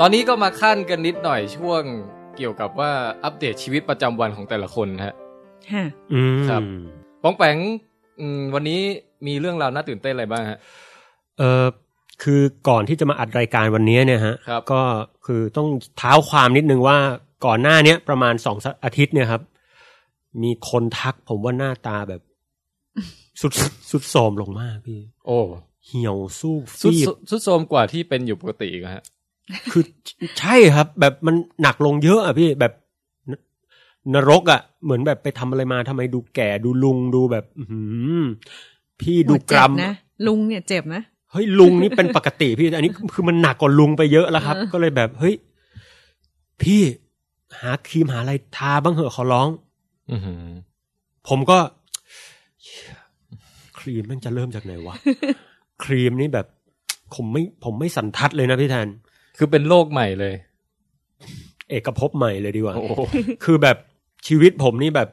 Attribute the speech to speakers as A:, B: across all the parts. A: ตอนนี้ก็มาขั้นกันนิดหน่อยช่วงเกี่ยวกับว่าอัปเดตชีวิตประจำวันของแต่ละคนนะฮะ
B: ค่ะ
C: อืม
A: ครับ ป้องแปงอืมวันนี้มีเรื่องราวน่าตื่นเต้นอะไรบ้างฮะ
C: เออคือก่อนที่จะมาอัดรายการวันนี้เนี่ยฮะ
A: ครับ
C: ก็คือต้องเท้าความนิดนึงว่าก่อนหน้าเนี้ยประมาณสองอาทิตย์เนี่ยครับ มีคนทักผมว่าหน้าตาแบบ สุดสุดโทรมลงมากพี่
A: โอ้
C: เหี่ยวสู้
A: สุด
C: ฟีบ
A: สุดสุดโทรมกว่าที่เป็นอยู่ปกติอีกฮะ
C: คือใช่ครับ แบบมันหนักลงเยอะอะพี่แบบนนรกอะเหมือนแบบไปทำอะไรมาทำไมดูแก่ดูลุงดูแบบ อื้อหือพี่ดู
B: โห
C: ก
B: เจ็
C: รั
B: บ
C: ม
B: นะลุงเนี่ยเจ็บนะ
C: เฮ้ยลุงนี่เป็นปกติพี่แต่อันนี้คือมันหนักกว่าลุงไปเยอะแล้วครับ
B: เออ
C: ก็เลยแบบเฮ้ยพี่หาครีมหาอะไรทาบ้างเหอะขอร้อง
A: อือหือ
C: ผมก็ ครีมแมันจะเริ่มจากไหน วะ ครีมนี่แบบ ผมไม่ผมไม่สันทัดเลยนะพี่แทน
A: คือเป็นโรคใหม่เลย
C: เอกภพใหม่เลยดีกว่า
A: โอ้โห
C: คือแบบชีวิตผมนี่แบบ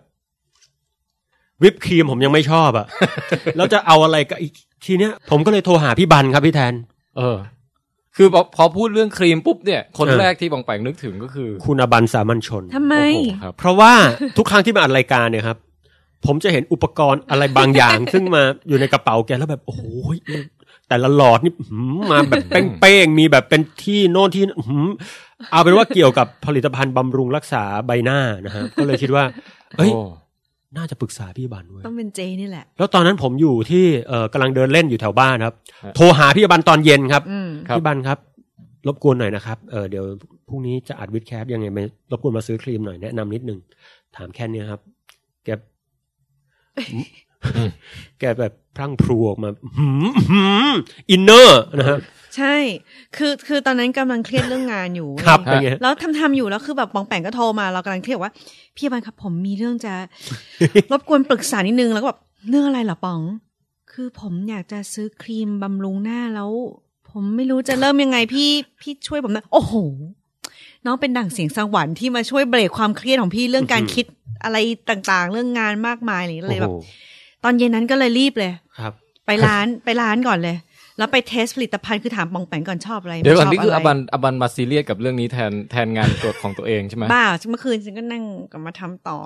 C: วิปครีมผมยังไม่ชอบ อะ แล้วจะเอาอะไรกับอีกทีเนี้ย ผมก็เลยโทรหาพี่บันครับพี่แทน
A: เออ คือพอพอพูดเรื่องครีมปุ๊บเนี่ย คน
C: เออ
A: แรกที่บองแปงนึกถึงก็คือ
C: คุณอบันสามัญชน
B: ทำไม
A: โอ้โหครับ
C: เพราะว่า ทุกครั้งที่มาอัดรายการเนี่ยครับ ผมจะเห็นอุปกรณ์อะไรบางอย่าง ซึ่งมาอยู่ในกระเป๋าแกแล้วแบบ โอ้โหมันแต่ละหลอดนี่หืมมาแบบเป้งๆมีแบบเป็นที่โน่นที่หืมเอาเป็นว่าเกี่ยวกับผลิตภัณฑ์บำรุงรักษาใบหน้านะฮะก็เลยคิดว่าเอ้ย
A: โอ้
C: น่าจะปรึกษาพี่บันเว้ย
B: ต้องเป็นเจนี่แหละ
C: แล้วตอนนั้นผมอยู่ที่เอ่อกำลังเดินเล่นอยู่แถวบ้านครับ
A: ฮะ
C: โทรหาพี่บันตอนเย็นครับ
B: อืม
A: ครับ
C: พี่บันครับ รบกวนหน่อยนะครับเออเดี๋ยวพรุ่งนี้จะอัดวิดแคสยังไงไม่รบกวนมาซื้อครีมหน่อยแนะนำนิดนึง ถามแค่เนี้ยครับ แก
A: อืม
C: แกแบบพรั่งพรูออกมา หืมหืมอินเนอร์นะฮะ
B: ใช่ คือคือตอนนั้นกำลังเครียดเรื่องงานอยู่
C: ครับเป็นไงฮะ
B: แล้วทำทำอยู่แล้วคือแบบปองแปงก็โทรมาเรากำลังเครียดว่า พี่บันครับผมมีเรื่องจะ รบกวนปรึกษานิดนึงแล้วก็แบบเรื่องอะไรเหรอปอง คือผมอยากจะซื้อครีมบำรุงหน้าแล้ว ผมไม่รู้จะเริ่มยังไงพี่พี่ช่วยผมหนะโอ้โห น้องเป็นดั่งเสียงสวรรค์ที่มาช่วยเบรกความเครียดของพี่เรื่องการคิดอะไรต่างๆ เรื่องงานมากมายอะไรอย่างเงี้ยเลยแบบ
C: โอ้โห
B: ตอนเย็นนั้นก็เลยรีบเลย
C: ครับ
B: ไป ร้านไปร้านก่อนเลย แล้วไปเทสผลิตภัณฑ์คือถามปองแปงก่อนชอบอะไร
A: เดี๋ยวก่อน
B: ไม่ช
A: นี่คืออ
B: ไร
A: บันอบันมาซีเรียสกับเรื่องนี้แทนแทนงานกดของตัวเองใช่ไหม
B: บ้าเมื่อคืนฉันก็นั่งกลับมาทำต่อ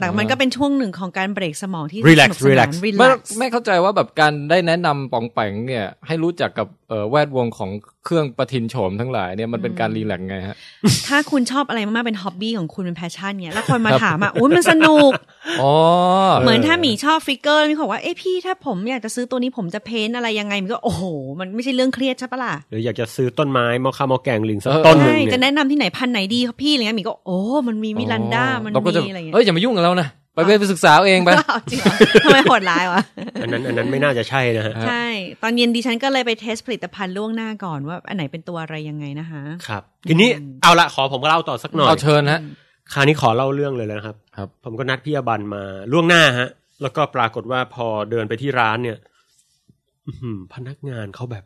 B: แต่มันก็เป็นช่วงหนึ่งของการเบรกสมองที่
C: Relax
B: สนุกสนาน
C: relax
B: relax
A: ไม่ไม่เข้าใจว่าแบบการได้แนะนำปองแปงเนี่ย ให้รู้จักกับเอ่อแวดวงของเครื่องประทินโฉมทั้งหลายเนี่ยมันเป็นการรีแลกซ์ไงฮะ
B: ถ้าคุณชอบอะไรมากๆเป็นฮ็อบบี้ของคุณเป็นแพชชั่นเนี่ยแล้วคนมา
C: ครับ
B: ถามอ่ะ โอ้ยมันสนุก
A: อ๋อ
B: เหมือนถ้าหมีชอบฟิกเกอร์มีคนบอกว่าเอ้พี่ถ้าผมอยากจะซื้อตัวนี้ผมจะเพ้นท์อะไรยังไงมันก็โอ้โห มันไม่ใช่เรื่องเครียดใช่ปะล่ะ
C: หรืออยากจะซื้อต้นไม้มอคามอแกงลิงสัก
A: เออ
C: ต้นหนึ่
B: ใช่
C: งเนี่ย
B: จะแนะนำที่ไหนพันธุ์ไหนดีครับพี่อะไรเงี้ยหมีก็โอ้มันมีมิลันดามัน
A: เราก็จะ
B: มีอะไรเงี้ย
A: เอ้ยอย่ามายุ่งกับเรานะไปไปไปศึกษาเอาเองไป
B: เอาจริงเหรอทำไมโหดร้ายวะ
C: อันนั้นอันนั้นไม่น่าจะใช่นะฮะ
A: ครับ
B: ใช่ ตอนเย็นดิฉันก็เลยไปเทสผลิตภัณฑ์ล่วงหน้าก่อนว่า อันไหนเป็นตัวอะไรยังไงนะคะ
C: ครับ ทีนี้เอาละขอผมก็เล่าต่อสักหน่อย
A: เอาเชิญฮะ
C: คราวนี้ขอเล่าเรื่องเลยนะครับ
A: ครับ
C: ผมก็นัดพี่อบันมาล่วงหน้าฮะ แล้วก็ปรากฏว่าพอเดินไปที่ร้านเนี่ยอื้อหือพนักงานเขาแบบ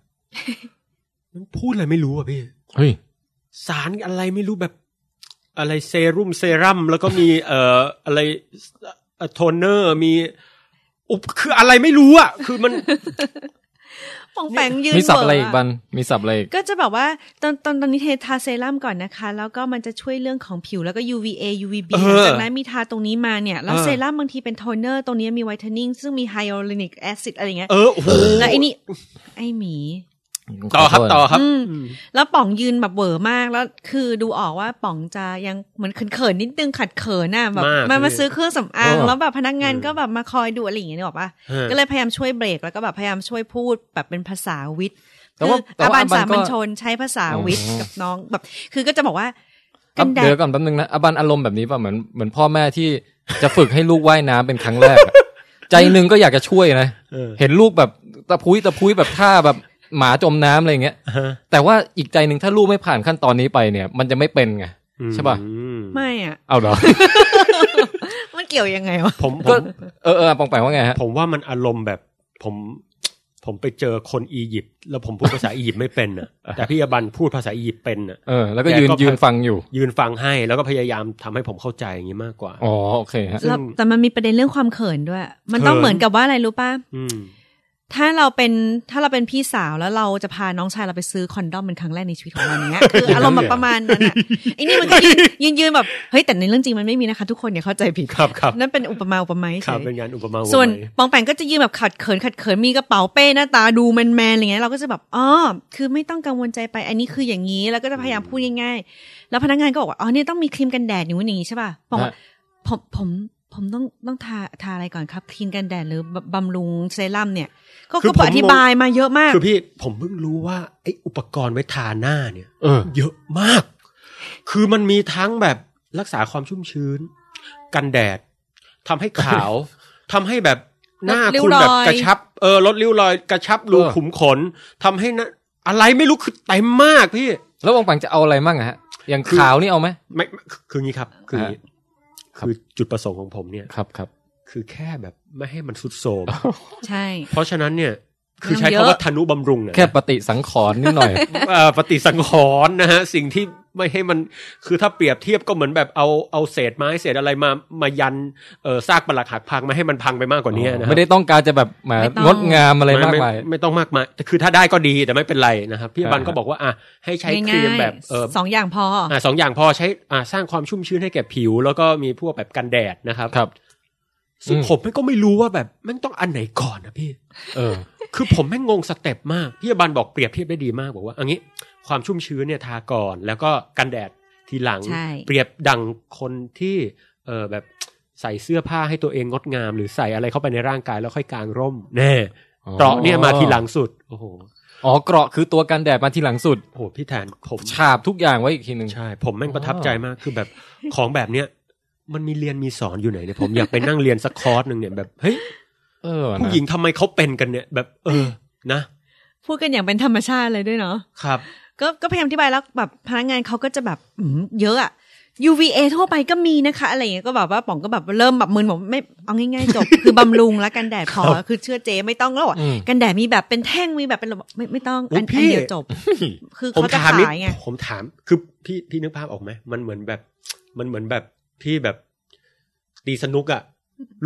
C: มันพูดอะไรไม่รู้อ่ะพี่
A: เฮ้ย
C: สารอะไรไม่รู้แบบ อะไรเซรุ่มเซรั่มแล้วก็มี เอ่ออะไรเอ่อโทนเนอร์มีอุปคืออะไรไม่รู้อ่ะ คือมัน
B: ปองแปงยืน
A: มีสับ
B: เว
A: อะไรอีกบันมีสับอะไรอีก
B: ก็จะแบบว่าตอนตอนตอนนี้เททาเซรั่มก่อนนะคะ แล้วก็มันจะช่วยเรื่องของผิวแล้วก็ UVA UVB
C: เอ
B: ห
C: อ
B: ลังจากนั้นมีทาตรงนี้มาเนี่ย แล้ว
C: เออ
B: เซรั่มบางทีเป็นโทนเนอร์ตรงนี้มีไวท์เทนนิ่งซึ่งมีไฮยาลูรอนิกแอซิดอะไรเงี้ย
C: เออโอ้โห
B: แล้วไอ้นี่ไอ้หมี
C: ต่อครับต่อครับ
B: อืมแล้วป๋องยืนแบบเหวอมากแล้วคือดูออกว่าป๋องจะยังเหมือนเขินๆนิดนึงขัดเขินน่ะแบบ
C: มาก
B: มามา
C: พี่
B: ซื้อเครื่องสำอาง
A: เออ
B: แล้วแบบพนักงาน
C: อืม
B: ก็แบบมาคอยดูอะไรอย่างเงี้ยนึกออกปะ
C: ฮะ
B: ก็เลยพยายามช่วยเบรกแล้วก็แบบพยายามช่วยพูดแบบเป็นภาษาวิทย์
A: แต่ว่า
B: คือ
A: แต่
B: อา
A: ว่า
B: บัน
A: อาบันก็
B: สามัญชนใช้ภาษาวิทย์
A: อ๋อ
B: กับน้องแบบ คือก็จะบอกว่า
A: ค
B: กั
A: รับ
B: นแด
A: เดี๋ย
B: ด
A: วก่อนแป๊บนึงนะอบันอารมณ์แบบนี้ป่ะเหมือนเหมือนพ่อแม่ที่จะฝึกให้ลูกว่ายน้ำเป็นครั้งแรก อะใจหนึ่งก็อยากจะช่วยนะ
C: เออ
A: เห็นลูกแบบตะพุยตะพุยแบบท่าแบบหมาจมน้ำอะไรอย่างเงี้ย
C: ฮะ
A: แต่ว่าอีกใจหนึ่งถ้าลูกไม่ผ่านขั้นตอนนี้ไปเนี่ย มันจะไม่เป็นไง ใช่ป่ะ
C: อื
B: ไม่อ่ะ
A: เอา เหรอ
B: มันเกี่ยวยังไงวะ
C: ผมผ
A: ก็
C: ม
A: เออเออปองแปงว่าไงฮะ
C: ผมว่ามันอารมณ์แบบผม ผมไปเจอคนอียิปต์แล้วผมพูดภาษาอียิปต์ไม่เป็นน่ะ แต่พี่อบันพูดภาษาอียิปต์เป็นน่ะ
A: เออ แล้วก็ยืน
C: แกก็
A: ยืนฟังอยู่
C: ยืนฟังให้แล้วก็พยายามทำให้ผมเข้าใจอย่างนี้มากกว่า
A: อ๋อ โอเคฮะ
C: ซึ่ง
B: แล้วแต่มันมีประเด็นเรื่องความเขินด้วย มันต้อง
C: เขิน
B: เหมือนกับว่าอะไรรู้ป่ะ
C: อืม
B: ถ้าเราเป็นถ้าเราเป็นพี่สาวแล้วเราจะพาน้องชายเราไปซื้อคอนดอมเป็นครั้งแรกในชีวิตของเราเนี้ ย คืออารมณ์แบบประมาณนั้นอะไอ้นี่มันก็ยืนยืนยืนแบบเฮ้ยแต่ในเรื่องจริงมันไม่มีนะคะ ทุกคนอย่าเข้าใจผิด
C: ครับครับ
B: นั่นเป็นอุปมาอุปไมย
C: ครับ
B: เฉ
C: เป็น
B: ย
C: งานอุปมาอุปไมย
B: ส่วนปองแปงก็จะยืนแบบขัดเขินขัดเขินมีกระเป๋าเป้หน้าตาดูแมนๆอะไรเงี้ยเราก็จะแบบอ๋อคือไม่ต้องกังวลใจไป อันนี้คืออย่างนี้แล้วก็จะพยายามพูดง่ายๆแล้วพนักงานก็บอกว่าอ๋อเนี่ยต้องมีครีมกันแดดอย่างนู้นอย่างนี้ใช่ป่ะปองบอก
A: ฮะ
B: ผมผมผมต้องต้องทาทาอะไรก่อนครับครีมกันแดดหรือบำบำรุงเซรั่มเนี่ย ก็
C: คือ
B: ก็พอ
C: ผม
B: อธิบายมาเยอะมาก
C: คือพี่ผมเพิ่งรู้ว่าไอ้อุปกรณ์ไว้ทาหน้าเนี่ย
A: เออ
C: เยอะมาก คือมันมีทั้งแบบรักษาความชุ่มชื้น กันแดดทำให้ขาว ทำให้แบบหน้า
B: ลดริ้ว
C: คุณแบบ
B: รอย
C: กระชับ เออลดริ้วรอย กระชับรู
A: เออ
C: ขุมขนทำให้หนะอะไรไม่รู้คือเต็มมากพี่
A: แล้วปองแปงจะเอาอะไรมั่งอะฮะ อย่าง
C: คือ
A: ขาวนี่เอาไหม
C: ไม่ไม่คือคืองี้ครับ คืออย่างงี้
A: ครับ
C: คือจุดประสงค์ของผมเนี่ย
A: ครับครับ
C: คือแค่แบบไม่ให้มันสุดโทรม
B: ใช่
C: เพราะฉะนั้นเนี่ย คือ
B: ไม่ต้อง
C: ใช้
B: เยอะ
C: คำว่าธนุบำรุงอะนะ
A: แค่ปฏิสังขรณ์นิดหน่อย
C: เอ่อปฏิสังขรณ์นะฮะ สิ่งที่ไม่ให้มันคือถ้าเปรียบเทียบก็เหมือนแบบเอาเอาเศษไม้เศษอะไรมามายันเออซากปรักหักพังมาให้มันพังไปมากก ว่านี้นะ
A: ไม่ได้ต้องการจะแบบแหม
B: ไม่ต้อง
A: งดงามอะไรมาก
C: ไม
A: มาย
C: ไม่ไม่ต้องมากมายแต่คือถ้าได้ก็ดีแต่ไม่เป็นไรนะครับพี่บันก็บอกว่าอ่ะให้ใช้ครี
B: ง่าย
C: มแบบเออ
B: ๆสองอย่างพออ
C: อ่ะสองอย่างพอใช้อ่ะสร้างความชุ่มชื้นให้แก่ผิว แล้วก็มีพวกแบบกันแดดนะครับ
A: ครับ
C: ซึ่ง
A: อืม
C: ผมแม่งก็ไม่รู้ว่าแบบแม่งต้องอันไหนก่อนนะพี่
A: เออ
C: คือผมแม่งงงสเต็ปมาก พี่อบันบอกเปรียบเทียบได้ดีมากบอกว่าอันนี้ความชุ่มชื้นเนี่ยทาก่อน แล้วก็กันแดดทีหลัง
B: ใช่
C: เปรียบดังคนที่เออแบบใส่เสื้อผ้าให้ตัวเองงดงาม หรือใส่อะไรเข้าไปในร่างกายแล้วค่อยกางร่ม แน่เกราะเนี่ยมาทีหลังสุด โอ้โห
A: อ๋อเกราะคือตัวกันแดดมาทีหลังสุด
C: โอ้โหพี่แทนผม
A: ฉาบทุกอย่างไว้อีกทีหนึ่ง
C: ใช่ ผมแม่งประทับใจมากคือแบบของแบบเนี้ยมันมีเรียนมีสอนอยู่ไหนเนี่ยผมอยากไปนั่งเรียนสักคอร์สหนึ่งเนี่ยแบบเฮ้ย
A: เออนะ
C: ผู้หญิงทำไมเขาเป็นกันเนี่ย แบบเออนะ
B: พูดกันอย่างเป็นธรรมชาติเลยด้วยเนาะ
C: ครับ
B: ก็ก็พยายามอธิบายแล้วแบบพนักงานเขาก็จะแบบอืมเยอะอะ UVA ทั่วไปก็มีนะคะ อะไรอย่างเงี้ยก็แบบว่าป๋องก็แบบเริ่มแบบมึนผมไม่เอาง่ายๆจบ คือบำรุงและกันแดดพอคือเชื่อเจไม่ต้องแล้วอะ
A: อืม
B: กันแดดมีแบบเป็นแท่งมีแบบเป็นระบบไม่ไม่ต้อง
C: โอ้
B: อัน
C: พี่
B: อันเดียวจบ คือ
C: ผม
B: เขาจะ
C: ถามนิด
B: ขายไง
C: ผมถามคือพี่พี่นึกภาพออกไหมมันเหมือนแบบ มันเหมือนแบบพี่แบบ ตีสนุกอะ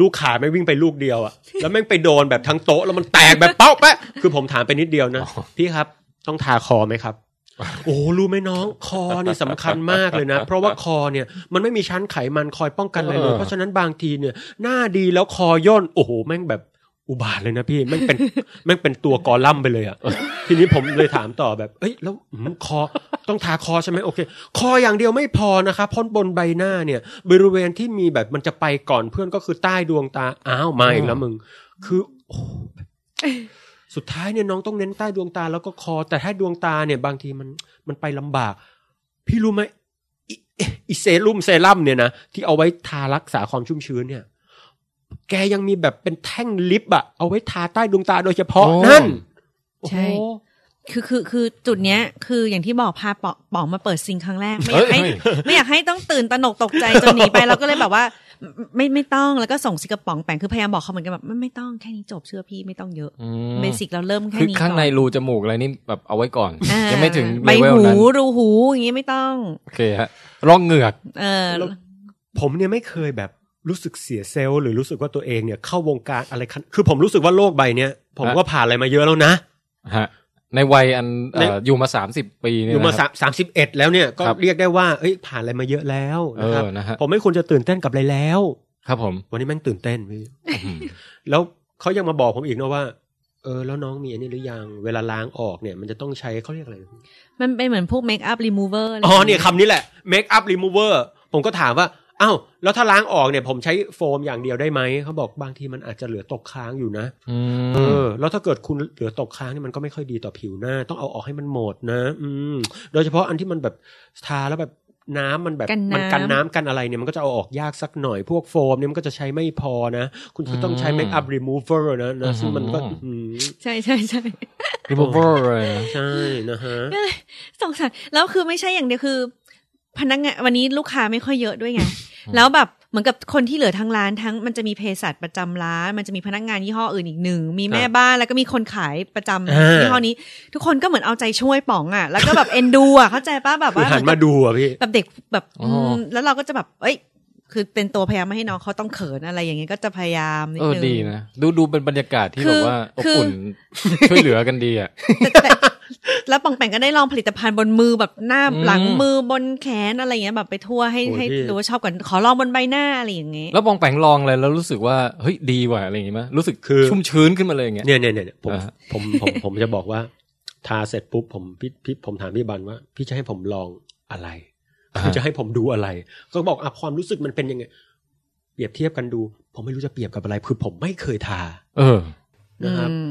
C: ลูกขาไม่งวิ่งไปลูกเดียวอะ แล้วแม่งไปโดนแบบทั้งโต๊ะแล้วมันแตกแบบเป๊าแปะคือผมถามไปนิดเดียวนะ พี่ครับ ต้องทาคอไหม ครับ โอ้รู้ไหมน้อง คอเนี่ยสำคัญมากเลยนะ เพราะว่าคอเนี่ย มันไม่มีชั้นไขมันคอยป้องกันอะไรเลย
A: เออ
C: เพราะฉะนั้นบางทีเนี่ย หน้าดีแล้วคอย่นโอ้โหแม่งแบบอุบาทเลยนะพี่แม่งเป็น แม่งเป็นตัวกอลัมน์ไปเลยอะ ทีนี้ผมเลยถามต่อแบบ เอ้ย แล้วอืมคอต้องทาคอใช่ไหมโอเค คออย่างเดียวไม่พอนะคะเพ้นบนใบหน้าเนี่ย บริเวณที่มีแบบมันจะไปก่อนเพื่อนก็คือใต้ดวงตา อ้าวมาอีกแล้วมึง คือโอ้โหสุดท้ายเนี่ยน้องต้องเน้นใต้ดวงตาแล้วก็คอ แต่ถ้าดวงตาเนี่ย บางทีมันมันไปลำบาก พี่รู้ไหมอิอิอิเซรุ่มเซรั่มเนี่ยนะที่เอาไว้ทารักษาความชุ่มชื้นเนี่ย แกยังมีแบบเป็นแท่งลิปอะเอาไว้ทาใต้ดวงตาโดยเฉพาะ
A: โอ้
C: นั่น
B: ใช่
C: โอ้โห
B: คือคือคือจุดเนี้ยคืออย่างที่บอกพาป๋องป๋องมาเปิดซิงครั้งแรก ไม่
A: เฮ้
B: อย ยากให้ไม่อยากให้ต้องตื่นตระหนกตกใจจนหนีไป เราก็เลยแบบว่าไม่ไม่ต้องแล้วก็ส่งซิงกระป๋องแปงคือพยายามบอกเขาเหมือนกันแบบไม่ไม่ต้องแค่นี้จบเชื่อพี่ไม่ต้องเยอะ
A: อืม
B: เบสิกเราเริ่มแค่
A: คือ
B: นี้
A: ข้างใน
B: ก่อ
A: รูจมูกอะไรนี่แบบเอาไว้ก่อน
B: อ่า
A: ยังไม่ถึง
B: ใบ
A: เลเวล
B: หู
A: นั้น
B: รูหูอย่างงี้ไม่ต้อง
A: โอเคฮะร่องเหงือก
B: เออ
C: แล้ว ผมเนี่ยไม่เคยแบบรู้สึกเสียเซลล์หรือรู้สึกว่าตัวเองเนี่ยเข้าวงการอะไรคันคือผมรู้สึกว่าโลกใบเนี้ยผม
A: ฮะ
C: ก็ผ่านอะไรมาเยอะแล้วนะ
A: ฮะ ในวัยอันเอ่อ
C: ใน
A: อยู่มาสามสิบปี
C: อ
A: เนี่ย
C: ยู่มา
A: นะค
C: สา
A: รับ
C: มสามสิบเอ็ดแล้วเนี่ยก็
A: ครับ
C: เรียกได้ว่าเอ้ยผ่านอะไรมาเยอะแล้ว
A: เอ
C: นะครับ
A: อนะฮะ
C: ผมไม่ควรจะตื่นเต้นกับอะไรแล้ว
A: ครับ ผม
C: วันนี้แม่งตื่นเต้นพี่ แล้วเขายังมาบอกผมอีกนะว่า เออ แล้วน้องมีอันนี้หรือยัง เวลาล้างออกเนี่ย มันจะต้องใช้เขาเรียกอะไร
B: มันเป็นเหมือนพวกเมคอัพรีมูเวอร์
C: อ๋อเนี่ยคำนี้แหละ make up remover ผมก็ถามว่า อ้าว แล้วถ้าล้างออกเนี่ย ผมใช้โฟมอย่างเดียวได้ไหม เขาบอกบางทีมันอาจจะเหลือตกค้างอยู่นะ
A: อื
C: เอ
A: ม
C: อ แล้วถ้าเกิดคุณเหลือตกค้างเนี่ยมันก็ไม่ค่อยดีต่อผิวหน้า ต้องเอาออกให้มันหมดนะ อืม โดยเฉพาะอันที่มันแบบทาแล้วแบบน้ำมันแบบ
B: กัน
C: มั
B: น้ำ
C: กันน้ำกันอะไรเนี่ยมันก็จะเอาออกยากสักหน่อย พวกโฟมเนี่ยมันก็จะใช้ไม่พอนะ คุณก็ต้องใช้ make up remover นะนะซึ่งมันก็
A: อืม
C: อืม
B: ใช่ใช่ใช่
A: remover เลยนะ
C: ใช่นะฮะ
B: สงสารแล้วคือไม่ใช่อย่างเดียวคือ พนักงานวันนี้ลูกค้าไม่ค่อยเยอะด้วยไง แล้วแบบเหมือนกับคนที่เหลือทั้งร้านทั้งมันจะมีเภสัชประจำร้าน มันจะมีพนักงานยี่ห้ออื่นอีกหนึ่ง มีแม่บ้านแล้วก็มีคนขายประจำ
C: อ่า
B: ยี่ห้อนี้ ทุกคนก็เหมือนเอาใจช่วยป๋องอ่ะ แล้วก็แบบเอ็นดูอ่ะเข้าใจป้ะแบบ
C: คือ
B: ว่า
C: หันมาดูอ่ะพี่
B: แบบเด็กแบบอืมแล้วเราก็จะแบบ เอ้ย คือเป็นตัวพยายามไม่ให้น้องเขาต้องเขินอะไรอย่างเงี้ยก็จะพยายามนิด
A: เออ
B: นึง
A: ดีนะดูดูเป็นบรรยากาศที่
B: คื
A: แบ
B: อบ
A: ว่าอบ
B: คือ
A: อุ่นช่วย เหลือกันดีอ่ะ
B: แต่แต่แล้วปองแปงก็ได้ลองผลิตภัณฑ์บนมือแบบหน้า
A: อืม
B: หลังมือบนแขนอะไรอย่างเงี้ยแบบไปทั่วให้
C: โอ้ย
B: ให้
C: พี่
B: รู้ว่าชอบก่อนขอลองบนใบหน้าอะไรอย่างเงี้ย
A: แล้วปองแปงลองอะไรแล้วรู้สึกว่าเฮ้ยดีว่ะอะไรอย่างงี้มั้ยรู้สึก
C: คือ
A: ชุ่มชื้นขึ้นมาเลยอย่างเงี้ย
C: เนี่ยเนี่ยเนี่ยเนี่ยผม
A: อ่าฮะ
C: ผมผมผมจะบอกว่า ทาเสร็จปุ๊บผมพี่พี่ผมถามพี่บันว่า พี่จะให้ผมลองอะไรพี่จะให้ผมดูอะไร ก็บอกอ่ะความรู้สึกมันเป็นยังไง เปรียบเทียบกันดู ผมไม่รู้จะเปรียบกับอะไรคือผมไม่เคยทา
A: เออ
C: นะครับ
B: อืม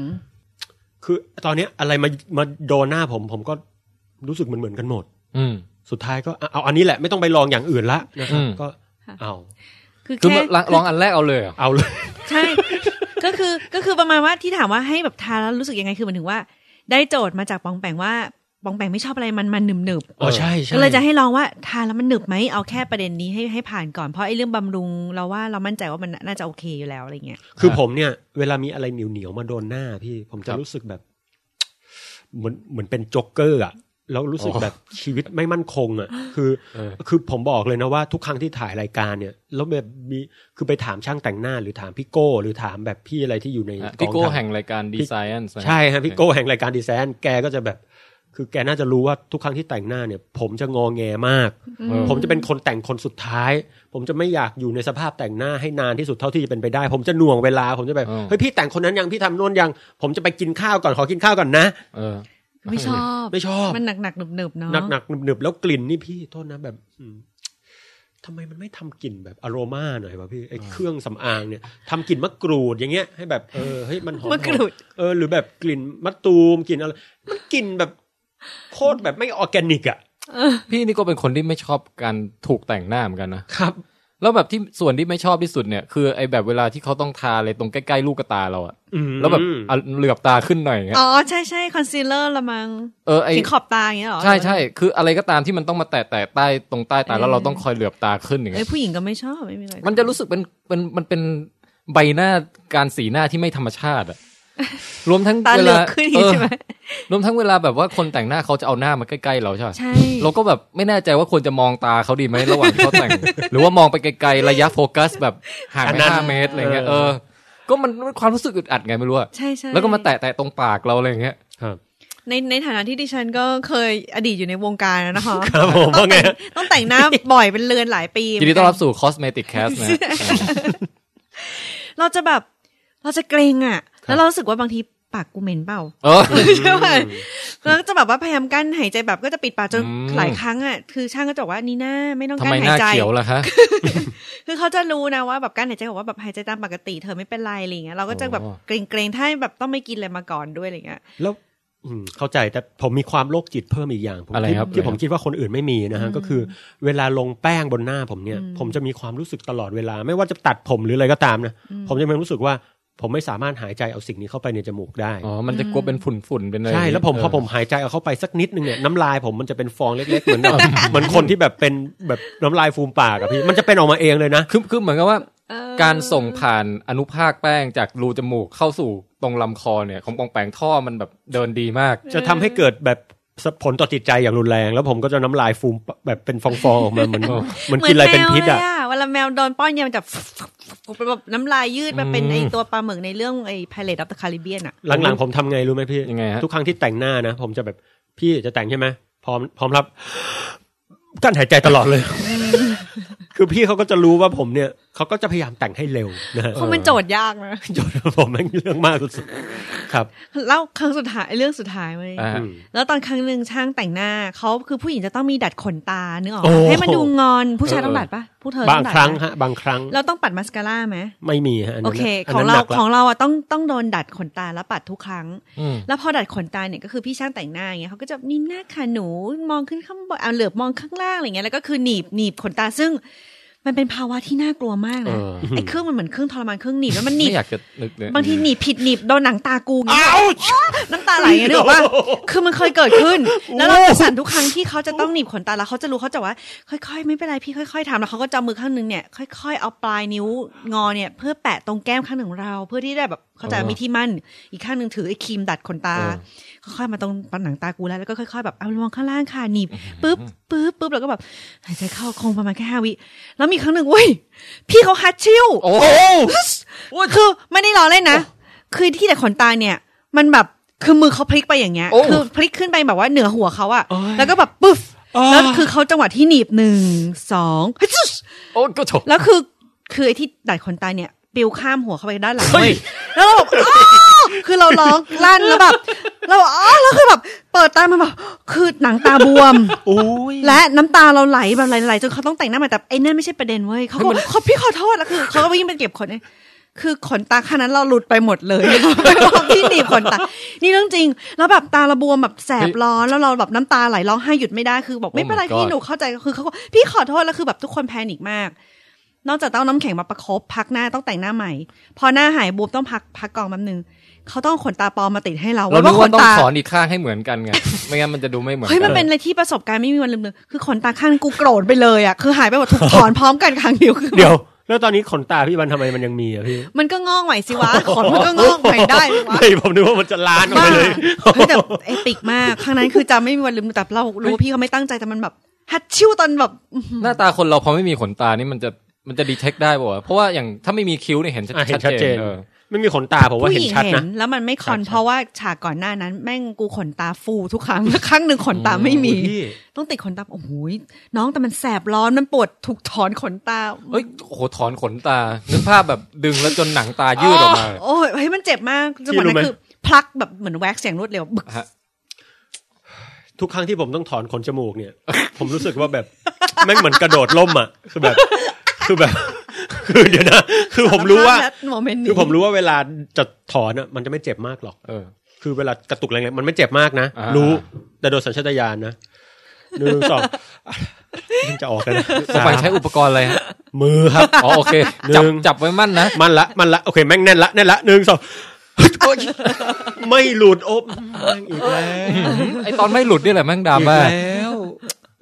C: คือตอนเนี้ยอะไรมามาโดนหน้าผมผมก็รู้สึกเหมือนเหมือนๆกันหมด
A: อืม
C: สุดท้ายก็อ่ะเอาอันนี้แหละไม่ต้องไปลองอย่างอื่นละนะครับ
A: อืม
C: ก็เอา
B: คือ
A: คือ
B: แค่
A: ลองลองอันแรกเอาเลยเหรอ
C: เอาเลย
B: ใช่ ก็คือก็คือประมาณว่าที่ถามว่าให้แบบทาแล้วรู้สึกยังไงคือหมายถึงว่า ได้โจทย์มาจากปองแปงว่าปองแปงไม่ชอบอะไรมันมันหนึบหนึบๆ
C: อ๋อใช่ใช่
B: ก็เลยจะให้ลองว่าทานแล้วมันหนึบไหมเอาแค่ประเด็นนี้ให้ให้ผ่านก่อนเพราะไอ้เรื่องบำรุงเราว่าเรามั่นใจว่ามันน่าจะโอเคอยู่แล้วอะไรเงี้ย
C: คือผมเนี่ย เวลามีอะไรเหนียวเหนียวๆมาโดนหน้าพี่ ผมจะรู้สึกแบบ เหมือนเหมือนเป็นโจ็อกเกอร์อะแล้วรู้สึกแบบชีวิตไม่มั่นคงอะคือ
A: เออ
C: คือผมบอกเลยนะว่าทุกครั้งที่ถ่ายรายการเนี่ย แล้วแบบมีคือไปถามช่างแต่งหน้า หรือถามพี่โก้ หรือถามแบบพี่อะไรที่อยู่ใน
A: อ่ะ
C: อ
A: พี่
C: ง
A: โก้
C: ทัพ
A: แห่งรายการดีไซน์
C: ใช่ฮะพี่โก้แห่งรายการดีไซน์แกก็จะแบบ คือแกน่าจะรู้ว่าทุกครั้งที่แต่งหน้าเนี่ย ผมจะงอแงมาก ผมจะเป็นคนแต่งคนสุดท้าย ผมจะไม่อยากอยู่ในสภาพแต่งหน้าให้นานที่สุดเท่าที่จะเป็นไปได้ ผมจะหน่วงเวลา ผมจะแบบเฮ้ยพี่แต่งคนนั้นยังพี่ทำนู่นยัง ผมจะไปกินข้าวก่อนขอกินข้าวก่อนนะ
A: เออ
B: ไม่ชอบ
C: ไม่ชอบ
B: มันหนักหนักๆหนึบหนึบๆเนาะ
C: หนักหนักหนึบๆแล้วกลิ่นนี่พี่โทษนะแบบอืมทำไมมันไม่ทำกลิ่นแบบอโรมาหน่อยวะพี่ไอ้เครื่องสำอางเนี่ยทำกลิ่นมะกรูดอย่างเงี้ยให้แบบเออเฮ้ยมันหอมๆ
B: มะกรูด
C: เออหรือแบบกลิ่นมะตูมกลิ่นอะไรมันกลิ่นแบบโคตรแบบไม่ออร์แกนิกอะ
A: พี่นี่ก็เป็นคนที่ไม่ชอบการถูกแต่งหน้าเหมือนกันนะครับ แล้วแบบที่ส่วนที่ไม่ชอบที่สุดเนี่ย คือไอ้แบบเวลาที่เขาต้องทาอะไรตรงใกล้ๆลูกตาเราอะ
C: อืม
A: แล้วแบบอ่ะเหลือบตาขึ้นหน่อยอย่างเงี้ย
B: อ๋อใช่ใช่คอนซีลเลอร์ละมัง
A: เออไอ
B: ถึงขอบตาอย่างเงี้ยเหรอ
A: ใช่ใช่คืออะไรก็ตามที่มันต้องมาแตะแตะใต้ตรงใต้ตาแล้วเราต้องคอยเหลือบตาขึ้นอย่าง
B: เอ้
A: เงี้
B: ย
A: ย
B: ผู้หญิงก็ไม่ชอบไม่มีอะไร
A: มันจะรู้สึกเป็นเป็นมันเป็นใบหน้าการสีหน้าที่ไม่ธรรมชาติ อะรวมทั้ง
B: ตา
A: เว
B: เหลือ
A: ลาก
B: ขึ้นอย่าง
A: เอ
B: งี้
A: อ
B: ใช่ไหม
A: รวมทั้งเวลาแบบว่าคนแต่งหน้าเขาจะเอาหน้ามาใกล้ๆเราใช่ปะ
B: ใช่
A: เราก็แบบไม่แน่ใจว่าควรจะมองตาเขาดีไหมระหว่างที่เขา แต่ง หรือว่ามองไปไกลๆระยะโฟกัสแบบห่าง
C: อัน
A: ไป
C: นั้น
A: ห้าเมตรอะไรเงี้ยเออ ก็มันมันความรู้สึกอึดอัดไงไม่รู้อะ
B: ใช่ใช่
A: แล้วก็มาแตะแตะตรงปากเราอะไรเงี้ย
C: ครับ
B: ในในฐานะที่ดิฉันก็เคยอดีตอยู่ในวงการนะคะ
C: ครับผมว่าไง
B: ต้องแต่งหน้าบ่อยเป็นเรือนหลายปีเหมื
A: ยิน
B: กั
A: ดีต้อนรับสู่ Cosmetic Cast นะ
B: เราจะแบบเราจะเกรงอ่ะ แล้วเรารู้สึกว่าบางทีปากกูเหม็นเปล่า
A: เออ
B: ใช่ไหมแล้วก็จะแบบว่าพยายามกั้นหายใจแบบก็จะปิดปากจน
A: อืม
B: หลายครั้งอ่ะคือช่างก็จะบอกว่านี่หน้าไม่ต้อง
A: ทำ
B: กั้
A: ไม
B: น
A: ห
B: หาย
A: น้า
B: ใจ
A: เขียวล่ะฮะ
B: คือเขาจะรู้นะว่าแบบกั้นหายใจบอกว่าแบบหายใจตามปกติเธอไม่เป็นไรอะไรอย่างเงี้ยเราก็จะแบบ
A: อ๋อ
B: เกรงๆถ้าแบบต้องไม่กินอะไรมาก่อนด้วยอะไรอย่างเงี้ย
C: แล้วอืมเข้าใจแต่ผมมีความโรคจิตเพิ่มอีกอย่างผม
A: อะไร
C: ที่
A: ครับ
C: ที่
A: อะไรครับ
C: ผมคิดว่าคนอื่นไม่มีนะฮะก็คือ เวลาลงแป้งบนหน้าผมเนี่ย
B: อืม
C: ผมจะมีความรู้สึกตลอดเวลา ไม่ว่าจะตัดผมหรืออะไรก็ตามนะผมจะมีความรู้สึกว่า ผมไม่สามารถหายใจเอาสิ่งนี้เข้าไปในจมูกได้
A: อ๋อ มันจะกลัวเป็นฝุ่นฝุ่นๆเป็นอะไร
C: ใช่แล้วผม
A: เ
C: พอผมหายใจเอาเข้าไปสักนิดนึงเนี่ยน้ำลายผมมันจะเป็นฟองเล็กๆเหมือนแบบ เหมือนคนที่แบบเป็นแบบน้ำลายฟูมปากอะพี่มันจะเป็นออกมาเองเลยนะ
A: คือคือเหมือนกับว่า
B: เออ
A: การส่งผ่านอนุภาคแป้งจากรูจมูกเข้าสู่ตรงลำคอเนี่ย ของปองแปงท่อมันแบบเดินดีมาก
C: จะทำให้เกิดแบบผลต่อจิตใจอย่างรุนแรง แล้วผมก็จะน้ำลายฟูมปะแบบเป็นฟองๆออกมาเหมือน เหมือนกินอะไรเป็นพิษอ่ะ
B: หมืแมวลยเวลาแมวโดนป้อนยามันจะแบบน้ำลายยืดมาเป็นไอตัวปลาหมึกในเรื่องไอ Pirate of the Caribbean อ่ะ
C: หลังๆผมทำไงรู้ไหมพี่
A: ยังไงฮะ
C: ทุกครั้งที่แต่งหน้านะ ผมจะแบบพี่จะแต่งใช่ไหมพร้อมพร้อมรับ กั้นหายใจตลอด เลย คือพี่เขาก็จะรู้ว่าผมเนี่ยเขาก็จะพยายามแต่งให้เร็วนะฮะ
B: เพราะมันโจทย์ยากนะ
C: โจทย์ผมแม่งเรื่องมากสุดๆครับ
B: เล่าครั้งสุดท้ายเรื่องสุดท้ายไหม
A: อ่า
C: อืม
B: แล้วตอนครั้งหนึ่งช่างแต่งหน้าเขาคือผู้หญิงจะต้องมีดัดขนตาเนื้อออก
C: โอ้
B: ปะให้มันดูงอนผู้ชาย
A: เออ
B: ต้องดัดปะผู้เธอบ
C: า
B: ต้
C: ง
B: องดัด
C: ครั้ง
B: ปะ
C: ฮะ บางครั้ง
B: เราต้องปัดมาสคาร่าไหม
C: ไม่มีฮะอัน
B: โอ
C: นั้น
B: เค
C: น่ะอัน
B: ของ
C: นั้น
B: เรา
C: หนักละ
B: ของเราอ่ะต้องต้องโดนดัดขนตาแล้วปัดทุกครั้ง
A: อืม
B: แล้วพอดัดขนตาเนี่ยก็คือพี่ช่างแต่งหน้าอย่างเงี้ยเขาก็จะนี่หน้าค่ะหนูมองขึ้นข้างบนเอาเหลือบมองข้างล่างอะไรเงี้ยแล้วก็คือหนีบหนีบขนตาซึ่ง มันเป็นภาวะที่น่ากลัวมากนะ
A: เออ
B: ไอ้เครื่องมันเหมือนเครื่องทรมานเครื่องหนีบแล้วมันหนี
A: ไม่
B: บ
A: อยากจะนึกเลย
B: บางทีหนีบผิดหนีบโดนหนังตากูเงี้ยน้ำตาไหลไงนึกออกว่า คือมันเคยเกิดขึ้น แล้วเราจะสั่นทุกครั้งที่เขาจะต้องหนีบขนตาแล้วเขาจะรู้เขาจะว่า ค่อยๆ ไม่เป็นไรพี่ค่อยๆทำแล้วเขาก็จะเอามือข้างหนึงเนี่ยค่อยๆเอาปลายนิ้วงอเนี่ยเพื่อแปะตรงแก้มข้างหนึ่งของเรา เพื่อที่ได้แบบเขาจะ
A: เออ
B: มีที่มั่น อีกข้างหนึ่งถือไอ้ครีมดัดขนตา
A: เออ
B: ค่อยๆมาตรงปหนังตากูแล้วแล้วก็ค่อยๆแบบเอามองข้างล่างค่ะหนีบปึ๊บปึ๊บปึ๊บแล้วก็แบบหายใจเข้าคงประมาณแค่ห้าวิแล้วมี มีครั้งหนึ่งเว้ยพี่เขาฮัดชิว
A: โอ้
B: คือไม่ได้ล้อเล่นนะ คือที่แต่ขนตาเนี่ย มันแบบคือมือเขาพลิกไปอย่างเงี้ย
A: โอ้
B: คือพลิกขึ้นไปแบบว่าเหนือหัวเขาอะ
C: โอ้ย
B: แล้วก็แบบปุ๊บแล้วคือเขาจังหวะที่หนีบหนึ่งสองฮัชชิว
A: โอ้ก็โถ
B: แล้วคือคือไอ้ที่ดัดขนตาเนี่ยปลิวข้ามหัวเข้าไปด้านหลัง
A: เฮ้ย
B: แล้วเราแบบ อ้าวคือเราร้องลั่นแล้วแบบเราแบบอ้าวแล้วคือแบบเปิดตามันแบบ คือหนังตาบวม
C: โอ้ย
B: และน้ำตาเราไหลแบบไหลๆจนเขาต้องแต่งหน้าใหม่แต่ไอ้นั่นไม่ใช่ประเด็นเว้ยเขาก็บอกเขาพี่ขอโทษแล้วคือเขาก็วิ่งไปเก็บขนเองคือขนตาข้างนั้นเราหลุดไปหมดเลย ไปมองที่หนีบขนตา นี่เรื่องจริง แล้วแบบตาระบวมแบบแสบร้อนแล้วเราแบบน้ำตาไหลร้องไห้หยุดไม่ได้คือบอก
A: Oh
B: ไม่เป็นไร
A: my
B: พี่
A: God
B: หนูเข้าใจคือเขาก็พี่ขอโทษแล้วคือแบบทุกคนแพนิคมาก นอกจากต้องเอาน้ำแข็งมาประคบพักหน้าต้องแต่งหน้าใหม่ พอหน้าหายบวมต้องพักพักกองแป๊บนึงเขาต้องเอาขนตาปลอมมาติดให้เรา
A: เรานึกว่า
B: ขน
A: ต้อง
B: ตา
A: ถอนอีกข้างให้เหมือนกันไง ไม่งั้นมันจะดูไม่เหมือน
B: เฮ้ยมัน
A: กั
B: เป็นอะไรที่ประสบการณ์ไม่มีวันลืมเลยคือขนตาข้างกูโกรธไปเลยอ่ะคือหายไปหมดถูกถอนพร้อมกันครั้งเดียวคือ
C: เดี๋ยว แล้วตอนนี้ขนตาพี่บันทำไมมันยังมีอะพี่
B: มันก็งอกใหม่สิวะขนมันก็งอกใหม่ได้สิวะ
C: ไม่ผมนึกว่ามันจะล้านออก
B: บ้า
C: ไปเลย
B: เฮ้ยแต่เอปิกมากครั้งนั้นคือจำไม่มีวันลืมแต่เรารู้ว่าพี่เขาไม่ตั้งใจแต่มันแบบฮัดชิวตอนแบบ
A: หน้าตาคนเราพอไม่มีขนตานี่มันจะมันจะดีเทคได้ป่ะวะเพราะว่าอย่างถ้าไม่มีคิ้วเนี่ยเห็นชัด
C: อ่ะเห็น
A: ชั
C: ชั
A: ด
C: ด
A: เจ
C: เจ
A: น
C: น
A: เออ
C: ไม่มีขนตาผมว่า
B: ผู้
C: เห็
B: ห
C: น
B: ญิง
C: ชัด
B: เห็
C: นะ
B: นแล้วมันไม่คอนเพ
C: ชัดๆ
B: ราะว่าฉากก่อนหน้านั้น แม่งกูขนตาฟูทุกครั้งแล้วครั้งหนึ่งขนตาไม่มี
C: พี่
B: ต้องติดขนตาโอ้โหน้องแต่มันแสบร้อนมันปวดถูกถอนขนตา
A: เฮ้ยโอ้โหถอนขนตานึกภาพแบบดึงแล้วจนหนังตายืดออกมา
B: โอ้ยเฮ้ยมันเจ็บมากจังหวะนั้นคือพลักแบบเหมือนแว็กซ์อย่างรวดเร็วบึก
A: ฮะ
C: ทุกครั้งที่ผมต้องถอนขนจมูกเนี่ย ผมรู้สึกว่าแบบแม่งเหมือนกระโดดล่มอ่ะคือแบบ คือแบบ คือเดี๋ยวนะคือผมรู้ว่า
B: แล้ว โมเมนต์นี้
C: คือผมรู้ว่าเวลาจะถอนอ่ะมันจะไม่เจ็บมากหรอก
A: เออ
C: คือเวลากระตุกแรงๆมันไม่เจ็บมากนะ
A: อ่ารู้
C: รู้แต่โดยสัญชาตญาณนะหนึ่งสอง มันจะออกกันนะ
A: สมัย
C: สาม
A: ใช้อุปกรณ์อะไรฮะ
C: มือครับ
A: อ๋อโอเค
C: หนึ่
A: จับ
C: ง
A: จับไว้มั่นนะ
C: มันละมันละโอเคแม่งแน่นละแน่นละหนึ่งส องโอ๊ยไม่หลุดโอบแม่งอีกแล้ว
A: ไอตอนไม่หลุดนี่แหละแม่งดรา
C: อีก
A: ม่า
C: แล้ว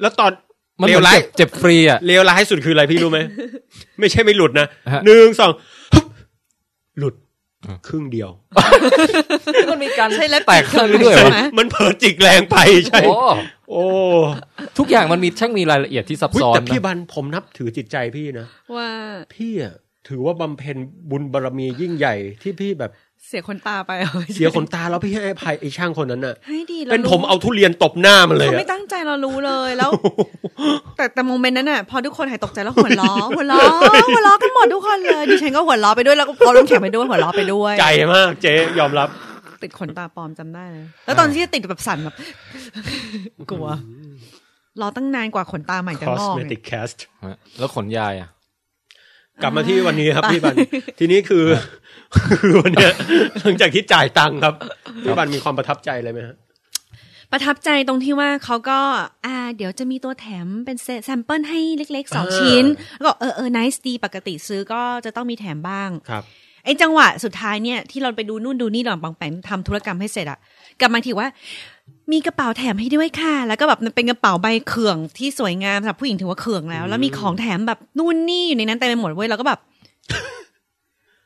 C: แล้วตอน
A: มัน
C: เล
A: เหมื
C: ว
A: อน
C: ร้าย
A: เจ็บเจ็บฟรีอ่ะ
C: เลวร้ายสุดคืออะไรพี่ รู้ไหมไม่ใช่ไม่หลุดนะ
A: ฮะ
C: หนึ่งสองหลุดครึ่งเดียว
A: มันมีการ
B: ใช่แล้ว
A: แตกข้างนี้ด้วยเหร
B: ใช่
A: อ
B: ไหม
C: มันเผลอจิกแรงไปใช่
A: โอ้
C: โอ้
A: ทุกอย่างมันมีช่างมีรายละเอียดที่ซับ
C: เฮ้ย
A: ซ้อน
C: แต่พี่
A: นะ
C: บันผมนับถือจิตใจพี่นะ
B: ว่า
C: พี่อะถือว่าบำเพ็ญบุญบารมียิ่งใหญ่ที่พี่ แบบ
B: เสียคนตาไป
C: เสียขนตาแล้วพี่ให้อภัยไอ้ช่างคนนั้นน่ะ
B: ให้ดีร
C: เป็น
B: รู้
C: ผมเอาทุเรียนตบหน้ามันเลย
B: เขา
C: อะ
B: ไม่ตั้งใจเรารู้เลย แล้ว แต่แต่โมเมนต์นั้นน่ะ พอทุกคนหายตกใจแล้วหัวล้อหัวล้อ หัวล้อกันหมดทุกคนเลยดิฉันก็หัวล้อไปด้วยแล้วก็เอาน้ำแข็งไปด้วยหัวล้อไปด้วย
C: ใจมากเจ๊ยอมรับ
B: ติดขนตาปลอมจำได้เลยแล้วตอนที่ติดแบบสั่นแบบ กลัวรอตั้งนานกว่าขนตาใหม่จะงอกเนี่ย
C: cosmetic cast
A: แล้วขนยายอ่ะ
C: กลับมาที่วันนี้ครับพี่บั น ทีนี้คือ คือวันเนี้ยหลังจากที่จ่ายตังค์ครับพี่บันมีความประทับใจอะไรไหมฮะ
B: ประทับใจตรงที่ว่าเขาก็ อ่า เดี๋ยวจะมีตัวแถมเป็นเซแซมเปิลให้เล็กๆสอง
C: อ่า
B: ชิ้น แล้วก็เออเออ nice ดีปกติซื้อก็จะต้องมีแถมบ้าง
C: ครับ
B: ไอ้จังหวะสุดท้ายเนี่ย ที่เราไปดูนู่นดูนี่หลอนบางแปงทำธุรกรรมให้เสร็จอะกลับมาทีว่า มีกระเป๋าแถมให้ด้วยค่ะ แล้วก็แบบมันเป็นกระเป๋าใบเขื่องที่สวยงามสำหรับผู้หญิงถือว่าเขื่องแล้ว แล้วมีของแถมแบบนู่นนี่อยู่ในนั้นเต็มไปหมดเว้ยเราก็แบบ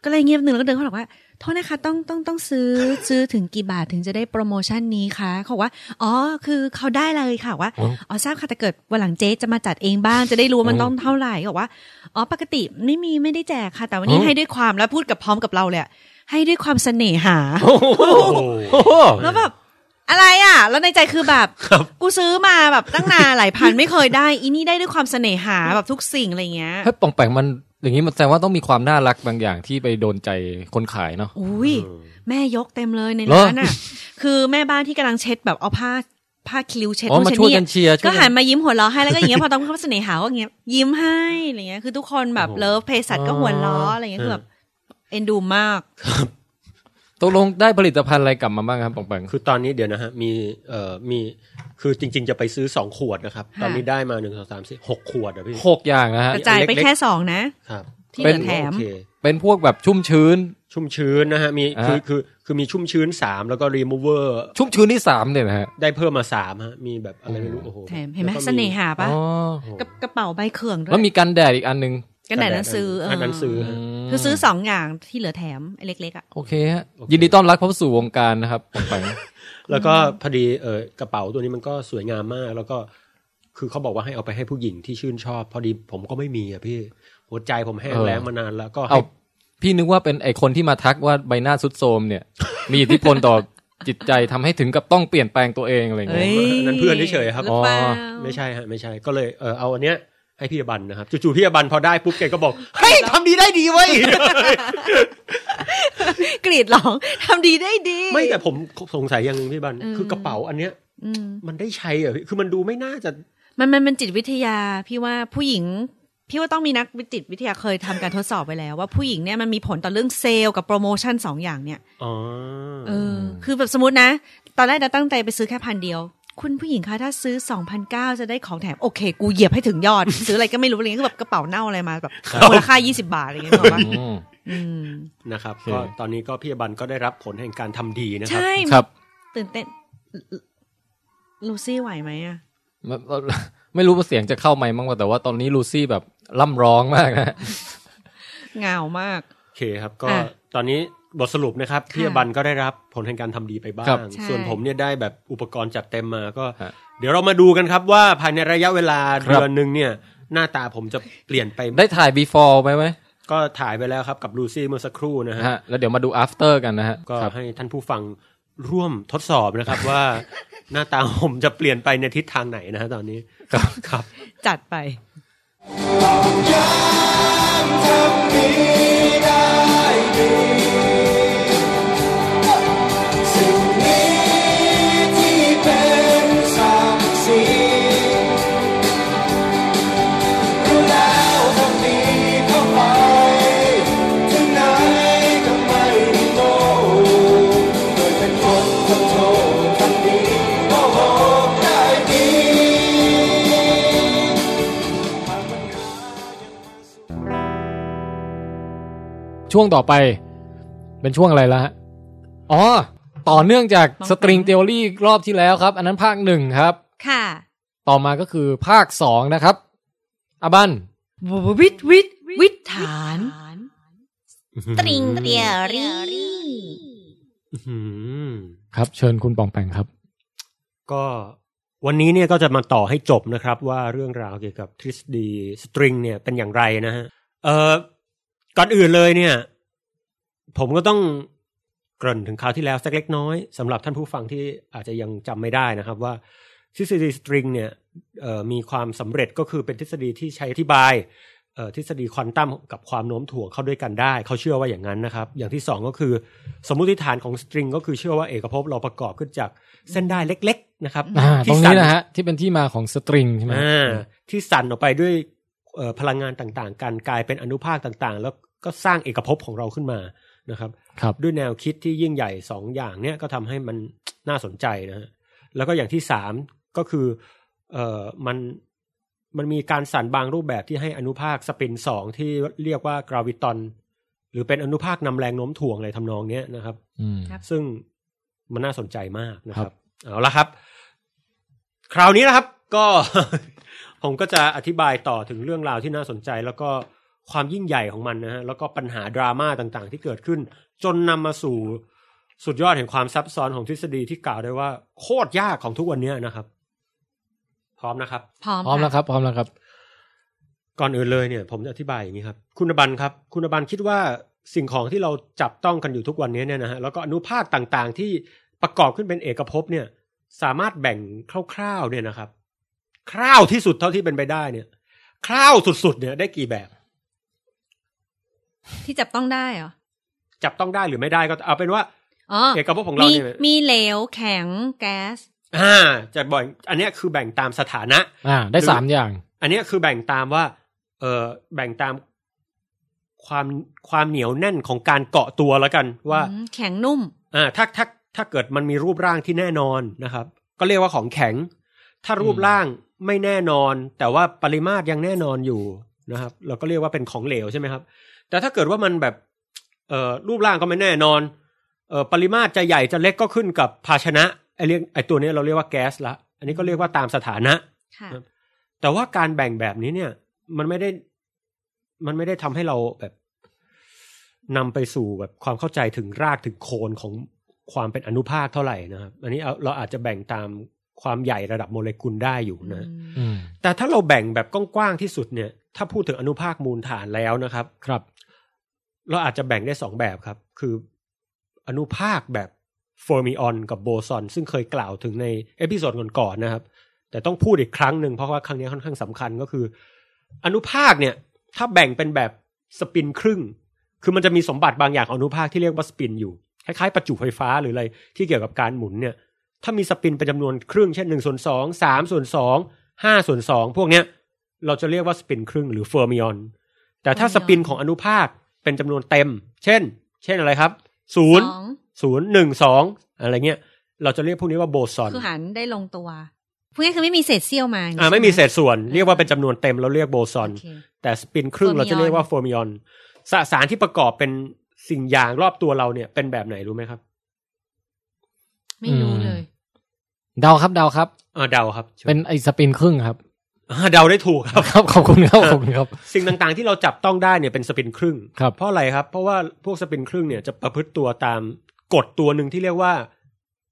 B: ก็เลยเงียบหนึ่งแล้วก็เดินเข้ามาบอกว่าโทษนะคะต้องต้องต้องซื้อซื้อถึงกี่บาทถึงจะได้โปรโมชั่นนี้คะเขาบอกว่า อ๋อคือเขาได้เลยค่ะว่า
A: อ๋อ
B: อ๋อทราบค่ะแต่เกิดวันหลังเจ๊จะมาจัดเองบ้างจะได้รู้ว่ามัน
A: อ๋อ
B: ต้องเท่าไหร่เขาบอกว่าอ๋อปกติไม่มีไม่ได้แจกค่ะ แต่วันนี้
A: อ๋อ
B: ให้ด้วยความแล้วพูดกับพร้อมกับเราเลยอะให้ด้วยความเสน่หา
A: โอ้โห
B: แล้วแบบอะไรอ่ะ แล้วในใจคือแบบ
C: ครับ
B: กูซื้อมาแบบตั้งนานหลายพันไม่เคยได้ อีนี่ได้ด้วยความเสน่หาแบบทุกสิ่งอะไรเงี้ย
A: เฮ้ยปองแปงมันอย่างนี้มันแสดงว่าต้องมีความน่ารักบางอย่างที่ไปโดนใจคนขายเนาะ
B: อุ้ยแม่ยกเต็มเลยใน
A: เหรอ
B: ร้านอ่ะ คือแม่บ้านที่กำลังเช็ดแบบเอาผ้าผ้าคลิวเช็ด
A: อ๋อ
B: นู่น
A: มา
B: เช็ด
A: ช่วย
B: นี่
A: กันเชียร์ช่
B: ก็
A: วย
B: หั
A: กัน น
B: มายิ้มหัวเราะให้แล้วก็อย่างเงี้ยพอต้องเข้าเสน่หาก็อย่างเงี้ยยิ้มให้อะไรเงี้ยคือทุกคนแบบ
C: อ๋อ
B: เลิฟเพสัตก็หัวเราะอะไรเงี้ยคือแบบเอ็นดูมาก
A: ตกลงได้ผลิตภัณฑ์อะไรกลับมาบ้างครับปองแปง
C: คือตอนนี้เดี๋ยวนะฮะมีเอ่อมีคือจริง ๆ จะไปซื้อสองขวดนะครับ ตอนนี้ได้มาหนึ่งสองสามสี่หกขวดอะพี่
A: หกอย่างนะฮะ
B: กระจายไป
C: เล็กๆ
B: แค่สองนะ
C: ครับ
B: ที่เหลือแถม
C: โอเค
A: เป็นพวกแบบชุ่มชื้น
C: ชุ่มชื้นนะฮะมี
A: อ่า
C: คือคือคือมีชุ่มชื้นสามแล้วก็รีมูเวอร์
A: ชุ่มชื้นที่สามเนี่ยนะฮะ
C: ได้เพิ่มมาสามฮะ มีแบบอะไรไม่รู้โอ้โห
B: แถมเห็นไหม
C: แล้วก็
B: เสน่หาปะ
A: อ๋อก
B: ระกระเป๋าใบเขื่องด้ว
A: แล้ว
B: ย
A: มีกันแดดอีกอันหนึง
B: กันแดดนั้นซื้อเออ
C: อันนั้นซื้อ
A: อื
C: ฮะ
A: ม
B: คือซื้อสองอย่างที่เหลือแถมไอ้เล็กๆอ่ะ
A: โอเคฮะยินดีต้อนรับเข้าสู่วงการนะครับปองแปง
C: แล้วก็พอดีเออกระเป๋าตัวนี้มันก็สวยงามมาก แล้วก็ คือเขาบอกว่าให้เอาไปให้ผู้หญิงที่ชื่นชอบ พอดีผมก็ไม่มีอะพี่หัวใจผมแห้ง
A: เออ
C: แล้งมานานแล้วก็ให้
A: เอาพี่นึกว่าเป็นไอคนที่มาทักว่าใบหน้าสุดโทรมเนี่ย มีอิทธิพลต่อจิตใจทำให้ถึงกับต้องเปลี่ยนแปลงตัวเองอะไรอย่างเงี้ย
C: นั่นเพื่อนเฉยๆครับ
B: หอเปล่า
A: อ๋อ
C: ไม่ใช่ฮะไม่ใช่ก็เลยเออเอาอันเนี้ยให้พี่อบันนะครับจู่ๆพี่อบันพอได้ปุ๊บแก ก็บอกเฮ้ยทำดีได้ดีเว้ย
B: กรีดร้องทำดีได้ดี
C: ไม่แต่ผมสงสัยอย่างหนึงพี่บัน
B: เออ
C: คือกระเป๋าอันเนี้ย
B: อืม
C: มันได้ใช้เหรอพี่คือมันดูไม่น่าจะ
B: มันมันมันจิตวิทยาพี่ว่าผู้หญิง พี่ว่าต้องมีนักจิตวิทยาเคยทำการทดสอบไว้แล้ว ว่าผู้หญิงเนี่ยมันมีผลต่อเรื่องเซลล์กับโปรโมชั่นสองอย่างเนี่ย
C: อ๋อ
B: เออ คือแบบสมมตินะ ตอนแรกเราตั้งใจไปซื้อแค่พันเดียว คุณผู้หญิงคะถ้าซื้อ 2,900 จะได้ของแถม โอเค กูเหยียบให้ถึงยอด ซื้ออะไรก็ไม่รู้อะไรเงี้ยคือแบบกระเป๋าเน่าอะไรมาแบบ
C: ครับ
B: มูลค่า 20 บาทอะไรเงี้ยนึกออกปะ
A: อืม
B: อืม
C: นะครับ
A: โอเค
C: ก็ตอนนี้ก็พี่อบันก็ได้รับผลแห่งการทำดีนะครับ
B: ใช่
A: ครับ
B: ตื่นเต้นลูซี่ไหวไหมอะ
A: ไม่ไม่รู้ว่าเสียงจะเข้าไหมมั้งวะแต่ว่าตอนนี้ลูซี่แบบล่ำร้องมากนะ
B: เหงามาก
C: โอเคครับ ก็
B: อ่ะ
C: ตอนนี้บทสรุปนะครับ
B: ค่ะ
C: พี่อบันก็ได้รับผลแห่งการทำดีไปบ้า
A: ครั
C: ง
A: บ
B: ใช่
C: ส่วนผมเนี่ยได้แบบอุปกรณ์จัดเต็มมาก็
A: ฮะ
C: เดี๋ยวเรามาดูกันครับว่าภายในระยะเวลา
A: ครับ
C: เดือนหนึ่งเนี่ย หน้าตาผมจะเปลี่ยนไป
A: ได้ถ่าย before ไหมไหม
C: ก็ถ่ายไปแล้วครับกับลูซี่เมื่อสักครู่นะฮะ
A: ฮะแล้วเดี๋ยวมาดู after กันนะฮะ
C: ก็
A: ครับ
C: ให้ท่านผู้ฟังร่วมทดสอบนะครับ ว่า หน้าตาผมจะเปลี่ยนไปในทิศทางไหนนะฮะตอนนี้ครับครับ
B: จัดไป
A: ช่วงต่อไป เป็นช่วงอะไรละฮะอ๋อ ต่อเนื่องจาก
B: น้อง
A: สตริง
B: แปง
A: เทโอรี่รอบที่แล้วครับ อันนั้นภาคหนึ่งครับ
B: ค่ะ
A: ต่อมาก็คือภาคสองนะครับอาบัน
B: วิทวิทวิทฐาน
D: ตริงเตียรี่
C: อื้อหือ
A: ครับ เชิญคุณปองแปงครับ
C: ก็วันนี้เนี่ยก็จะมาต่อให้จบนะครับ ว่าเรื่องราวเกี่ยวกับทฤษฎีสตริงเนี่ยเป็นอย่างไรนะฮะเออก่อนอื่นเลยเนี่ย ผมก็ต้องเกริ่นถึงคราวที่แล้วสักเล็กน้อยสำหรับท่านผู้ฟังที่อาจจะยังจำไม่ได้นะครับ ว่าทฤษฎีสตริงเนี่ยเอ่อมีความสำเร็จก็คือเป็นทฤษฎีที่ใช้อธิบาย เอ่อทฤษฎีควอนตัมกับความโน้มถ่วงเข้าด้วยกันได้ เขาเชื่อว่าอย่างนั้นนะครับ อย่างที่สองก็คือ สมมุติฐานของสตริงก็คือเชื่อว่าเอกภพเราประกอบขึ้นจากเส้นได้เล็ก ๆ นะครับ
A: อ่า ตรง
C: สั่
A: นี้นะฮะ ที่เป็นที่มาของสตริงใช่ไหม
C: อ่าที่สั่นออกไปด้วยเอ่อพลังงานต่างๆการกลายเป็นอนุภาคต่างๆ แล้วก็สร้างเอกภพของเราขึ้นมานะครับ
A: ครับ
C: ด้วยแนวคิดที่ยิ่งใหญ่สองอย่างเนี่ยก็ทำให้มันน่าสนใจนะฮะแล้วก็อย่างที่สามก็คือเอ่อมันมันมีการสั่นบางรูปแบบที่ให้อนุภาคสปินสองที่เรียกว่ากราวิตอนหรือเป็นอนุภาคนำแรงโน้มถ่วงอะไรทำนองเนี้ยนะครับ
A: อืม
B: ครับ
C: ซึ่งมันน่าสนใจมากนะ
A: ค
C: ค
A: รั
C: รับ
A: บ
C: เอาละครับ คราวนี้นะครับก็ ผมก็จะอธิบายต่อถึงเรื่องราวที่น่าสนใจ แล้วก็ความยิ่งใหญ่ของมันนะฮะแล้วก็ปัญหาดราม่าต่างๆ ที่เกิดขึ้น จนนำมาสู่สุดยอดแห่งความซับซ้อนของทฤษฎีที่กล่าวได้ว่า โคตรยากของทุกวันเนี้ยนะครับ พร้อมนะครับ
B: พร้อม
A: พร้อมแล้ว
B: ค่ะ
A: ครับ พร้อมแล้วครับ
C: ก่อนอื่นเลยเนี่ยผมจะอธิบายอย่างนี้ครับ คุณอบันครับ คุณอบันคิดว่าสิ่งของที่เราจับต้องกันอยู่ทุกวันนี้เนี่ยนะฮะแล้วก็อนุภาคต่างๆ ที่ประกอบขึ้นเป็นเอกภพเนี่ย สามารถแบ่งคร่าวๆเนี่ยนะครับ คร่าวที่สุดเท่าที่เป็นไปได้เนี่ย คร่าวสุดๆเนี่ยได้กี่แบบ
B: ที่จับต้องได้เหรอ
C: จับต้องได้หรือไม่ได้ก็เอาเป็นว่า
B: อ๋อ
C: เอกภพของเรา
B: มี
C: เนี่ย
B: มีเหลวแข็งแก๊ส
C: อ่าจะบ่อยอันเนี้ยคือแบ่งตามสถานะ
A: อ่า ได้สามอย่าง
C: อันเนี้ยคือแบ่งตามว่า เออแบ่งตามความความเหนียวแน่นของการเกาะตัวแล้วกันว่า
B: อืมแข็งนุ่ม
C: อ่าถ้าถ้าถ้าเกิดมันมีรูปร่างที่แน่นอนนะครับ ก็เรียกว่าของแข็ง ถ้ารูป
A: อืม
C: ร่างไม่แน่นอน แต่ว่าปริมาตรยังแน่นอนอยู่นะครับ เราก็เรียกว่าเป็นของเหลวใช่ไหมครับ แต่ถ้าเกิดว่ามันแบบเอ่อรูปร่างก็ไม่แน่นอนเอ่อปริมาตรจะใหญ่จะเล็กก็ขึ้นกับภาชนะไอเรียกไอตัวเนี้ยเราเรียกว่าแก๊สละอันนี้ก็เรียกว่าตามสถานะ
B: ค่ะ
C: ครับ แต่ว่าการแบ่งแบบนี้เนี่ย มันไม่ได้ มันไม่ได้ทำให้เราแบบนำไปสู่แบบความเข้าใจถึงรากถึงโคนของความเป็นอนุภาคเท่าไหร่นะครับ อันนี้เอาเราอาจจะแบ่งตาม ความใหญ่ระดับโมเลกุลได้อยู่นะ
B: อืม
A: อืม
C: แต่ถ้าเราแบ่งแบบกว้างๆที่สุดเนี่ย ถ้าพูดถึงอนุภาคมูลฐานแล้วนะครับ
A: ครับ
C: เราอาจจะแบ่งได้สองแบบครับ คืออนุภาคแบบเฟอร์มิออนกับโบซอนซึ่งเคยกล่าวถึงในเอพิโซดก่อนๆนะครับ แต่ต้องพูดอีกครั้งหนึ่งเพราะว่าครั้งนี้ค่อนข้างสำคัญก็คือ อนุภาคเนี่ย ถ้าแบ่งเป็นแบบสปินครึ่ง คือมันจะมีสมบัติบางอย่างของอนุภาคที่เรียกว่าสปินอยู่คล้ายๆประจุไฟฟ้าหรืออะไรที่เกี่ยวกับการหมุนเนี่ย ถ้ามีสปินเป็นจำนวนครึ่งเช่นหนึ่งส่วนสองสามส่วนสองห้าส่วนสองพวกเนี้ยเราจะเรียกว่าสปินครึ่งหรือเฟอร์มิออน แต่ถ้าสปินของอนุภาคเป็นจำนวนเต็ม เช่น เช่นอะไรครับศูนย์
B: สอง
C: ศูนย์หนึ่งสองอะไรเงี้ย เราจะเรียกพวกนี้ว่าโบซอน
B: คือหารได้ลงตัวพูดง่ายๆคือไม่มีเศษเสี้ยวมาย่งนี้
C: อ่าไม่มีเศษส่วน
B: ใช่ห
C: เรียกว่าเป็นจำนวนเต็มเราเรียกโบซอน
B: โอเค
C: แต่สปินครึ่ง
B: Fermion
C: เราจะเรียกว่าโฟมิออนสสารที่ประกอบเป็นสิ่งอย่างรอบตัวเราเนี่ยเป็นแบบไหนรู้ไหมครับ
B: ไม่รู้เลย
A: เดาครับเดาครับ
C: อ่าเดาครับชิญ
A: เป็นไอสปินครึ่งครับ
C: อ่าเดาได้ถูกครับ
A: ครับขอบคุณ ครับขอบคุณครับ
C: สิ่งต่างๆที่เราจับต้องได้เนี่ยเป็นสปินครึ่ง
A: ครับ
C: เพราะอะไรครับ เพราะว่าพวกสปินครึ่งเนี่ยจะประพฤติตัวตามกฎตัวหนึ่งที่เรียกว่า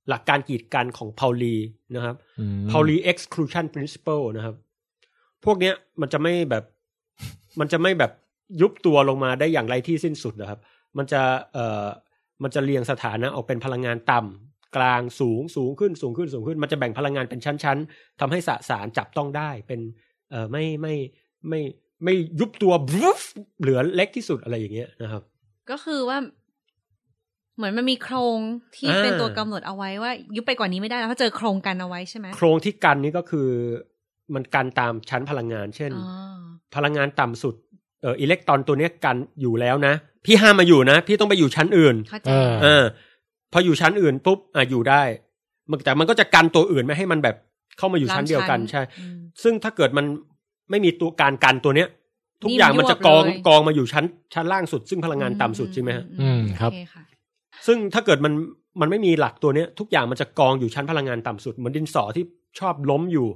C: หลักการกีดกันของพาวลีนะครับ
A: อืม
C: Pauli exclusion principle นะครับ พวกเนี้ยมันจะไม่แบบ มันจะไม่แบบยุบตัวลงมาได้อย่างไรที่สิ้นสุดนะครับ มันจะเอ่อมันจะเรียงสถานะออกเป็นพลังงานต่ำกลางสูงสูงขึ้นสูงขึ้นสูงขึ้น มันจะแบ่งพลังงานเป็นชั้นๆทำให้สสารจับต้องได้เป็น เอ่อไม่ไม่ไม่ไม่ไม่ยุบตัวบรูฟเหลือเล็กที่สุดอะไรอย่างเงี้ยนะครับ
B: ก็คือว่า เหมือนมันมีโครงที่
C: อ่า
B: เป็นตัวกำหนดเอาไว้ว่า ยุบไปกว่านี้ไม่ได้แล้วเพราะเจอโครงกันเอาไว้ใช่ไหม
C: โครงที่กันนี่ก็คือมันกันตามชั้นพลังงานเช่น
B: อ๋อ
C: พลังงานต่ำสุด เอออิเล็กตรอนตัวเนี้ยกันอยู่แล้วนะ พี่ห้ามมาอยู่นะ พี่ต้องไปอยู่ชั้นอื่น
B: เข้าใจ
A: เออ
C: เออพออยู่ชั้นอื่นปุ๊บ อ่ะอยู่ได้มันแต่มันก็จะกันตัวอื่นไม่ให้มันแบบเข้ามาอยู่ชั้นเดียวกัน
B: ล้ำ
C: ใช่
B: อืม
C: ซึ่งถ้าเกิดมันไม่มีตัวการกันตัวเนี้ย ทุก
B: นี่
C: อย่างมันจะ
B: มันยวบ
C: กอง
B: เลย
C: กองมาอยู่ชั้นชั้นล่างสุด ซึ่งพลังงานต่ำสุดใช่ไหมฮะ
A: อืมครับ
B: โอเค่ะ
C: ซึ่งถ้าเกิดมันมันไม่มีหลักตัวเนี้ย ทุกอย่างมันจะกองอยู่ชั้นพลังงานต่ำสุดเหมือนดินสอที่ชอบล้มอยู่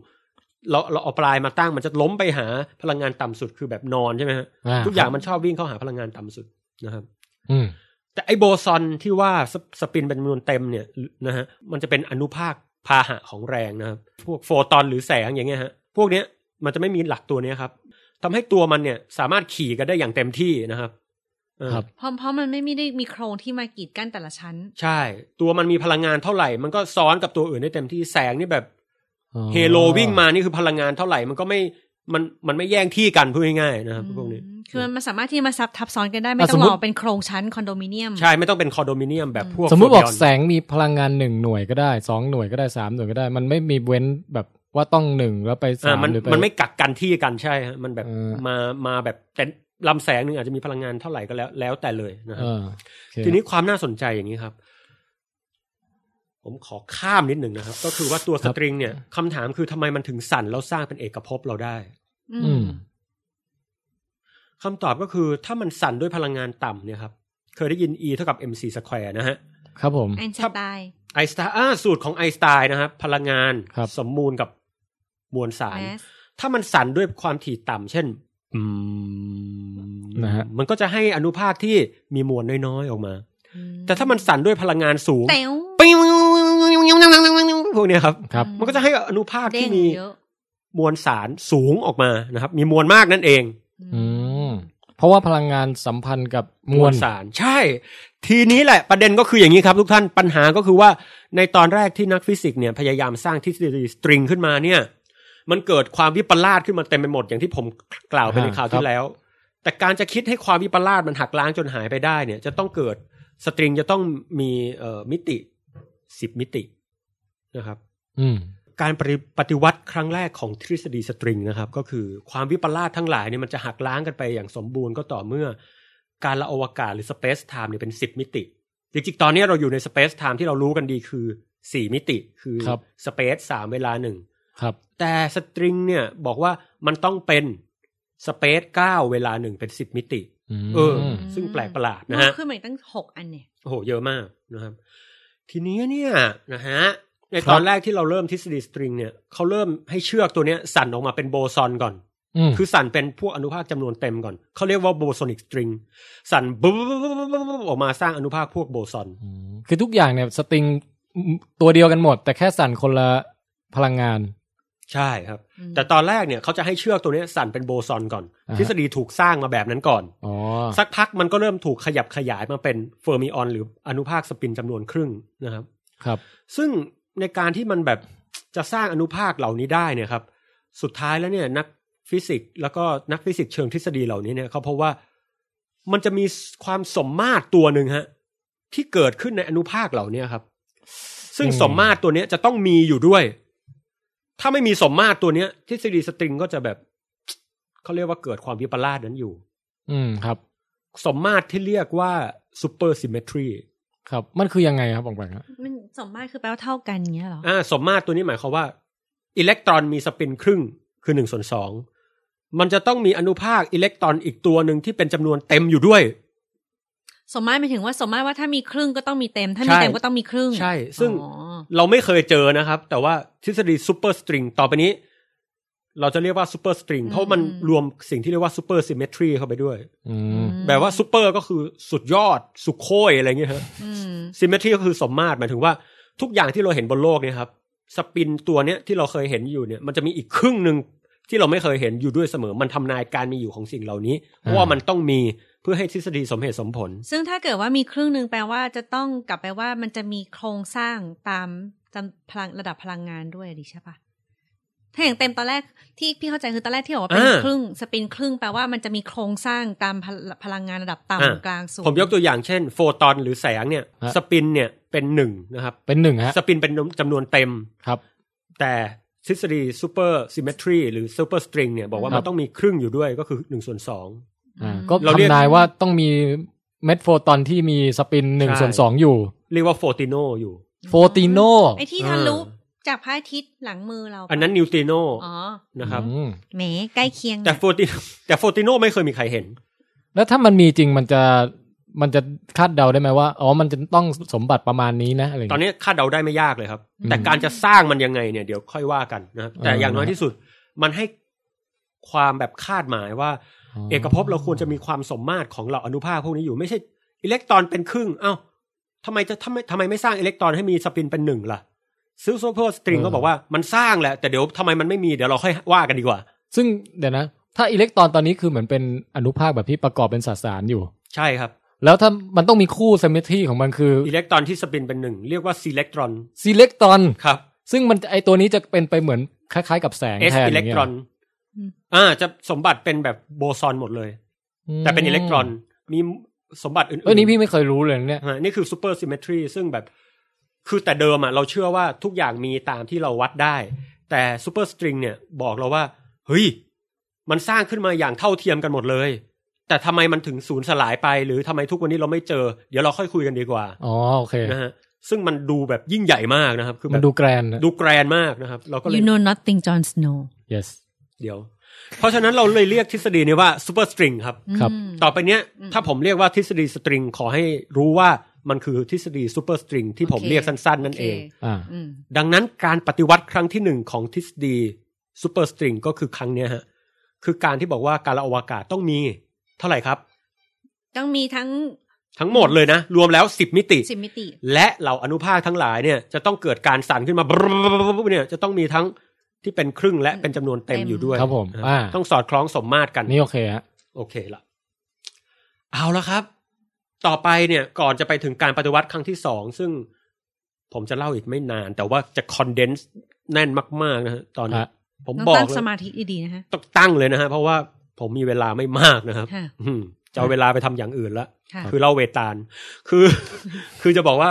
C: เราเราเอาปลายมาตั้งมันจะล้มไปหาพลังงานต่ำสุดคือแบบนอนใช่ไหมฮะ ทุกอย่างมันชอบวิ่งเข้าหาพลังงานต่ำสุดนะครับ
A: อืม
C: แต่ไอโบซอนที่ว่าสปสปินเป็นจำนวนเต็มเนี่ยนะฮะมันจะเป็นอนุภาคพาหะของแรงนะครับ พวกโฟตอนหรือแสงอย่างเงี้ยฮะพวกเนี้ยมันจะไม่มีหลักตัวเนี้ยครับทำให้ตัวมันเนี่ยสามารถขี่กันได้อย่างเต็มที่นะครับเออ
A: ครับ
B: เพราะเพราะมันไม่มีได้มีโครงที่มากีดกั้นแต่ละชั้น
C: ใช่ ตัวมันมีพลังงานเท่าไหร่ มันก็ซ้อนกับตัวอื่นได้เต็มที่แสงนี่แบบเฮโลวิ่งมานี่คือพลังงานเท่าไหร่ มันก็ไม่มันมันไม่แย่งที่กันพูดง่ายๆนะครับพวกนี้
B: อืมคือมันสามารถที่มาซับทับซ้อนกันได้
A: อ่ะ
B: ไม่ต้อ
A: สม
B: ง
A: มุ
B: ร
A: ติ
B: อเป็นโครงชั้นคอนโดมิเนียม
C: ใช่ไม่ต้องเป็นคอนโดมิเนียมแบบพวก
A: สมมุติบอก
C: Phobion
A: แสงมีพลังงานหนึ่งหน่วยก็ได้สองหน่วยก็ได้สามหน่วยก็ได้ มันไม่มีเว้นแบบว่าต้องหนึ่งแล้วไปสา
C: อ่าม มัน
A: หรือไป
C: มันไม่กักกันที่กันใช่ฮะมันแบบ
A: เออ
C: มามาแบบเป็นลำแสงหนึ่งอาจจะมีพลังงานเท่าไหร่ก็แล้วแล้วแต่เลยนะค
A: เอ
C: รับ
A: อโอเค
C: ทีนี้ความน่าสนใจอย่างนี้ครับ ผมขอข้ามนิดหนึ่งนะครับ ก็คือว่าตัวสตริงเนี่ยคำถามคือทำไมมันถึงสั่นแล้วสร้างเป็นเอกภพเราได้
A: อืม
C: คำตอบก็คือถ้ามันสั่นด้วยพลังงานต่ำเนี่ยครับ เคยได้ยิน E เท่ากับ mc สแควร์นะฮะ
A: ครับผม
B: ไอน์สไตน์
C: ไอสไตล์อ่าสูตรของไอสไตล์นะครับ พลังงาน
A: ครับ
C: สมมูลกับมวลสาร
B: mass
C: ถ้ามันสั่นด้วยความถี่ต่ำเช่น อืม
A: นะฮะ
C: มันก็จะให้อนุภาคที่มีมวลน้อยๆออกมา
B: อื
C: แต่ถ้ามันสั่นด้วยพลังงานสูง
B: แต๋ว
C: ปิ้งพวกเนี้ยครับ
A: ครับ
C: มันก็จะให้อนุภาค
B: เด้
C: ที่
B: ง
C: มี
B: เยอะ
C: มวลสารสูงออกมานะครับ มีมวลมากนั่นเอง
A: อืมเพราะว่าพลังงานสัมพันธ์กับมวล
C: สาร ใช่ ทีนี้แหละประเด็นก็คืออย่างนี้ครับ ทุกท่านปัญหาก็คือว่าในตอนแรกที่นักฟิสิกส์เนี่ยพยายามสร้างทฤษฎีสตริงขึ้นมาเนี่ย มันเกิดความวิปลาสขึ้นมาเต็มไปหมดอย่างที่ผมกล่าวไปในคราวที่แล้ว แต่การจะคิดให้ความวิปลาสมันหักล้างจนหายไปได้เนี่ย จะต้องเกิดสตริงจะต้องมีเอ่อมิติสิบมิตินะครับ
A: อืม
C: การปฏิปฏิวัติครั้งแรกของทฤษฎีสตริงนะครับ ก็คือความวิปลาสทั้งหลายเนี่ยมันจะหักล้างกันไปอย่างสมบูรณ์ก็ต่อเมื่อ การละอวกาศหรือ Space Time เนี่ยเป็น 10 มิติ จริงๆ ตอนนี้เราอยู่ใน Space Time ที่เรารู้กันดีคือ 4 มิติคือ
A: ครับ
C: Space 3 เวลาหนึ่ง
A: ครับ
C: แต่สตริงเนี่ยบอกว่ามันต้องเป็น Space 9 เวลาหนึ่งเป็น 10 มิติ
A: ม
C: เออ ซึ่งแปลกประหลาดนะ
B: มาก
C: ฮะ
B: ขึ้นมาอีกตั้งหกอันเนี่ย
C: โอ้โหเยอะมากนะครับ ทีนี้เนี่ยนะฮะในตอนแรกที่เราเริ่มทฤษฎีสตริงเนี่ยเขาเริ่มให้เชือกตัวเนี้ยสั่นออกมาเป็นโบซอนก่อน
A: ม
C: คือสั่นเป็นพวกอนุภาคจำนวนเต็มก่อน เขาเรียกว่าโบซอนิกสตริงสั่นบึ๊บออกมาสร้างอนุภาคพวกโบซอน
A: มคือทุกอย่างเนี่ยสตริงตัวเดียวกันหมด แต่แค่สั่นคนละ พลังงาน
C: ใช่ครับ
B: อืม
C: แต่ตอนแรกเนี่ยเขาจะให้เชือกตัวเนี้ยสั่นเป็นโบซอนก่อน
A: อ่าฮะ
C: ทฤษฎีถูกสร้างมาแบบนั้นก่อน
A: อ๋อ
C: สักพักมันก็เริ่มถูกขยับขยายมาเป็นเฟอร์มิออน หรืออนุภาคสปินจำนวนครึ่งนะครับ
A: ครับ
C: ซึ่งในการที่มันแบบจะสร้างอนุภาคเหล่านี้ได้เนี่ยครับ สุดท้ายแล้วเนี่ยนักฟิสิกส์แล้วก็นักฟิสิกส์เชิงทฤษฎีเหล่านี้เนี่ยเขาพบว่ามันจะมีความสมมาตรตัวหนึ่งฮะ ที่เกิดขึ้นในอนุภาคเหล่านี้ครับ ซึ่ง
A: อืม
C: สมมาตรตัวเนี้ยจะต้องมีอยู่ด้วย ถ้าไม่มีสมมาตรตัวเนี้ย ทฤษฎีสตริงก็จะแบบเขาเรียกว่าเกิดความวิปลาสนั้นอยู่
A: อืมครับ
C: สมมาตรที่เรียกว่าซูเปอร์ซิมเมทรี
A: ครับ มันคือยังไงครับปองแปงครับ
B: มันสมมาตรคือแปลว่าเท่ากันอย่างเงี้ยเหรอ
C: อ่าสมมาตรตัวนี้หมายความว่า อิเล็กตรอนมีสปินครึ่งคือหนึ่งส่วนสองมันจะต้องมีอนุภาคอิเล็กตรอนอีกตัวหนึ่งที่เป็นจำนวนเต็มอยู่ด้วย
B: สมมาตรหมายถึงว่าสมมาตรว่าถ้ามีครึ่งก็ต้องมีเต็ม ถ้า
C: ใช่
B: มีเต็มก็ต้องมีครึ่ง
C: ใช่ซึ่ง
B: อ๋อ
C: เราไม่เคยเจอนะครับ แต่ว่าทฤษฎีซูเปอร์สตริงต่อไปนี้ เราจะเรียกว่าซูเปอร์สตริงเพราะมันรวมสิ่งที่เรียกว่าซูเปอร์ซิมเมทรีเข้าไปด้วย
A: อื
B: อื
A: ม
B: ม
C: แบบว่าซูเปอร์ก็คือสุดยอด สุดโค้ยอะไรอย่างเงี้ยฮะ
B: อืม
C: ซิมเมทรีก็คือสมมาตรหมายถึงว่าทุกอย่างที่เราเห็นบนโลกเนี่ยครับสปินตัวเนี้ยที่เราเคยเห็นอยู่เนี่ย มันจะมีอีกครึ่งหนึ่งที่เราไม่เคยเห็นอยู่ด้วยเสมอ มันทำนายการมีอยู่ของสิ่งเหล่านี้ว่ามันต้องมีเพื่อให้ทฤษฎีสมเหตุสมผล
B: ซึ่งถ้าเกิดว่ามีครึ่งหนึ่งแปลว่าจะต้องกลับไปว่ามันจะมีโครงสร้างตามจำพลังระดับพลังงานด้วยดิใช่ปะถ้าอย่างเต็มตอนแรกที่พี่เข้าใจคือตอนแรกที่บอกว่าเป็น
C: อ่า
B: ครึ่งสปินครึ่งแปลว่ามันจะมีโครงสร้างตามพลพลังงานระดับ
C: อ่า
B: ต่ำกลางสูง
C: ผมยกตัวอย่างเช่น โฟตอนหรือแสงเนี่ย สปินเนี่ยเป็นหนึ่งนะครับ
A: เป็นหนึ่งฮะ
C: สปินเป็นจำนวนเต็ม
A: ครับ
C: แต่ทฤษฎีซูเปอร์ซิมเมทรีหรือซูเปอร์สตริงเนี่ยบอก
A: ค
C: ว่า
A: รั
C: มัน
A: บ
C: ต้องมีครึ่งอยู่ด้วยก็คือหนึ่งส่วนสอง
A: อ่าก็
C: เราเรียก
A: ทำนายว่าต้องมีเม็ดโฟตอนที่มีสปินหนึ่งส่วนสองอยู่
C: เรียกว่าโฟติโนอยู่
A: โฟติโน
B: ไอ้ที่ทะลุจากพระอาทิตย์หลังมือเรา
C: อันนั้นนิวติโน
B: อ๋อ
C: นะครับ
A: อืม
B: แหมใกล้เคียง
C: แต่โฟติแต่โฟติโนไม่เคยมีใครเห็น
A: แล้วถ้ามันมีจริงมันจะมันจะคาดเดาได้ไหมว่า อ๋อมันจะต้องสมบัติประมาณนี้นะอะไรอย่าง
C: ตอน
A: เงี้ย
C: นี้คาดเดาได้ไม่ยากเลยครับ
A: อืม
C: แต่การจะสร้างมันยังไงเนี่ยเดี๋ยวค่อยว่ากันนะครับแต่
A: เออ
C: อ
A: อ
C: ย่างน้อยที่สุด มันให้ความแบบคาดหมายว่า เอกภพเราควรจะมีความสมมาตรของเหล่าอนุภาคพวกนี้อยู่ไม่ใช่อิเล็กตรอนเป็นครึ่ง เอ้าทำไมจะทำไมทำไมไม่สร้างอิเล็กตรอนให้มีสปินเป็นหนึ่งล่ะซื้อโซเ e อร์สตริง
A: เออ
C: ก็บอกว่ามันสร้างแหละ แต่เดี๋ยวทำไมมันไม่มีเดี๋ยวเราค่อยว่ากันดีกว่า
A: ซึ่งเดี๋ยวนะ ถ้าอิเล็กตรอนตอนนี้คือเหมือนเป็นอนุภาคแบบที่ประกอบเป็นสสารอยู่
C: ใช่ครับ
A: แล้วถ้ามันต้องมีคู่เซมิทรีของมันคือ
C: อิเล็กตรอนที่สปินเป็นหนึ่งเรียกว่าซีเล็กตรอน
A: ซีเล็กตรอน
C: ครับ
A: ซึ่งมันไอตัวนี้จะเป็นไปเหมือนคล้ายๆกับแสง
C: S
A: แทน
C: อิเล็ก
A: ย่างงี้ย
C: ตรอนอ่าจะสมบัติเป็นแบบโบซอนหมดเลย
A: อืม
C: แต่เป็นอิเล็กตรอน มีสมบัติอื่นๆ
A: เออนี่พี่ไม่เคยรู้เลยนะเนี่ย
C: ฮะนี่คือซูเปอร์ซิมเมทรีซึ่งแบบ คือแต่เดิมอ่ะเราเชื่อว่าทุกอย่างมีตามที่เราวัดได้ แต่ซูเปอร์สตริงเนี่ยบอกเราว่า เฮ้ย มันสร้างขึ้นมาอย่างเท่าเทียมกันหมดเลย แต่ทำไมมันถึงสูญสลายไป หรือทำไมทุกวันนี้เราไม่เจอ เดี๋ยวเราค่อยคุยกันดีกว่า
A: อ๋อโอเค
C: นะฮะซึ่งมันดูแบบยิ่งใหญ่มากนะครับ คือแบบ
A: มันดูแกรนนะ
C: ดูแกรนมากนะครับ เราก็เลย
B: ยูโน nothing John Snow
A: yes
C: เดี๋ยว เพราะฉะนั้นเราเลยเรียกทฤษฎีนี้ว่าซูเปอร์สตริงครับ
A: ครับ
B: อืม
C: ต่อไปเนี้ย
B: อืม
C: ถ้าผมเรียกว่าทฤษฎีสตริงขอให้รู้ว่ามันคือทฤษฎีซูเปอร์สตริงที่ผม
B: โอเค
C: เรียกสั้นๆ นั่นเอง
B: โค
A: อ่า
B: อืม
C: ดังนั้นการปฏิวัติครั้งที่หนึ่งของทฤษฎีซูเปอร์สตริงก็คือครั้งเนี้ยฮะคือการที่บอกว่าการละอวกาศต้องมีเท่าไหร่ครับ
B: ต้องมีทั้ง
C: ทั้งหมดเลยนะ รวมแล้ว 10 มิติ
B: สิบมิติ
C: และเหล่าอนุภาคทั้งหลายเนี่ยจะต้องเกิดการสั่นขึ้นมาบรรรรรรรรเนี่ยจะต้องมีทั้งที่เป็นครึ่งและเป็นจำนวนเต็ม
B: เต็ม
C: อยู่ด้วย
A: ครับผม
C: นะ
A: อ่า
C: ต้องสอดคล้องสมมาตรกัน
A: นี่โอเคฮะ
C: โอเคละเอาละครับ ต่อไปเนี่ยก่อนจะไปถึงการปฏิวัติครั้งที่สอง ซึ่งผมจะเล่าอีกไม่นาน แต่ว่าจะคอนเดนส์แน่นมาก ๆ นะฮะตอนนี้
A: ฮะ
C: ผม
B: ต้อง
C: บอก
B: ตั้ง
C: เลย
B: สมาธิดีๆนะฮะ
C: ต้องตั้งเลยนะฮะ เพราะว่าผมมีเวลาไม่มากนะครับ
B: ค่ะ
C: อืมจะเอาเวลาไปทำอย่างอื่นละ
B: ค่ะ
C: คือเล่าเวตาล คือ คือจะบอกว่า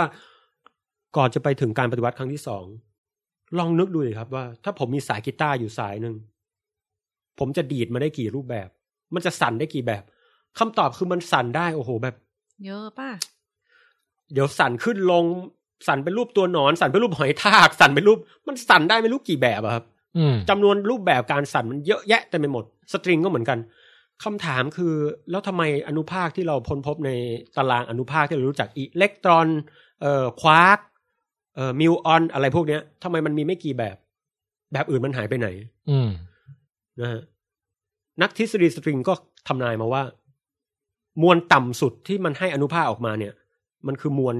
C: ก่อนจะไปถึงการปฏิวัติครั้งที่สอง ลองนึกดูเลยครับว่า ถ้าผมมีสายกีตาร์อยู่สายหนึ่ง ผมจะดีดมาได้กี่รูปแบบ มันจะสั่นได้กี่แบบคำตอบคือมันสั่นได้โอ้โห แบบ
B: เยอะป่ะ
C: เดี๋ยวสั่นขึ้นลง สั่นเป็นรูปตัวหนอน สั่นเป็นรูปหอยทาก สั่นเป็นรูป มันสั่นได้ไม่รู้กี่แบบอะครับ
A: อืม
C: จำนวนรูปแบบการสั่นมันเยอะแยะเต็มไปหมด สตริงก็เหมือนกันคำถามคือแล้วทำไมอนุภาคที่เราพ้นพบในตารางอนุภาคที่เรารู้จักอิเล็กตรอนเอ่อควาร์กเอ่อมิวออน อะไรพวกเนี้ยทำไมมันมีไม่กี่แบบ แบบอื่นมันหายไปไหน
A: อืม
C: นะฮะนักทฤษฎีสตริงก็ทำนายมาว่า มวลต่ำสุดที่มันให้อนุภาคออกมาเนี่ย มันคือมวล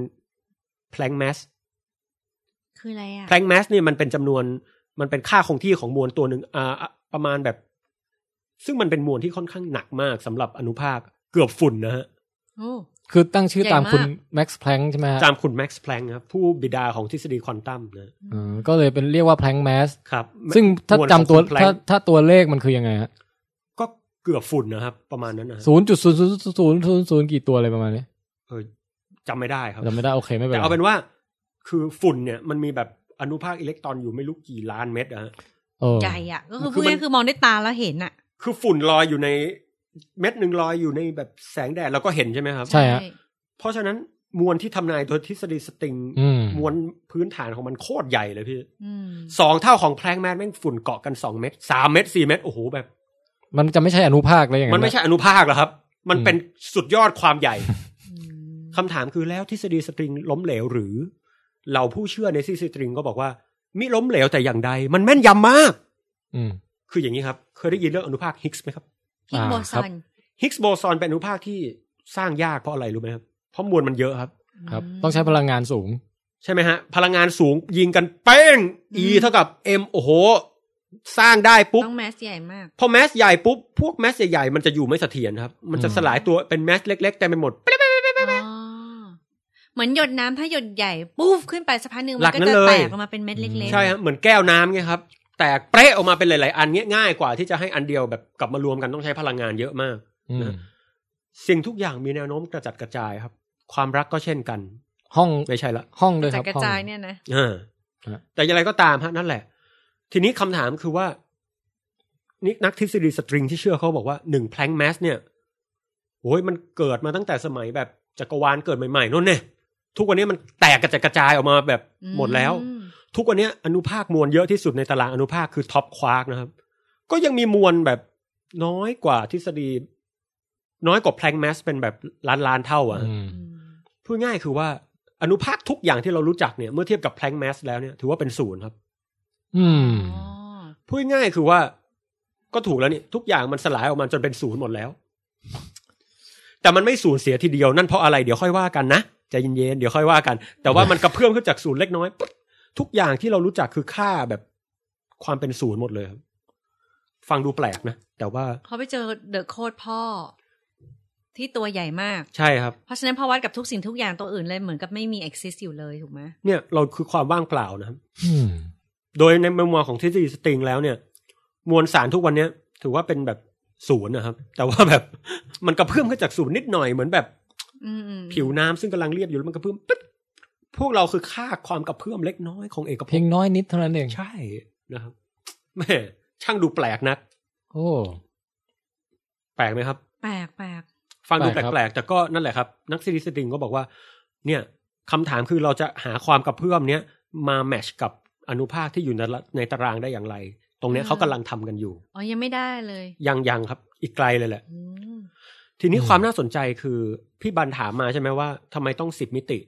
C: แพลงแมส
B: คืออะไรอ่ะ
C: แพลงแมสเนี่ยมันเป็นจำนวน มันเป็นค่าคงที่ของมวลตัวหนึ่งอ่าอ่ะประมาณแบบ ซึ่งมันเป็นมวลที่ค่อนข้างหนักมากสำหรับอนุภาคเกือบฝุ่นนะฮะ
B: โอ้
A: คือตั้งชื่อ
B: ใหญ่
A: ตามคุณ
B: มาก
A: แม็กซ์แพลงใช่ไหมฮะ
C: ตามคุณแม็กซ์แพลงครับผู้บิดาของทฤษฎีควอนตัมนะ
A: เออก็เลยเป็นเรียกว่าแพลงแมส
C: ครับ
A: ซึ่งถ้าจำตัว
C: มลของคุณ Planck
A: ถ้าถ้าตัวเลขมันคือยังไงฮะ
C: ก็เกือบฝุ่นนะครับ ประมาณนั้นนะฮะ
A: ศูนย์จุดศูนย์ศูนย์ศูนย์ศูนย์ศูนย์กี่ตัวอะไรประมาณนี้
C: เออจำไม่ได้ครับ
A: จำไม่ได้โอเคไม่เป็น
C: แต่
A: ไร
C: เอาเป็นว่าคือฝุ่นเนี่ยมันมีแบบอนุภาคอิเล็กตรอนอยู่ไม่รู้กี่ล้านเม็ดอะฮะ
A: เออ
B: ใหญ่อ่ะ ก็คือ
C: คื
B: พู
C: อ
B: ด
C: มัน
B: ง่ายๆคือมองด้วยตาแล้วเห็นอ่ะ
C: คือฝุ่นลอยอยู่ในเม็ดหนึ่งลอยอยู่ในแบบแสงแดดเราก็เห็นใช่ไหมครับ
A: ใช่ฮะ
C: เพราะฉะนั้นมวลที่ทำนายโดยทฤษฎีสตริง
A: อืม
C: มวลพื้นฐานของมันโคตรใหญ่เลยพี่
B: อืม
C: สองเท่าของแพลงก์แมนแม่งฝุ่นเกาะกันสองเม็ดสามเม็ดสี่เม็ดโอ้โหแบบ
A: มันจะไม่ใช่อนุภาคเลยอย่าง
C: มัน
A: น
C: ไม่ใช่อนุภาคหรอกครับ มันเป็นสุดยอดความใหญ่
B: อืม
C: คำถามคือแล้วทฤษฎีสตริงล้มเหลวหรือเหล่าผู้เชื่อในทฤษฎีสตริงก็บอกว่ามิล้มเหลวแต่อย่างใด มันแม่นยำมาก
A: อืม
C: คืออย่างนี้ครับ เคยได้ยินเรื่องอนุภาคฮิกส์ไหมครับ
B: ฮิก
A: อ่า
B: โบซ
A: ครั
B: อบ น
C: ฮิกส์โบซอนเป็นอนุภาคที่สร้างยากเพราะอะไรรู้ไหมครับเพราะมวลมันเยอะครับ
A: ครับ ต้องใช้พลังงานสูง
C: ใช่ไหมฮะ พลังงานสูงยิงกันเป้ง E เท่ากับ M โอ้โห สร้างได้ปุ๊บ
B: ต้องแมสใหญ่มาก
C: พอแมสใหญ่ปุ๊บ พวกแมสใหญ่ๆมันจะอยู่ไม่เสถียรครับ มันจะ
A: อืม
C: สลายตัวเป็นแมสเล็กๆแต่ไปหมด
B: อ๋อเหมือนหยดน้ำถ้าหยดใหญ่ปุ๊บขึ้นไปสักพักหนึ่งมั
C: หลั
B: น
C: ก
B: ก็
C: นั้น
B: จะ
C: เลย
B: แตกออกมาเป็นเม็ดเล็กๆ
C: ใช่ฮะเหมือนแก้วน้ำไงครับ แตกเปะออกมาเป็นหลาย ๆ อันเนี้ยง่ายกว่าที่จะให้อันเดียวแบบกลับมารวมกันต้องใช้พลังงานเยอะมาก
A: อืม
C: นะ สิ่งทุกอย่างมีแนวโน้มกระจัดกระจายครับ ความรักก็เช่นกัน
A: ห้อง
C: ไม่ใช่ละ
A: ห้อง
B: ก
A: ด้ว
B: ระ
A: ยค
B: จั
A: รั
B: ด
A: บ
B: กระ
A: ห้อง
B: จายเนี่ยนะ
C: อ่า
A: ฮะ
C: แต่อย่างไรก็ตามฮะนั่นแหละ ทีนี้คำถามคือว่านี่นักทฤษฎีสตริงที่เชื่อเขาบอกว่าหนึ่งแพลงแมสเนี่ยโอ้ยมันเกิดมาตั้งแต่สมัยแบบจักรวาลเกิดใหม่ๆนู่นเนี่ยทุกวันนี้มันแตกกระจัดกระจายออกมาแบบหมดแล้ว
B: อืม
C: ทุกวันนี้อนุภาคมวลเยอะที่สุดในตารางอนุภาคคือท็อปควาร์กนะครับ ก็ยังมีมวลแบบน้อยกว่าทฤษฎี น้อยกว่าแพลงก์แมสเป็นแบบล้านล้านๆเท่าอะ
A: อืม
B: อืม
C: พูดง่ายคือว่าอนุภาคทุกอย่างที่เรารู้จักเนี่ยเมื่อเทียบกับแพลงก์แมสแล้วเนี่ยถือว่าเป็นศูนย์ครับ
A: อืม
B: อ๋อ
C: พูดง่ายคือว่าก็ถูกแล้วนี่ทุกอย่างมันสลายออกมาจนเป็นศูนย์หมดแล้ว แต่มันไม่ศูนย์เสียทีเดียวนั่นเพราะอะไรเดี๋ยวค่อยว่ากันนะใจเย็นๆเดี๋ยวค่อยว่ากัน แต่ว่ามันกระเพื่อมขึ้นจากศูนย์เล็กน้อยปุ๊บทุกอย่างที่เรารู้จักคือค่าแบบความเป็นศูนย์หมดเลยครับฟังดูแปลกนะแต่ว่า
B: เขาไปเจอเดอะโคดพ่อ ที่ตัวใหญ่มาก
C: ใช่ครับ
B: เพราะฉะนั้นพอวัดกับทุกสิ่งทุกอย่างตัวอื่นเลยเหมือนกับไม่มี exist อยู่เลยถูกไหม
C: เนี่ยเราคือความว่างเปล่านะครับ
A: อืม
C: โดยในมุมมองของทฤษฎีสตริงแล้วเนี่ย มวลสารทุกวันเนี้ยถือว่าเป็นแบบศูนย์นะครับ แต่ว่าแบบ มันกระเพื่อมขึ้นจากศูนย์นิดหน่อยเหมือนแบบ
B: อืมอืม
C: ผิวน้ำซึ่งกำลังเรียบอยู่แล้วมันกระเพื่อมปึ๊บพวกเราคือค่าความกระเพื่อมเล็กน้อยของเอกภ
A: เพีย
C: พ
A: งน้อยนิดเท่านั้นเอง
C: ใช่นะครับแหม่ช่างดูแปลกนัก
A: โอ้
C: แปลกไหมครับ
B: แปลกแปลก
C: ฟังดู
A: แป
C: แป
A: ลกครับ
C: ลกๆแต่ก็นั่นแหละครับ นักซีรีส์สตริงก็บอกว่า เนี่ยคำถามคือเราจะหาความกระเพื่อมเนี้ยมาแมชกับอนุภาคที่อยู่ในละในตารางได้อย่างไร ตรงเนี้ยเขากำลังทำกันอยู่
B: อ๋อยังไม่ได้เลย
C: ยังยังครับ อีกไกลเลยแหละ
B: อืม
C: ทีนี้
A: อืม
C: ความน่าสนใจคือ พี่บันถามมาใช่ไหมว่าทำไมต้องสิบมิติ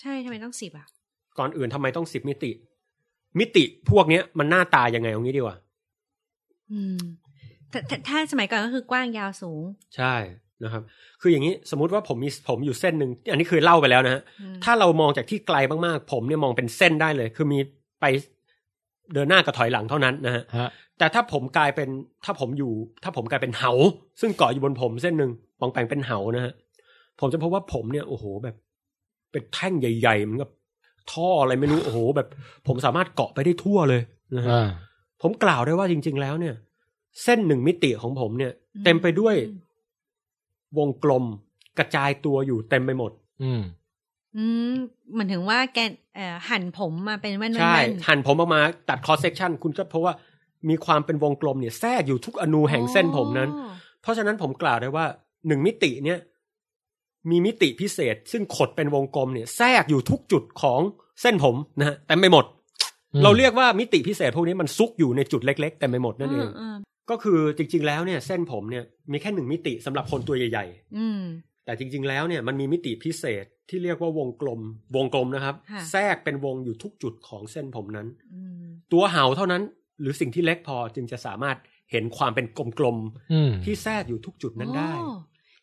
B: ใช่ทำไมต้องสิบอ่ะ
C: ก่อนอื่นทำไมต้องสิบมิติ มิติพวกเนี้ยมันหน้าตายังไงเอางี้ดีกว่า
B: อืมแต่แต่ถ้าสมัยก่อนก็คือกว้างยาวสูง
C: ใช่นะครับ คืออย่างนี้สมมติว่าผมมีผมอยู่เส้นหนึ่งอันนี้เคยเล่าไปแล้วนะฮะ
B: อืม
C: ถ้าเรามองจากที่ไกลมากๆ ผมเนี่ยมองเป็นเส้นได้เลย คือมีไปเดินหน้ากับถอยหลังเท่านั้นนะฮะ
A: ฮะ
C: แต่ถ้าผมกลายเป็นถ้าผมอยู่ ถ้าผมกลายเป็นเหาซึ่งเกาะอยู่บนผมเส้นหนึ่งปองแปงเป็นเหานะฮะผมจะพบว่าผมเนี่ยโอ้โหแบบ เป็นแท่งใหญ่ๆเหมือนกับท่ออะไรไม่รู้โอ้โห แบบ ผมสามารถเกาะไปได้ทั่วเลยนะฮะ
A: อ่า
C: ผมกล่าวได้ว่าจริง ๆ แล้วเนี่ย เส้นหนึ่งมิติของผมเนี่ย เต็มไปด้วยวงกลมกระจายตัวอยู่เต็มไปหมด
A: อืม
B: อืมเหมือนถึงว่าแกนเอ่อหั่นผมมาเป็นแว่นๆ
C: ใช่
B: แว่น
C: หันผมออกมาตัดคอเซ c ชันคุณก็เพราะว่ามีความเป็นวงกลมเนี่ยแทรกอยู่ทุกอนูแห่งเส้นผมนั้น
B: อ๋อ
C: เพราะฉะนั้นผมกล่าวได้ว่าหนึ่งมิติเนี่ย มีมิติพิเศษ ซึ่งขดเป็นวงกลมเนี่ยแทรกอยู่ทุกจุดของเส้นผมนะฮะเต็มไปหมด
A: อืม
C: เราเรียกว่ามิติพิเศษพวกนี้มันซุกอยู่ในจุดเล็กๆเต็มไปหมดนั่นเอง
B: มม
C: ก็คือจริง ๆ แล้วเนี่ยเส้นผมเนี่ยมีแค่หนึ่งมิติสำหรับคนตัวใหญ่
B: อืม
C: ๆ แต่จริง ๆ แล้วเนี่ยมันมีมิติพิเศษที่เรียกว่าวงกลม วงกลมนะครับ
B: ค่ะ
C: แทรกเป็นวงอยู่ทุกจุดของเส้นผมนั้น
B: อืม
C: ตัวเหาเท่านั้น หรือสิ่งที่เล็กพอจึงจะสามารถเห็นความเป็นกลม
A: อืม
C: ๆที่แทรกอยู่ทุกจุดนั้นได้
B: โอ้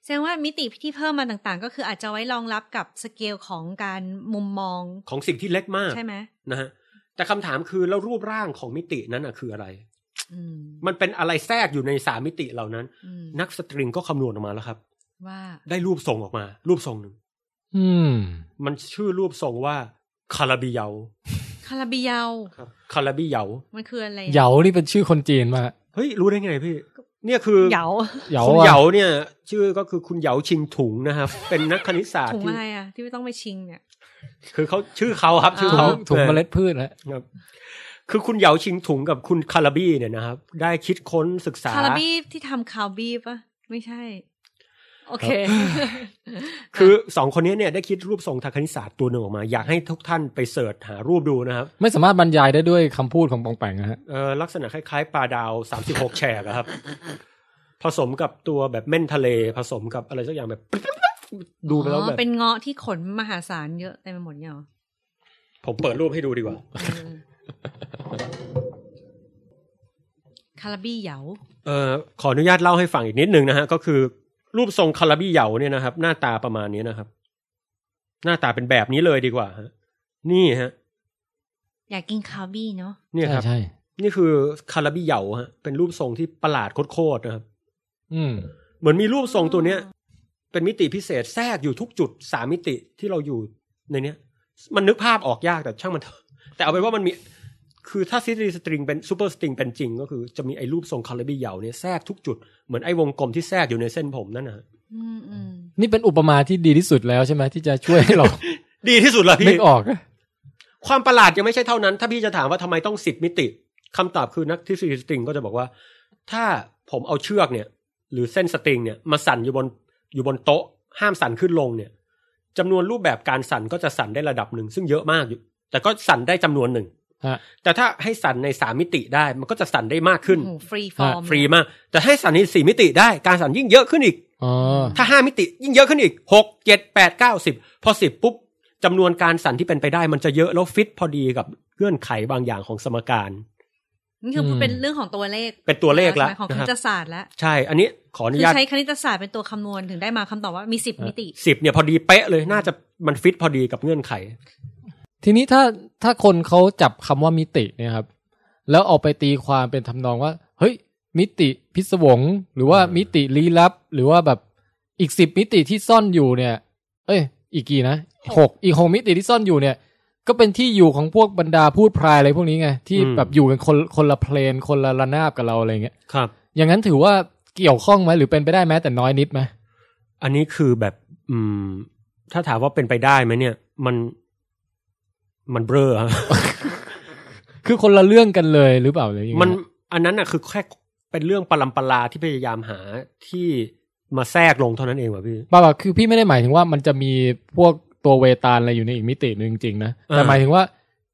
B: แสดงว่ามิติที่เพิ่มมาต่างๆ ก็คืออาจจะไว้รองรับกับสเกลของการมุมมอง
C: ของสิ่งที่เล็กมาก
B: ใช่ไหม
C: นะฮะ แต่คำถามคือแล้วรูปร่างของมิตินั้นอะคืออะไร
B: อืม
C: มันเป็นอะไรแทรกอยู่ในสามมิติเหล่านั้น
B: อืม
C: นักสตริงก็คำนวณออกมาแล้วครับ
B: ว่า
C: ได้รูปทรงออกมา รูปทรงหนึ่ง
A: อืม
C: มันชื่อรูปทรงว่าคาราบิเยา
B: คาราบิเยา
C: ครับคาราบิเยา
B: มันคืออะไร
A: เหยานี่เป็นชื่อคนจีนมา
C: เฮ้ย รู้ได้ไงพี่ เนี่ยคือ
B: เหยา
A: เหยา
C: คุณ
A: อะ
C: เหยาเนี่ย ชื่อก็คือคุณเหยาชิงถุงนะครับ เป็นนักคณิตศาสตร์
B: ถุง
C: ที่
B: อะไรอ่ะ ที่ไม่ต้องไปชิงเนี่ย
C: คือเขาชื่อเขาครับ ชื่อ
A: ถุ
C: เขา
A: งถุงเมล็ดพืชนะ
C: ครับ คือคุณเหยาชิงถุงกับคุณคาราบี้เนี่ยนะครับ ได้คิดค้นศึกษา
B: คาราบีที่ทำคาวบีปะไม่ใช่ โอเค
C: คือสองคนนี้เนี่ยได้คิดรูปทรงทางคณิตศาสตร์ตัวหนึ่งออกมา อยากให้ทุกท่านไปเสิร์ชหารูปดูนะครับ
A: ไม่สามารถบรรยายได้ด้วยคำพูดของปองแปงนะฮะ
C: เออลักษณะคล้ายๆปลาดาว 36 แฉกอะครับ ผสมกับตัวแบบเม่นทะเลผสมกับอะไรสักอย่างแบบ ดูไปแล้ว
B: อ๋
C: แบ
B: อบ เป็นเงาะที่ขนมหาศาลเยอะเต็มไปหมดเนี่ยเหร อ
C: ผมเปิดรูปให้ดูดีกว่า
B: เออคาราบี้เหยา
C: เออขออนุญาตเล่าให้ฟังอีกนิดนึงนะฮะ ก็คือรูปทรงคาราบิเหยาเนี่ยนะครับ หน้าตาประมาณนี้นะครับ หน้าตาเป็นแบบนี้เลยดีกว่าฮะนี่ฮะ
B: อยากกินคาราบี้เนาะ
C: เนี่ยครับ
A: ใช่
C: นี่คือคาราบิเหยาฮะเป็นรูปทรงที่ประหลาดโคตรๆนะครับ
A: อืม
C: เหมือนมีรูปทรงตัวเนี้ย เป็นมิติพิเศษแทรกอยู่ทุกจุดสามมิติที่เราอยู่ในเนี้ย มันนึกภาพออกยากแต่ช่างมันเถอะแต่เอาเป็นว่ามันมี คือถ้าซีรีส์สตริงเป็นซูเปอร์สตริงเป็นจริง ก็คือจะมีไอ้รูปทรงคาราบิเหยาเนี่ยแทรกทุกจุดเหมือนไอ้วงกลมที่แทรกอยู่ในเส้นผมนั่นนะฮะ
B: อืมอืม
A: นี่เป็นอุปมาที่ดีที่สุดแล้วใช่ไหมที่จะช่วยให้เรา
C: ดีที่สุดละ
A: นึก
C: พี่
A: ออกอะ
C: ความประหลาดยังไม่ใช่เท่านั้น ถ้าพี่จะถามว่าทำไมต้องสิบมิติคำตอบคือนักทฤษฎีสตริงก็จะบอกว่า ถ้าผมเอาเชือกเนี่ย หรือเส้นสตริงเนี่ยมาสั่นอยู่บนอยู่บนโต๊ะ ห้ามสั่นขึ้นลงเนี่ยจำนวนรูปแบบการสั่นก็จะสั่นได้ระดับหนึ่งซึ่งเยอะมากอยู่ แต่ก็สั่นได้จำนวนหนึ่ง
A: ฮะ
C: แต่ถ้าให้สั่นในสามมิติได้มันก็จะสั่นได้มากขึ้น
B: โอ้โหฟรีฟอร์ม
C: ฟรีมาก แต่ให้สั่นในสี่มิติได้การสั่นยิ่งเยอะขึ้นอีก
A: อ๋อ
C: ถ้าห้ามิติยิ่งเยอะขึ้นอีกหกเจ็ดแปดเก้าสิบพอสิบปุ๊บจำนวนการสั่นที่เป็นไปได้ มันจะเยอะแล้วฟิตพอดีกับเงื่อนไขบางอย่างของสมการ
B: นี่คืออ
A: ม
B: เป็นเรื่องของตัวเลข
C: เป็นตัวเลขละ
B: หมายของค
C: นะ
B: ณิ
C: ฮะ
B: ตศาสตร์แล้ว
C: ใช่ อันนี้ขออนุ
B: คือ
C: ญาต
B: ใช้คณิตศาสตร์เป็นตัวคำนวณถึงได้มาคำตอบว่ามีสิบมิติ
C: สิบเนี่ยพอดีเป๊ะเลยน่าจะมันฟิตพอดีกับเงื่อนไข
A: ทีนี้ถ้าถ้าคนเขาจับคำว่ามิติเนี่ยครับ แล้วเอาไปตีความเป็นทำนองว่า เฮ้ย มิติพิศวง หรือว่า
C: อืม
A: มิติลี้ลับ หรือว่าแบบอีกสิบมิติที่ซ่อนอยู่เนี่ย เอ้ย อีกกี่นะหกอีกหกมิติที่ซ่อนอยู่เนี่ย ก็เป็นที่อยู่ของพวกบรรดาพูดพรายอะไรพวกนี้ไงที่แบบอยู่กันคนคนละเพลนคนละระนาบกับเราอะไรเงี้ย
C: ครับ
A: อย่างนั้นถือว่าเกี่ยวข้องไหมหรือเป็นไปได้แม้แต่น้อยนิดไหม
C: อันนี้คือแบบ อืม ถ้าถามว่าเป็นไปได้ไหมเนี่ย มันมันเบลอครับ
A: คือคนละเรื่องกันเลยหรือเปล่าเลยงไง
C: มันอันนั้นอ่ะคือแค่เป็นเรื่องปลัมปลาที่พยายามหาที่มาแทรกลงเท่านั้นเองว่ะพี่
A: บ้าๆคือพี่ไม่ได้หมายถึงว่ามันจะมีพวกตัวเวตาลอะไรอยู่ในอีกมิติหนึ่งจริงๆนะแต่
C: อ่า
A: หมายถึงว่า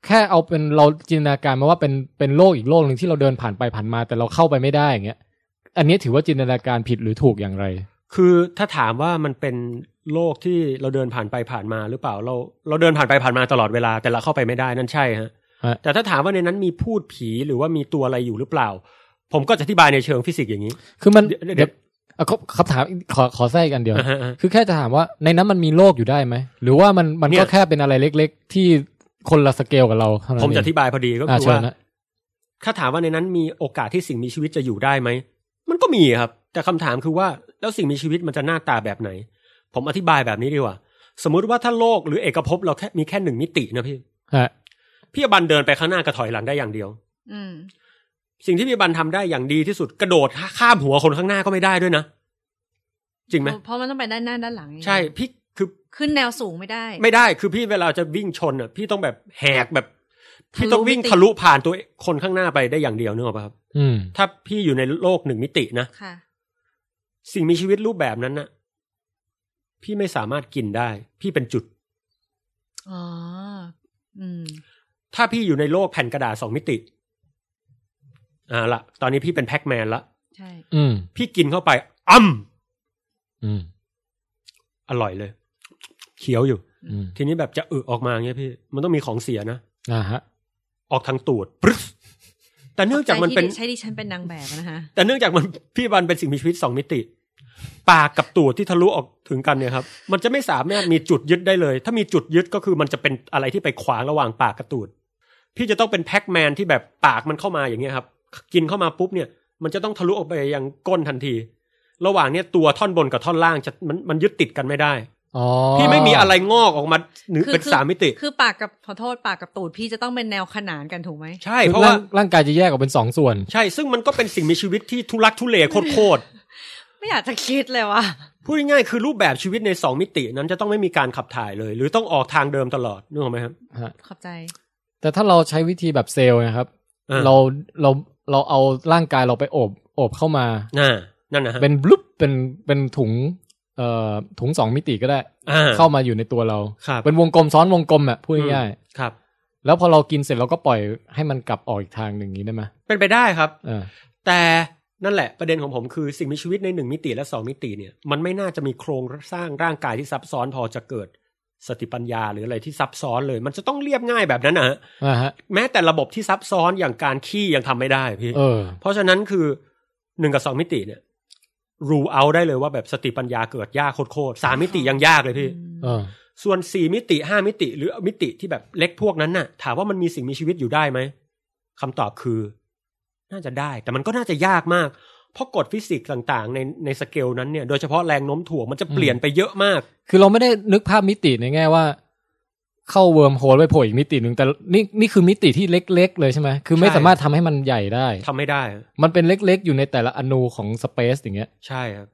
A: แค่เอาเป็นเราจินตนาการมาว่าเป็นเป็นโลกอีกโลกหนึ่งที่เราเดินผ่านไปผ่านมา แต่เราเข้าไปไม่ได้อย่างเงี้ย อันนี้ถือว่าจินตนาการผิดหรือถูกอย่างไร
C: คือถ้าถามว่ามันเป็นโลกที่เราเดินผ่านไปผ่านมาหรือเปล่าเรา เราเดินผ่านไปผ่านมาตลอดเวลา แต่เราเข้าไปไม่ได้นั่นใช่ฮะ
A: ฮะ
C: แต่ถ้าถามว่าในนั้นมีพูดผีหรือว่ามีตัวอะไรอยู่หรือเปล่า ผมก็จะอธิบายในเชิงฟิสิกส์อย่างนี้
A: คือมัน
C: เดี๋ยวเดี๋
A: เดี๋ย
C: ยว
A: วอ่ะครับคำถามอีกขอขอแทรกอีกอันเดียว
C: อ่าฮะ
A: คือแค่จะถามว่าในนั้นมันมีโลกอยู่ได้ไหม หรือว่ามันมัน
C: เนี่
A: ก็
C: ย
A: แค่เป็นอะไรเล็ก ๆ ที่คนละสเกลกับเราเท่านั้น
C: ผมจะอ
A: เง
C: ธิบายพอดีก็
A: อ่า
C: คือ
A: เชิญ
C: ว่า
A: นะ
C: ถ้าถามว่าในนั้นมีโอกาสที่สิ่งมีชีวิตจะอยู่ได้ไหม มันก็มีครับ แต่คำถามคือว่าแล้วสิ่งมีชีวิตมันจะหน้าตาแบบไหน ผมอธิบายแบบนี้ดีกว่า สมมุติว่าถ้าโลกหรือเอกภพเราแค่มีแค่หนึ่งมิตินะพี่
A: ฮะ
C: พี่อบันเดินไปข้างหน้ากับถอยหลังได้อย่างเดียว
B: อืม
C: สิ่งที่พี่อบันทำได้อย่างดีที่สุดกระโดดข้ามหัวคนข้างหน้าก็ไม่ได้ด้วยนะ จริงไหม
B: เพราะมันต้องไปด้านหน้าด้านหลังไง
C: ใช่พี่คือ
B: ขึ้นแนวสูงไม่ได้
C: ไม่ได้คือพี่เวลาจะวิ่งชนอ่ะพี่ต้องแบบแหกแบบพี่ต้องวิ่งทะลุผ่านตัวคนข้างหน้าไปได้อย่างเดียวนึกออกปะครับ
A: อืม
C: ถ้าพี่อยู่ในโลกหนึ่งมิตินะ
B: ค่ะ
C: สิ่งมีชีวิตรูปแบบนั้นน่ะ พี่ไม่สามารถกินได้ พี่เป็นจุด
B: อ๋อ อืม
C: ถ้าพี่อยู่ในโลกแผ่นกระดาษสองมิติอ่าละตอนนี้พี่เป็นแพ็กแมนละ
B: ใช่
A: อืม
C: พี่กินเข้าไปอ้ำ
A: อืม
C: อร่อยเลย เขียวอยู่
A: อืม
C: ทีนี้แบบจะอึออกมาเงี้ยพี่ มันต้องมีของเสียนะ
A: อ่าฮะ
C: ออกทางตูดปรึ๊สแต่เนื่องจากมันเป็น
B: ใช่ดิฉันเป็นนางแบบนะคะ
C: แต่เนื่องจากมัน พี่บันเป็นสิ่งมีชีวิตสองมิติ ปากกับตูดที่ทะลุออกถึงกันเนี่ยครับ มันจะไม่สามารถมีจุดยึดได้เลย ถ้ามีจุดยึดก็คือมันจะเป็นอะไรที่ไปขวางระหว่างปากกับตูด พี่จะต้องเป็นแพ็กแมนที่แบบปากมันเข้ามาอย่างเงี้ยครับ กินเข้ามาปุ๊บเนี่ย มันจะต้องทะลุออกไปยังก้นทันที ระหว่างเนี่ยตัวท่อนบนกับท่อนล่างจะมันมันยึดติดกันไม่ได้
A: อ๋อ
C: พี่ไม่มีอะไรงอกออกมาหนึ่ง
B: คือ
C: เป็น
B: คือ
C: สามมิติ
B: คือปากกับขอโทษปากกับตูดพี่จะต้องเป็นแนวขนานกันถูกไหม
C: ใช่
A: คือ
C: เพราะว่า
A: ร่งร่างกายจะแยกออกเป็นสองส่วน
C: ใช่ ซึ่งมันก็เป็นสิ่งมีชีวิตที่ทุรักทุเลโคตร
B: ไม่อยากจะคิดเลยว่า
C: ๆพูดง่ายๆคือรูปแบบชีวิตใน 2 มิตินั้นจะต้องไม่มีการขับถ่ายเลย หรือต้องออกทางเดิมตลอดนึกออกไหมครับ
B: ขอบใจ
A: แต่ถ้าเราใช้วิธีแบบเซลล์นะครับ
C: อ่า
A: เราเราเราเอาร่างกายเราไปอบอบเข้ามา
C: น่านั่นนะฮะ
A: เป็นบลุ๊บเป็นเป็นถุงเอ่อถุงสองมิติก็ได้
C: อ่
A: เข้ามาอยู่ในตัวเรา
C: ครับ
A: เป็นวงกลมซ้อนวงกลมอ่ะพูดง่าย
C: ครับ
A: ๆแล้วพอเรากินเสร็จเราก็ปล่อยให้มันกลับออกอีกทางหนึ่งอย่างนี้ได้ไหม
C: เป็นไปได้ครับ
A: เออ
C: แต่นั่นแหละประเด็นของผมคือสิ่งมีชีวิตในหนึ่งมิติและสองมิติเนี่ย มันไม่น่าจะมีโครงสร้างร่างกายที่ซับซ้อนพอจะเกิดสติปัญญาหรืออะไรที่ซับซ้อนเลย มันจะต้องเรียบง่ายแบบนั้นนะฮะ
A: อ่าฮะ
C: แม้แต่ระบบที่ซับซ้อนอย่างการขี้ยังทำไม่ได้พี่
A: เออ
C: เพราะฉะนั้นคือหนึ่งกับสองมิติเนี่ย rule out ได้เลยว่าแบบสติปัญญาเกิดยากโคตรๆสามมิติยังยากเลยพี่
A: เออ
C: ส่วนสี่มิติห้ามิติ หรือมิติที่แบบเล็กพวกนั้นน่ะ ถามว่ามันมีสิ่งมีชีวิตอยู่ได้ไหมคำตอบคือ น่าจะได้ แต่มันก็น่าจะยากมาก เพราะกฎฟิสิกส์ต่างๆ ในในสเกลนั้นเนี่ยโดยเฉพาะแรงโน้มถ่วงมันจะเปลี่ยนไปเยอะมาก
A: คือเราไม่ได้นึกภาพมิติในแง่ว่า เข้าเวิร์มโฮลไปโผล่อีกมิติหนึ่งแต่นี่นี่คือมิติที่เล็ก ๆ เลยใช่ไหมคือไม่
C: ใช่
A: สามารถทำให้มันใหญ่ได้
C: ทำไม่ได้
A: มันเป็นเล็ก ๆ อยู่ในแต่ละอนูของสเปซอย่างเงี้ย
C: ใช่ครับ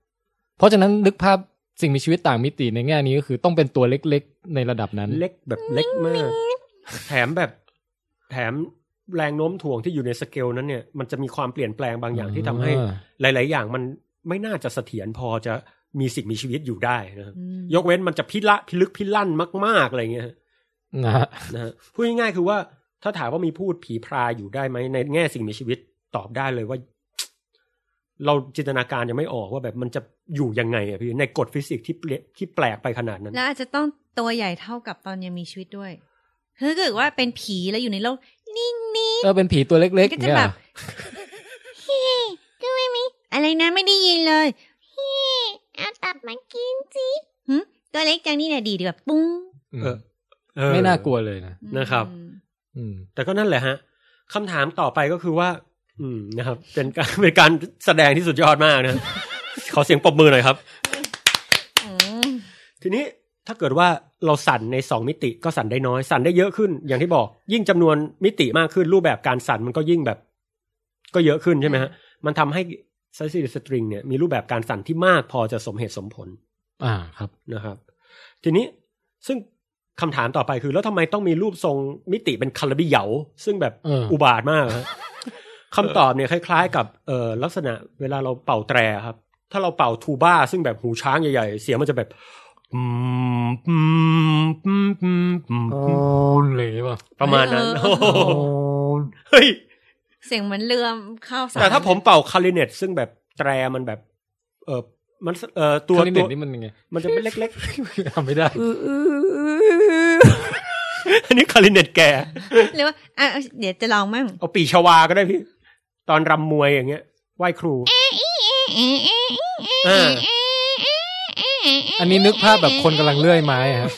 A: เพราะฉะนั้นนึกภาพสิ่งมีชีวิตต่างมิติในแง่นี้ก็คือต้องเป็นตัวเล็ก ๆ ในระดับนั้น
C: เล็กแบบเล็กมาก แถมแบบแถมแรงโน้มถ่วงที่อยู่ในสเกลนั้นเนี่ย มันจะมีความเปลี่ยนแปลงบางอย่างที่ทำให้
A: อ่า
C: หลาย ๆ อย่างมันไม่น่าจะเสถียรพอจะมีสิ่งมีชีวิตอยู่ได้นะครับยกเว้นมันจะพิละพิลึกพิลั่นมาก ๆ อะไรเงี้ย
A: นะฮะ
C: นะฮะพูดง่ายๆคือว่าถ้าถามว่ามีพูดผีพรายอยู่ได้ไหมในแง่สิ่งมีชีวิตตอบได้เลยว่า เราจินตนาการยังไม่ออกว่าแบบมันจะอยู่ยังไงอะพี่ในกฎฟิสิกส์ที่เปลี่ยนที่แปลกไปขนาดนั้น
B: แล้วอาจจะต้องตัวใหญ่เท่ากับตอนยังมีชีวิตด้วย คือถ้าเกิดว่าเป็นผีแล้วอยู่ในโลก นิ่ง
A: เออเป็นผีตัวเล็ก
B: ๆ
A: ๆ
B: ก็จะ
A: เนี่ย
B: แบบ
D: เฮ้ก็ไม่มี
B: อะไรนะไม่ได้ยินเลย
D: เฮ้เอาตับมากินสิ
B: หึตัวเล็กจังนี่เนี่ยดีดีแบบปุ้ง
A: อืม
C: เออ เออ
A: ไม่น่ากลัวเลยนะ
C: นะครับ
B: อืม
A: อืม
C: แต่ก็นั่นแหละฮะคำถามต่อไปก็คือว่า อืมนะครับ เป็นการ เป็นการแสดงที่สุดยอดมากนะ ขอเสียงปรบมือหน่อยครับ
B: อืม
C: ทีนี้ถ้าเกิดว่าเราสั่นในสองมิติก็สั่นได้น้อย สั่นได้เยอะขึ้น อย่างที่บอก ยิ่งจำนวนมิติมากขึ้น รูปแบบการสั่นมันก็ยิ่งแบบ ก็เยอะขึ้นใช่ไหมฮะมันทำให้ไซซิสตริงเนี่ยมีรูปแบบการสั่นที่มากพอจะสมเหตุสมผล
A: อ่าครับ
C: นะครับ ทีนี้ซึ่งคำถามต่อไปคือ แล้วทำไมต้องมีรูปทรงมิติเป็นคาราบิเหยา ซึ่งแบบ
A: เอออุ
C: อุบาทมาก ฮะคำตอบเนี่ยคล้ายๆ กับเอ่อลักษณะเวลาเราเป่าแตรครับ ถ้าเราเป่าทูบ้า ซึ่งแบบหูช้างใหญ่ๆ เสียงมันจะแบบอืมอืมอืมอืมอืมอืม
A: อะไรอย่างเงี้ยป่ะ
C: ประมาณนั้น
B: เอ
C: โอ้
B: อเอ
C: โห
B: อเออ
C: เฮ้ย
B: เสียงเหมือนเรือมข้าวสาร
C: แต่ถ้าผมเป่าคาริเนตซึ่งแบบแตรมันแบบ เออมันเออ
A: ตั
C: ตัว ว
A: นิ
C: ตั
A: ด
C: ว
A: นี่มันยัง ไง
C: มันจะเป็นเล็ก
A: ทำไม่ได้
B: อื้ออื้อ
C: ๆ อันนี้คาริเนตแก่
B: หรือว่าอ่ะเดี๋ยวจะลองมั่ง
C: เอาปีชวาก็ได้พี่ ตอนรำมวยอย่างเงี้ยไหว้ครู เออ
A: อันนี้นึกภาพแบบคนกำลังเลื่อยไม้อะครับ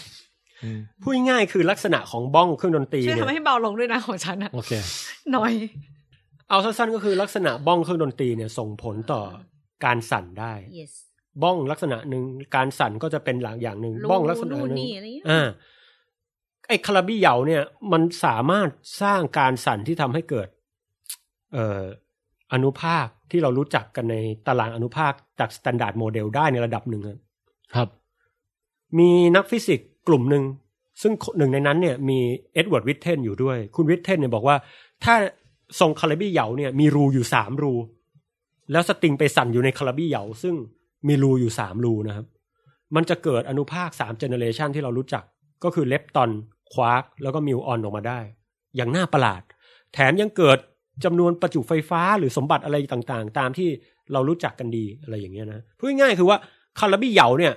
A: อืม
C: พูดง่ายๆคือลักษณะของบ้องเครื่องดนตรี
B: ช่วย
C: เนี่ย
B: ทำให้เบาลงด้วยนะของฉันอะ
A: โอเค
B: หน่อย
C: เอาสั้นๆก็คือลักษณะบ้องเครื่องดนตรีเนี่ยส่งผลต่อการสั่นได้
B: yes
C: บ้องลักษณะหนึ่งการสั่นก็จะเป็นหลังอย่างหนึ่ง
B: รู
C: บ้องลักษณะ
B: นู่น
C: หนึ่ง
B: นี่อะไรเงี้ย
C: อ่าไอ้คาราบิเหยาเนี่ย มันสามารถสร้างการสั่นที่ทำให้เกิด เอ่ออนุภาคที่เรารู้จักกันในตารางอนุภาคจากสแตนดาร์ดโมเดลได้ในระดับหนึ่งอะ
A: ครับ
C: มีนักฟิสิกส์กลุ่มหนึ่ง ซึ่งหนึ่งในนั้นเนี่ยมีเอ็ดเวิร์ดวิทเทนอยู่ด้วย คุณวิทเทนเนี่ยบอกว่า ถ้าทรงคาราบิเหยาเนี่ยมีรูอยู่สามรู แล้วสตริงไปสั่นอยู่ในคาราบิเหยา ซึ่งมีรูอยู่สามรูนะครับ มันจะเกิดอนุภาคสามเจเนเรชันที่เรารู้จัก ก็คือเลปตอนควาร์กแล้วก็มิวออนออกมาได้ อย่างน่าประหลาด แถมยังเกิดจำนวนประจุไฟฟ้าหรือสมบัติอะไรต่างๆ ตามที่เรารู้จักกันดีอะไรอย่างเงี้ยนะพูดง่ายๆคือว่าคาราบิเหยาเนี่ย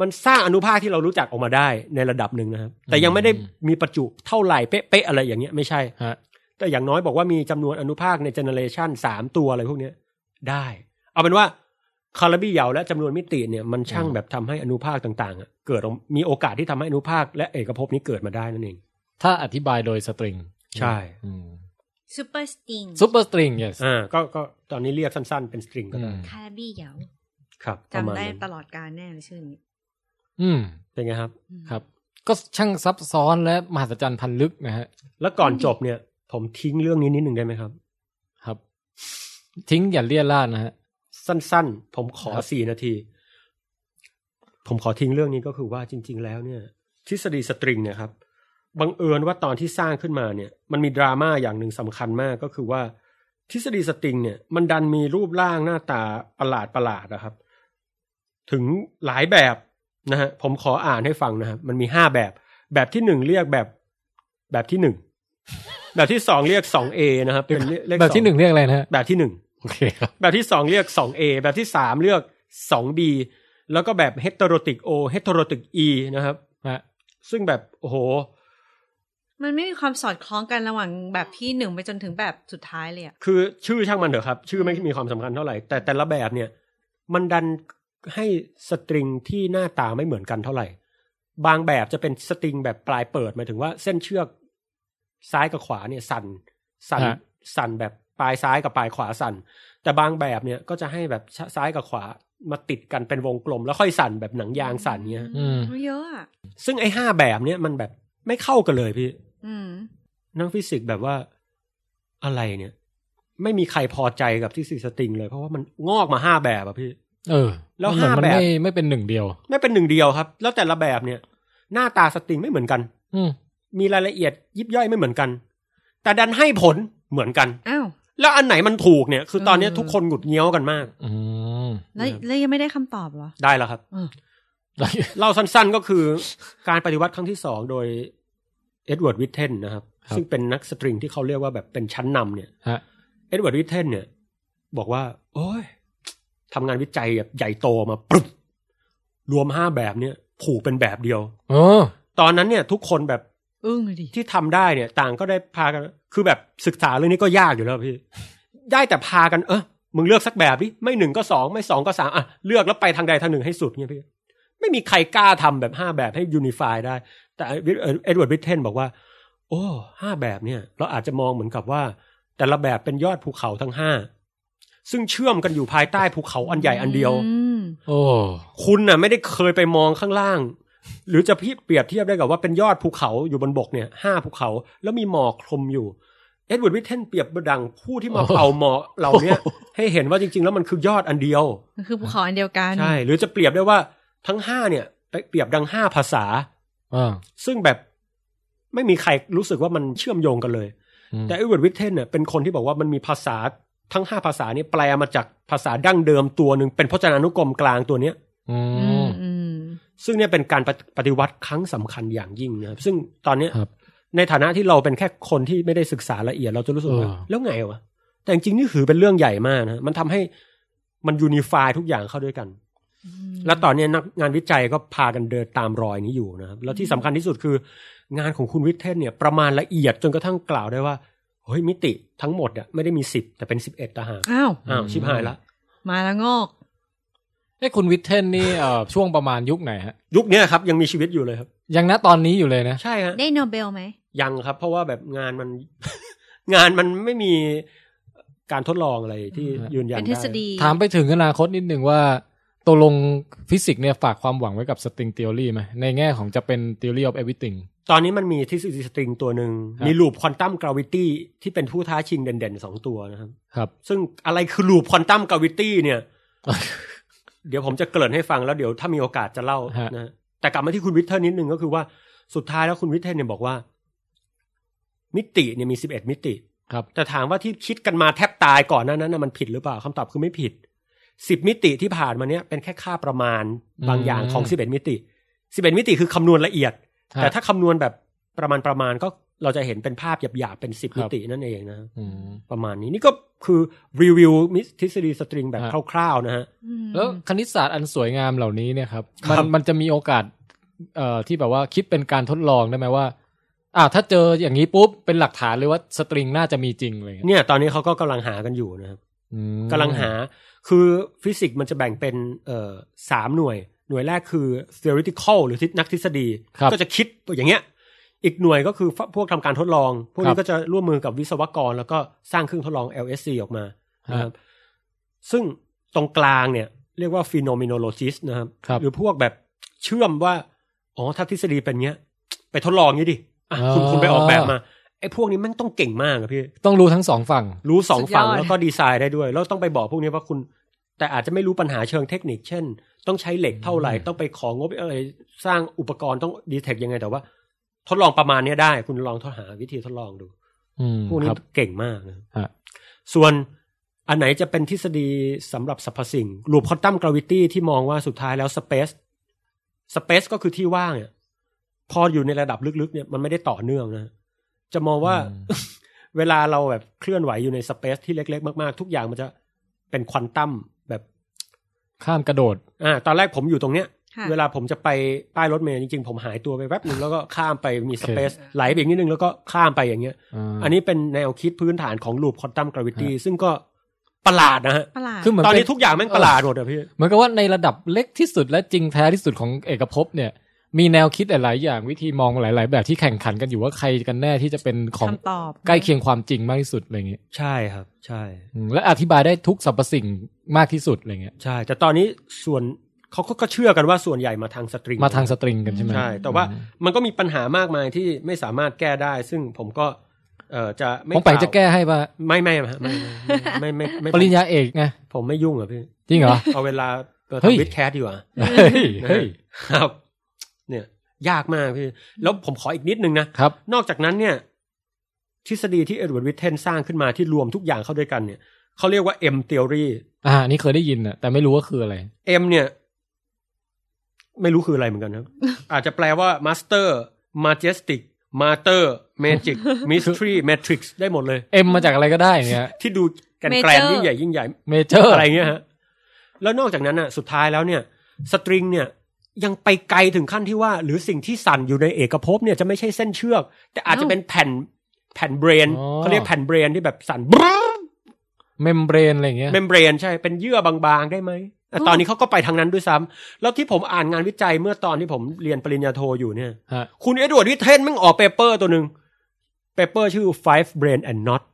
C: มันสร้างอนุภาคที่เรารู้จักออกมาได้ในระดับหนึ่งนะครับ แต่ยังไม่ได้มีประจุเท่าไหร่เป๊ะๆอะไรอย่างเงี้ยไม่ใช่
A: ฮะ
C: แต่อย่างน้อยบอกว่ามีจำนวนอนุภาคในเจเนเรชันสามตัวอะไรพวกเนี้ย ได้ เอาเป็นว่าคาราบิเหยาและจำนวนมิติเนี่ยมันช่าง
A: อืม
C: แบบทำให้อนุภาคต่างๆอะเกิดออกมีโอกาสที่ทำให้อนุภาคและเอกภพนี้เกิดมาได้นั่นเอง
A: ถ้าอธิบายโดยสตริง
C: ใช่
B: ซูเปอร์สติง
A: ซุปเปอร์สตริง yes
C: อ่าก็ก็ตอนนี้เรียกสั้นๆ เป็นสตริงก็ได้
A: อืม
B: คาราบี้เหยา
C: ครับประมาณ
B: จำได้
C: นั้น
B: ตลอดการแน่เลยชื่อนี้
A: อืม
C: เป็นไงครับ
B: อืม
A: ครับ ก็ช่างซับซ้อนและมหัศจรรย์พันลึกนะฮะ
C: แล้วก่อนจบเนี่ย ผมทิ้งเรื่องนี้นิดหนึ่งได้ไหมครับ
A: ครับ ทิ้งอย่าเลี่ยราดนะฮะ
C: สั้นๆ ผมขอ
A: ครับ
C: สี่นาที ผมขอทิ้งเรื่องนี้ก็คือว่าจริง ๆ แล้วเนี่ย ทฤษฎีสตริงเนี่ยครับบังเอิญว่าตอนที่สร้างขึ้นมาเนี่ย มันมีดราม่าอย่างหนึ่งสำคัญมากก็คือว่า ทฤษฎีสตริงเนี่ย มันดันมีรูปร่างหน้าตาประหลาดประหลาดๆนะครับ ถึงหลายแบบนะฮะผมขออ่านให้ฟังนะครับมันมีห้าแบบ แบบที่หนึ่งเรียกแบบ แบบที่หนึ่งแบบที่สองเรียกสองเอนะครับเป็นเลข
A: แบบที่
C: สอ
A: หนึ่งเรียกอะไรนะฮะ
C: แบบที่หนึ่ง
A: โอเคครับ
C: แบบที่สองเลือก 2A แบบที่สามเลือก 2B แล้วก็แบบ heterotic O heterotic E นะครับ
A: ฮะ
C: ซึ่งแบบ โอ้โห
B: มันไม่มีความสอดคล้องกันระหว่างแบบที่หนึ่งไปจนถึงแบบสุดท้ายเลยอะ
C: คือชื่อช่างมันเถอะครับ ชื่อไม่มีความสำคัญเท่าไหร่ แต่แต่ละแบบเนี่ย มันดันให้สตริงที่หน้าตาไม่เหมือนกันเท่าไหร่ บางแบบจะเป็นสตริงแบบปลายเปิดหมายถึงว่าเส้นเชือกซ้ายกับขวาเนี่ยสั่นสั่น
A: ฮะ
C: สั่นแบบปลายซ้ายกับปลายขวาสั่น แต่บางแบบเนี่ยก็จะให้แบบซ้ายกับขวามาติดกันเป็นวงกลม แล้วค่อยสั่นแบบหนังยางสั่นเนี่ยฮะ
A: อืม
B: เยอะอะ
C: ซึ่งไอ้ห้าแบบเนี้ยมันแบบไม่เข้ากันเลยพี่
B: อืม
C: นักฟิสิกส์แบบว่าอะไรเนี่ย ไม่มีใครพอใจกับที่สีสตริงเลย เพราะว่ามันงอกมาห้าแบบอะพี่
A: เออ
C: แล้ว
A: มันเหมือน
C: ห้าแบบ
A: มันไม่ไม่เป็นหนึ่งเดียว
C: ไม่เป็นหนึ่งเดียวครับ แล้วแต่ละแบบเนี่ย หน้าตาสตริงไม่เหมือนกัน
A: อืม
C: มีรายละเอียดยิบย่อยไม่เหมือนกัน แต่ดันให้ผลเหมือนกัน
B: อ้าว
C: แล้วอันไหนมันถูกเนี่ย คือตอนเนี้ย
B: อืม
C: ทุกคนหงุดเงี้ยวกันมาก
A: อืม
B: แล้ว
C: นะครับ
B: แล้วยังไม่ได้คำตอบเหรอ
C: ได้แล้วครับ
B: อืม
A: แล้ว
C: เล่าสั้นๆก็คือการปฏิวัติครั้งที่สองโดยเอ็ดเวิร์ดวิทเทนนะครับ ซึ่งเป็นนักสตริงที่เขาเรียกว่าแบบเป็นชั้นนำเนี่ย
A: ฮะ
C: เอ็ดเวิร์ดวิทเทนเนี่ย บอกว่า โอ้ยทำงานวิจัยแบบใหญ่โตมาปึ๊บรวมห้าแบบเนี่ย ผูกเป็นแบบเดียว
A: เออ
C: ตอนนั้นเนี่ย ทุกคนแบบ
B: อึ้งเลยดิ
C: ที่ทำได้เนี่ย ต่างก็ได้พากัน คือแบบศึกษาเรื่องนี้ก็ยากอยู่แล้วพี่ ได้แต่พากันเออมึงเลือกสักแบบดิไม่หนึ่งก็สองไม่สองก็สามอ่ะเลือกแล้วไปทางใดทางหนึ่งให้สุดเนี่ยพี่ ไม่มีใครกล้าทำแบบห้าแบบให้ยูนิฟายได้ แต่เอ็ดเวิร์ดวิทเทนบอกว่า โอ้ห้าแบบเนี่ย เราอาจจะมองเหมือนกับว่า แต่ละแบบเป็นยอดภูเขาทั้งห้าซึ่งเชื่อมกันอยู่ภายใต้ภูเขาอันใหญ่อันเดียว
B: อืม
A: โอ้
C: คุณน่ะไม่ได้เคยไปมองข้างล่าง หรือจะพี่เปรียบเทียบได้กับว่าเป็นยอดภูเขาอยู่บนบกเนี่ยห้าภูเขา แล้วมีหมอกคลุมอยู่ เอ็ดเวิร์ดวิทเทนเปรียบประดังผู้ที่มา
A: โอ้
C: เป่าหมอกเหล่าเนี้ยให้เห็นว่าจริง ๆ แล้วมันคือยอดอันเดียว
B: มันคือภูเขาอันเดียวกัน
C: ใช่ หรือจะเปรียบได้ว่าทั้งห้าเนี่ยไปเปรียบดังห้าภาษา
A: อ่า
C: ซึ่งแบบไม่มีใครรู้สึกว่ามันเชื่อมโยงกันเลย
A: อืม
C: แต่เอ็ดเวิร์ดวิทเทนเนี่ยเป็นคนที่บอกว่ามันมีภาษาทั้งห้าภาษาเนี่ยแปลมาจากภาษาดั้งเดิมตัวหนึ่งเป็นพจนานุกรมกลางตัวเนี้ย
A: อื
B: อื
A: ม
B: มอืม
C: ซึ่งเนี่ยเป็นการปฏิปฏิวัติครั้งสำคัญอย่างยิ่งนะครับ ซึ่งตอนเนี้ย
A: ครับ
C: ในฐานะที่เราเป็นแค่คนที่ไม่ได้ศึกษาละเอียดเราจะรู้สึกว่า
A: เออ
C: แล้วไงวะแต่จริงๆนี่คือเป็นเรื่องใหญ่มากนะมันทำให้มันยูนิฟายทุกอย่างเข้าด้วยกัน
B: อืม
C: แล้วตอนเนี้ยนักงานวิจัยก็พากันเดินตามรอยนี้อยู่นะครับ แล้วที่สำคัญที่สุดคืองานของคุณวิทเทนเนี่ย ประมาณละเอียดจนกระทั่งกล่าวได้ว่าเฮ้ยมิติทั้งหมดอ่ะไม่ได้มีสิบแต่เป็นสิบเอ็ดต่างหาก
B: อ้าว
C: อ้าวชิบหายละ
B: มาแล้วงอก
A: ไอ้ยคุณวิทเทนนี่เอ่อช่วงประมาณยุคไหนฮะ
C: ยุคเนี้ยครับยังมีชีวิตอยู่เลยครับ
A: ยังนะตอนนี้อยู่เลยนะ
C: ใช่ฮะ
B: ได้โนเบลไหม
C: ยังครับ เพราะว่าแบบงาน มัน งานมันไม่มีการทดลองอะไรที่
A: อืม
C: ยืนยัน
B: เป็น
C: ได้
B: ทฤษฎี
A: ถามไปถึงอนาคตนิดนึงว่าตกลงฟิสิกส์เนี่ยฝากความหวังไว้กับสตริง g ท h e o รีไหมในแง่ของจะเป็น theory of everything
C: ตอนนี้มันมีทฤษฎีสตริงตัวหนึ่ง
A: ครับ
C: มีลูปควอนตัมกราวิตี้ที่เป็นผู้ท้าชิงเด่นๆสองตัวนะครับ
A: ครับ
C: ซึ่งอะไรคือลูปควอนตัมกราวิตี้ เนี่ย เดี๋ยวผมจะเกริ่นให้ฟังแล้วเดี๋ยวถ้ามีโอกาสจะเล่า
A: ฮะ
C: นะแต่กลับมาที่คุณวิทเทอร์นิดนึงก็คือว่าสุดท้ายแล้วคุณวิทเทอร์เนี่ยบอกว่า มิติเนี่ยมีสิบเอ็ดมิติ
A: ครับ
C: แต่ถามว่าที่คิดกันมาแทบตายก่อนหน้านั้นนะมันผิดหรือเปล่าคำตอบคือไม่ผิดสิบมิติที่ผ่านมาเนี้ยเป็นแค่ค่าประมาณบางอย่างของสิบเอ็ดมิติสิบเอ็ดมิติคือคำนวณละเอียด แต่ถ้าคำนวณแบบประมาณประมาณก็เราจะเห็นเป็นภาพหยาบๆเป็นสิบมิตินั่นเองนะ
A: อืม
C: ประมาณนี้นี่ก็คือรีวิวมิทฤษฎีสตริงแบบ
A: ฮะ
C: คร่าวๆนะฮะ
B: อืม
A: แล้วคณิตศาสตร์อันสวยงามเหล่านี้เนี่ยครับ
C: ค
A: มั
C: รั
A: น
C: บ
A: มันจะมีโอกาสเอ่อที่แบบว่าคิดเป็นการทดลองได้ไหมว่า อ่าถ้าเจออย่างนี้ปุ๊บ เป็นหลักฐานเลยว่าสตริงน่าจะมีจริงอะไรเลย
C: เนี่ยตอนนี้เขาก็กำลังหากันอยู่นะครับ
A: อืม
C: กำลังหา คือฟิสิกส์มันจะแบ่งเป็นเอ่อสามหน่วย หน่วยแรกคือ theoretical หรือทฤษนักทฤษฎี ก็จะคิดอย่างเงี้ย อีกหน่วยก็คือพวกทำการทดลอง พวก
A: ครั
C: นี้
A: บ
C: ก็จะร่วมมือกับวิศวกร แล้วก็สร้างเครื่องทดลอง LSC ออกมา
A: ฮะ
C: นะครับซึ่งตรงกลางเนี่ย เรียกว่า phenomenologist นะครับ
A: ครับ
C: หรือพวกแบบเชื่อมว่า อ๋อถ้าทฤษฎีเป็นเงี้ย ไปทดลองงี้ดิอ่ะคุณ
A: อ๋อ
C: คุณไปออกแบบมา ไอ้พวกนี้แมันต้องเก่งมากอะพี่
A: ต้องรู้ทั้งสองฝั่ง
C: รู้สอง
B: สุดยอด
C: ฝั่งแล้วก็ดีไซน์ได้ด้วย แล้วต้องไปบอกพวกนี้ว่าคุณ แต่อาจจะไม่รู้ปัญหาเชิงเทคนิค เช่น ต้องใช้เหล็กเท่าไหร่
A: อืม
C: ต้องไปของงบอะไรสร้างอุปกรณ์ต้องดีเทคยังไงแต่ว่า ทดลองประมาณเนี้ยได้ คุณลองทดหาวิธีทดลองดู
A: อืม
C: พวกนี้
A: ครับ
C: เก่งมากนะ
A: ฮะ
C: ส่วนอันไหนจะเป็นทฤษฎีสำหรับสรรพสิ่งรูปคอนตัมกราวิตี้ที่มองว่าสุดท้ายแล้วสเปซสเปซก็คือที่ว่างเนี่ยพออยู่ในระดับลึกๆเนี่ยมันไม่ได้ต่อเนื่องนะ จะมองว่า เวลาเราแบบเคลื่อนไหวอยู่ในสเปซที่เล็ก ๆ มากๆ ทุกอย่างมันจะเป็นควอนตัมแบบ
A: ข้ามกระโดด
C: อ่า ตอนแรกผมอยู่ตรงเนี้ย
B: ค่ะ
C: เวลาผมจะไปป้ายรถเมล์จริงๆ ผมหายตัวไปแป๊บหนึ่งแล้วก็ข้ามไปมี
A: โอ
C: ส
A: เค
C: เปซไหลไปอีกนิดนึงแล้วก็ข้ามไปอย่างเงี้ย
A: อา
C: อันนี้เป็นแนวคิดพื้นฐานของลูปคอนตัมกราวิตี้ซึ่งก็ประหลาดนะฮะ
B: ประหลาด
A: คือเหมือน
C: ตอนนี้
A: เป็
C: ทุกอย่างแม่งประหลาดหมดอะพี่
A: เหมือนกับว่าในระดับเล็กที่สุดและจริงแท้ที่สุดของเอกภพเนี่ย มีแนวคิดหลายๆอย่างวิธีมองหลาย ๆ แบบที่แข่งขันกันอยู่ว่าใครกันแน่ที่จะเป็นของ
B: คำตอบ
A: ใกล้เคียงความจริงมากที่สุดอะไรอย่างเงี้ย
C: ใช่ครับ ใช่
A: อืมและอธิบายได้ทุกสรรพสิ่งมากที่สุดอะไรเงี้ย
C: ใช่ แต่ตอนนี้ส่วนเขาก็ก็เชื่อกันว่าส่วนใหญ่มาทางสตริง
A: มาทางสตริงกันใช่ไหม
C: ใช่ แต่ว่ามันก็มีปัญหามากมายที่ไม่สามารถแก้ได้ ซึ่งผมก็ เอ่อจะไม่
A: ผมแปลง
C: ล่าว
A: จะแก้ให้ป่ะ
C: ไม่ไม่ฮะไม่ไม่ไม่ไม่ไม่
A: ปริญญาเอกไง
C: ผมไม่ยุ่งอ่ะพี่
A: จริงเหรอ
C: เอาเวลาเปิด
A: เฮ้ย
C: วิดแคสดีกว่า
A: เฮ้ยเฮ้ย
C: ครับ เนี่ย ยากมากพี่ แล้วผมขออีกนิดนึงนะ
A: ครับ
C: นอกจากนั้นเนี่ย ทฤษฎีที่เอ็ดเวิร์ดวิทเทนสร้างขึ้นมาที่รวมทุกอย่างเข้าด้วยกันเนี่ยเขาเรียกว่า M theory
A: อ่าอันนี่เคยได้ยินอะแต่ไม่รู้ว่าคืออะไร
C: M เนี่ย ไม่รู้คืออะไรเหมือนกันครับ อาจจะแปลว่า Master Majestic Master Magic Mystery Matrix ได้หมดเลย
A: เอ็มมาจากอะไรก็ได้เนี่ย
C: ที่ดูแกนแกรนยิ่งใหญ่ยิ่งใหญ่
A: เมเจอร์
C: อะไรเงี้ยฮะ แล้วนอกจากนั้นอ่ะ สุดท้ายแล้วเนี่ย สตริงเนี่ย ยังไปไกลถึงขั้นที่ว่า หรือสิ่งที่สั่นอยู่ในเอกภพเนี่ยจะไม่ใช่เส้นเชือก แต่อาจจะเป็นแผ่นแผ่นเบรนเขาเรียกแผ่นเบรนที่แบบสั่น
A: เมมเบรนอะไรเงี้ย
C: เมมเบรนใช่ เป็นเยื่อบางๆ ได้ไหมอ่ะตอนนี้เขาก็ไปทางนั้นด้วยซ้ำแล้วที่ผมอ่านงานวิจัยเมื่อตอนที่ผมเรียนปริญญาโทอยู่เนี่ย
A: ฮะ
C: คุณเอ็ดเวิร์ดวิเทนมึงออกเปเปอร์ตัวหนึ่งเปเปอร์ชื่อ five brain and knot
A: เ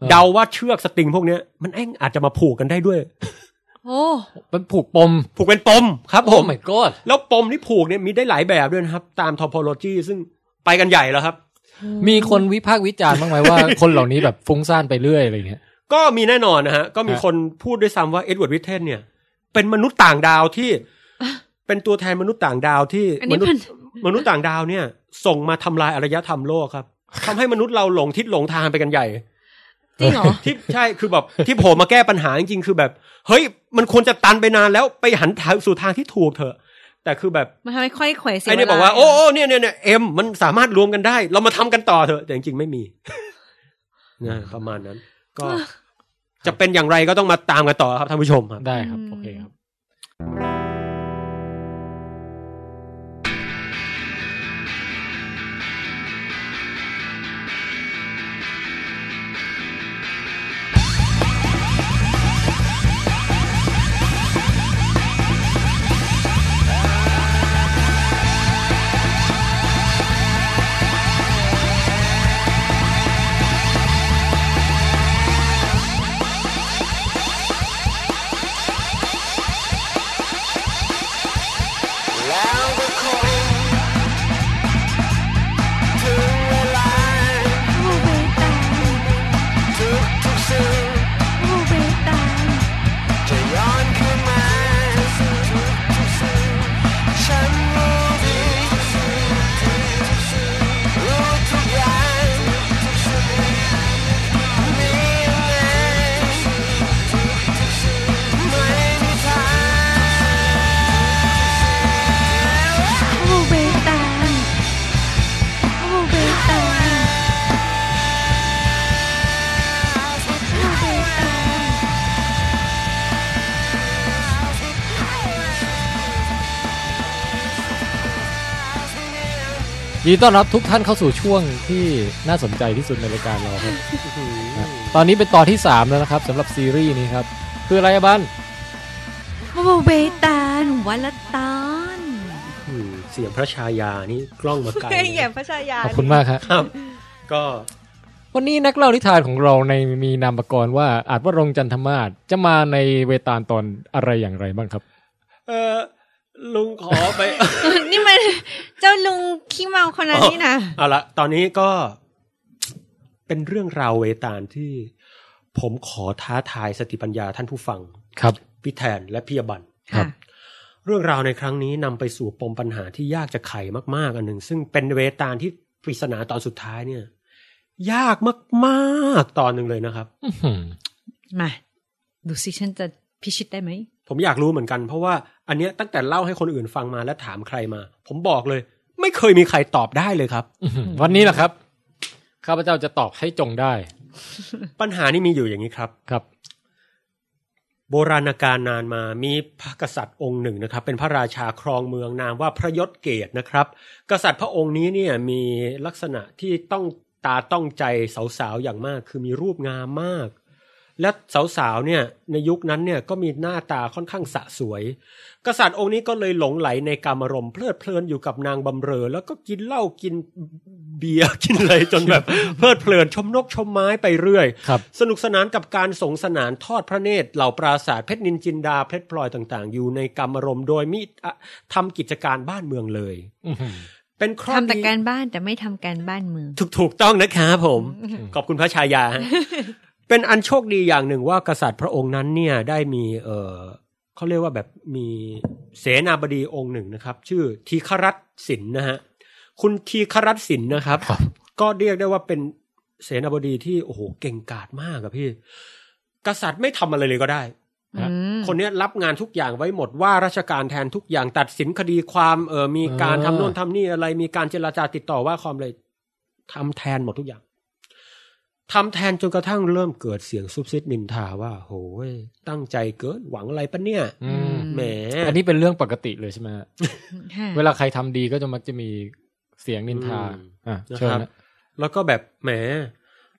A: ออ
C: เดาว่าเชือกสตริงพวกเนี้ย มันแองอาจจะมาผูกกันได้ด้วย
B: โอ้
A: มันผูกปม
C: ผูกเป็นปมครับผ
A: โอ้
C: ม
A: my god
C: แล้วปมที่ผูกเนี่ยมีได้หลายแบบด้วยนะครับ ตามทอพโลจีซึ่งไปกันใหญ่แล้วครับ
A: มีคนวิพากษ์วิจารณ์บ้างไหมว่า คนเหล่านี้แบบฟุ้งซ่านไปเรื่อยอะไรเงี้ย
C: ก็มีแน่นอนนะฮะ ก็มี
A: ฮะ
C: คนพูดด้วยซ้ำว่าเอ็ดเวิร์ดวิเทนเนี่ย เป็นมนุษย์ต่างดาวที่ เป็นตัวแทนมนุษย์ต่างดาวที่
B: อัน
C: ม
B: นี้
C: นุษ
B: มัน
C: ย์มนุษย์ต่างดาวเนี่ย ส่งมาทำลายอารยธรรมโลกครับทำให้มนุษย์เราหลงทิศหลงทางไปกันใหญ่
B: จริงเหรอ
C: ที่ใช่คือ แบบที่โผมมาแก้ปัญหาจริงๆคือแบบ เฮ้ย มันควรจะตันไปนานแล้วไปหันทางสู่ทางที่ถูกเถอะ แต่คือแบบ
B: มันทำให้ค่อยเขวเสีย
C: ไอ้เนี่ย
B: ล
C: บอกว่าโอ้โอ้เนี่ยเนี่ยเนี่ยเอ็มมันสามารถรวมกันได้ เรามาทำกันต่อเถอะ แต่จริงๆไม่มี นะประมาณนั้น ก็ จะเป็นอย่างไรก็ต้องมาตามกันต่อครับท่านผู้ชมครับ
A: ได้ครับ โอเคครับ
E: แล้วก็คงถึงเวลา
D: ผู้ไปตาม
E: ทุกทุกๆสิ่ง
D: ผู้ไปตาม
E: จะย้อนขึ้นมาทุกทุกๆสิ่งฉันรู้ดีรู้ทุกอย่างมียังไงไม่มีทาง
D: ผู้ไปตามผู้ไปตามผู้ไปตาม
A: ยินดีต้อนรับทุกท่านเข้าสู่ช่วงที่น่าสนใจที่สุดในรายการเราครับ ตอนนี้เป็นตอนที่ 3 แล้วนะครับสำหรับซีรีส์นี้ครับ คืออะไรอะบัน
B: โอ้เบตานวันละตอน
C: อืม เสียงพระชายานี่กล้องมาไกลเล
B: เฮ้ย
C: ย
B: แย่พระชายา
A: ขอบคุณมากครับ
C: ครับ ก็
A: วันนี้นักเล่านิทานของเราในมีนามปกรว่าอาจว่ารงค์จันทมาศจะมาในเวตาลตอนอะไรอย่างไรบ้างครับ
C: เออลุงขอไป
B: นี่มันเจ้าลุงขี้เมาคนนั้นนี่นะ
C: เอาละตอนนี้ก็เป็นเรื่องราวเวตาลที่ผมขอท้าทายสติปัญญาท่านผู้ฟัง
A: ครับ
C: พี่แทนและพี่อบัน
A: ครั
B: ค่ะ
A: บ
C: เรื่องราวในครั้งนี้นำไปสู่ปมปัญหาที่ยากจะไขมาก ๆ อันหนึ่ง ซึ่งเป็นเวตาลที่ปริศนาตอนสุดท้ายเนี่ย ยากมาก ๆ ตอนหนึ่งเลยนะครับ
A: อื้อหือ
B: มา ดูสิฉันจะพิชิตได้ไหม
C: ผมอยากรู้เหมือนกัน เพราะว่าอันเนี้ยตั้งแต่เล่าให้คนอื่นฟังมาและถามใครมา ผมบอกเลย ไม่เคยมีใครตอบได้เลยครับ
A: อื้อหือวันนี้แหละครับ ข้าพเจ้าจะตอบให้จงได้
C: ปัญหานี้มีอยู่อย่างนี้ครับ
A: ครับ
C: โบราณกาลนานมามีพระกษัตริย์องค์หนึ่งนะครับ เป็นพระราชาครองเมืองนามว่าพระยศเกตนะครับ กษัตริย์พระองค์นี้เนี่ยมีลักษณะที่ต้องตาต้องใจสาวๆอย่างมาก คือมีรูปงามมาก และสาวๆเนี่ยในยุคนั้นเนี่ยก็มีหน้าตาค่อนข้างสะสวย กษัตริย์องค์นี้ก็เลยหลงไหลในกามารมณ์เพลิดเพลินอยู่กับนางบำเรอ แล้วก็กินเหล้ากินเบียร์ กินอะไรจนแบบ เพลิดเพลินชมนกชมไม้ไปเรื่อย
A: ครับ
C: สนุกสนานกับการสงสนานทอดพระเนตรเหล่าปราศาสตร์เพชรนินจินดาเพชรพลอยต่างๆ อยู่ในกามารมณ์โดยมิอะทำกิจการบ้านเมืองเลย
A: อื้อหือ
C: เป็นครอบ
B: ทำแต่
C: ดี
B: การบ้านแต่ไม่ทำการบ้านเมือง
C: ถูกถูกต้องนะครับผม ขอบคุณพระชายาฮะ เป็นอันโชคดีอย่างหนึ่งว่ากษัตริย์พระองค์นั้นเนี่ยได้มีเออเขาเรียกว่าแบบมีเสนาบดีองค์หนึ่งนะครับ ชื่อทีครัตสินนะฮะคุณทีครัตสินนะครับ ก็เรียกได้ว่าเป็นเสนาบดีที่โอ้โหเก่งกาจมากอะพี่ กษัตริย์ไม่ทำอะไรเลยก็ได้
A: ฮะ
B: อืม
C: คนเนี้ยรับงานทุกอย่างไว้หมดว่าราชการแทนทุกอย่างตัดสินคดีความเออมีการ
A: อ่า
C: ทำโน่นทำนี่อะไร มีการเจรจาติดต่อว่าความเลยทำแทนหมดทุกอย่างทำแทนจนกระทั่งเริ่มเกิดเสียงซุบซิบนินทาว่า โหยตั้งใจเกินหวังอะไรปะเนี่ย
A: อืม
C: แหม
A: อันนี้เป็นเรื่องปกติเลยใช่ไหมฮะ
B: ค่ะ
A: เวลาใครทำดีก็จะมักจะมีเสียงนินทาอ่ะ
C: นะ
A: เชิญ
C: ครับ
A: นะ
C: แล้วก็แบบแหม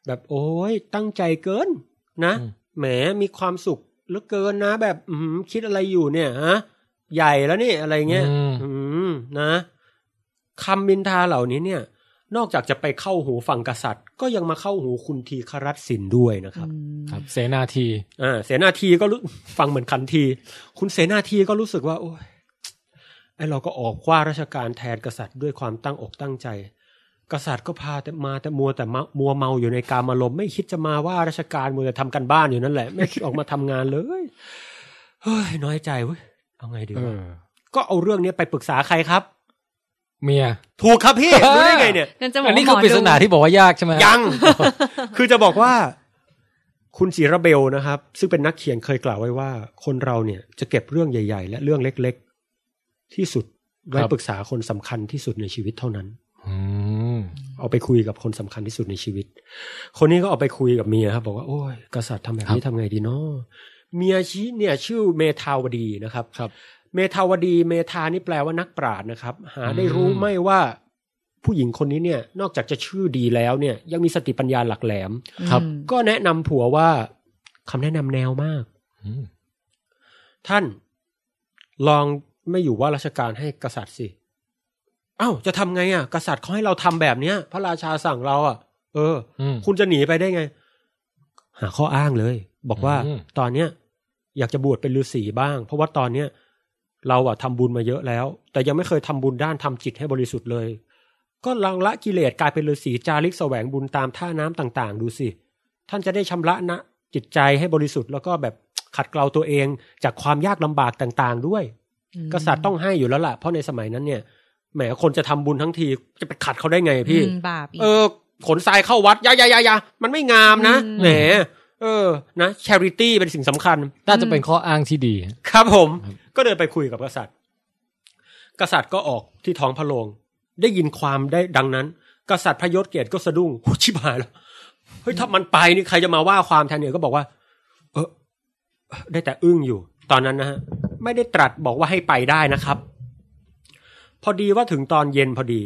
C: แบบโอ้ยตั้งใจเกิน นะ
A: อืม
C: แหมมีความสุขเหลือเกินนะ แบบอืมคิดอะไรอยู่เนี่ยฮะใหญ่แล้วนี่อะไรเงี้ย
A: อืม
C: อืมนะคำบินทาเหล่านี้เนี่ย นอกจากจะไปเข้าหูฝั่งกษัตริย์ ก็ยังมาเข้าหูคุณทีครัตสินด้วยนะครับ
B: อืม
A: ครับ เสนาที
C: อ่าเสนาทีก็รู้ ฟังเหมือนคันที คุณเสนาทีก็รู้สึกว่า โอ้ยไอเราก็ออกว่าราชการแทนกษัตริย์ด้วยความตั้งอกตั้งใจ กษัตริย์ก็พาแต่มาแต่มัวแต่มามัวเมาอยู่ในการมาลมณ์ไม่คิดจะมาว่าราชการมัวแต่ทำกันบ้านอยู่นั่นแหละ ไม่คิดออกมาทำงานเลยเฮ้ยน้อยใจเว้ยเอาไงดี
A: เอ
C: วะ
A: อ
C: ก็เอาเรื่องนี้ไปปรึกษาใครครับ
A: เมีย
C: ถูกครับ พี่ รู้ได้ไงเนี่ย
B: นั่นจะบอ
A: อัน
B: กว่า
A: นี้
B: หม
A: คือ
B: อ
A: ปริศ
B: ดู
A: นาที่บอกว่ายากใช่ไหมฮะ
C: ยัง คือจะบอกว่า คุณศิระเบลนะครับ ซึ่งเป็นนักเขียนเคยกล่าวไว้ว่า คนเราเนี่ยจะเก็บเรื่องใหญ่ ๆ และเรื่องเล็ก ๆ ที่สุดไว้ปรึกษาคนสำคัญที่สุดในชีวิตเท่านั้น
A: อืม
C: เอาไปคุยกับคนสำคัญที่สุดในชีวิต คนนี้ก็เอาไปคุยกับเมียครับ บอกว่าโอ้ยกษัตริย์ทำแบบนี้ทำไงดีเนาะเมียชี้เนี่ยชื่อเมธาวดีนะครับ
A: ครับ
C: เมธาวดีเมธานี่แปลว่านักปราชญ์นะครับ หาได้
A: อืม
C: รู้ไหม่ว่าผู้หญิงคนนี้เนี่ย นอกจากจะชื่อดีแล้วเนี่ย ยังมีสติปัญญาหลักแหลม
A: ครับ
B: อืม
C: ก็แนะนำผัวว่าคำแนะนำแนวมาก
A: อืม
C: ท่านลองไม่อยู่ว่าราชการให้กษัตริย์สิเอ้าจะทำไงอ่ะ กษัตริย์เขาให้เราทำแบบเนี้ย พระราชาสั่งเราอ่ะ เออ
A: อืม
C: คุณจะหนีไปได้ไง หาข้ออ้างเลย บอกว่า
A: อืม
C: ตอนเนี้ย อยากจะบวชเป็นฤาษีบ้าง เพราะว่าตอนเนี้ยเราอะทำบุญมาเยอะแล้ว แต่ยังไม่เคยทำบุญด้านทำจิตให้บริสุทธิ์เลย ก็ลังละกิเลสกลายเป็นฤาษีจาริกแสวงบุญตามท่าน้ำต่างๆ ดูสิ ท่านจะได้ชำระนะจิตใจให้บริสุทธิ์แล้วก็แบบขัดเกลาตัวเองจากความยากลำบากต่างๆ ด้วย กษัตริย์ต้องให้อยู่แล้วล่ะเพราะในสมัยนั้นเนี่ยแหมคนจะทำบุญทั้งทีจะไปขัดเขาได้ไงอะพี่
B: อืมบาปอีก
C: เออ ขนทรายเข้าวัดอยาอยาอยาอยามันไม่งามนะ
B: อืม
C: แหมเออ นะช h ริตี้เป็นสิ่งสำคัญ
A: น่าจะเป็นข้ออ้างที่ดี
C: ครับผม ก็เดินไปคุยกับกษัตริย์ กษัตริย์ก็ออกที่ท้องพระโรงได้ยินความได้ดังนั้น กษัตริย์พระยศเกียรติก็สะดุ้งโอ้ชิบหายแล้วเฮ้ยถ้ามันไปนี่ใครจะมาว่าความแทนเนี่ยก็บอกว่า เออได้แต่อึ้งอยู่ ตอนนั้นนะฮะ ไม่ได้ตรัสบอกว่าให้ไปได้นะครับ พอดีว่าถึงตอนเย็นพอดี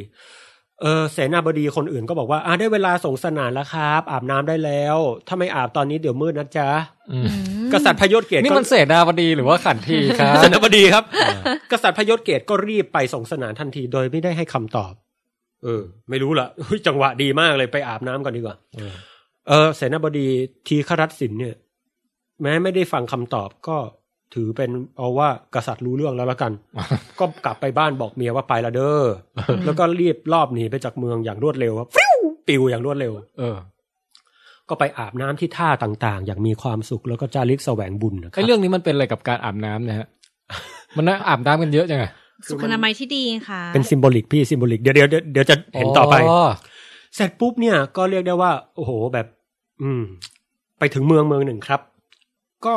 C: เออเสนาบดีคนอื่นก็บอกว่าอ่ะได้เวลาส่งสนานแล้วครับ อาบน้ำได้แล้ว ถ้าไม่อาบตอนนี้เดี๋ยวมืดนะจ๊ะ
A: อืม
B: อืม
C: กษัตริย์พยศเกศ
A: นี่
C: ก็
A: มันเสนาบดีหรือว่าขันทีครับ
C: สนบดีครับ กษัตริย์พยศเกตก็รีบไปส่งสนานทันทีโดยไม่ได้ให้คำตอบ เออ ไม่รู้ละ เฮ้ยจังหวะดีมากเลยไปอาบน้ำก่อนดีกว่า เออเสนาบดีทีขรัตสินเนี่ย แม้ไม่ได้ฟังคำตอบก็ถือเป็นเอาว่ากษัตริย์รู้เรื่องแล้วละ กัน ก็กลับไปบ้านบอกเมียว่าไปละเด้อแล้วก็รีบรอบหนีไปจากเมืองอย่างรวดเร็วครับฟิวปิวอย่างรวดเร็ว
A: เออ
C: ก็ไปอาบน้ำที่ท่าต่างๆ อย่างมีความสุขแล้วก็จาริกแสวงบุญนะค
A: ไอ้
C: รับ
A: เรื่องนี้มันเป็นอะไรกับการอาบน้ำเนี่ยฮะ มันน่าอาบน้ำกันเยอะจังไง
B: สุขอนามัยที่ดีค่ะ
C: เป็นซิมโบลิกพี่ซิมโบลิกเดี๋ยวเดี๋ยวเดี๋ยวจะเห็นต่อไป เสร็จปุ๊บเนี่ยก็เรียกได้ว่า โอ้โหแบบ อืม ไปถึงเมืองเมืองหนึ่งครับ ก็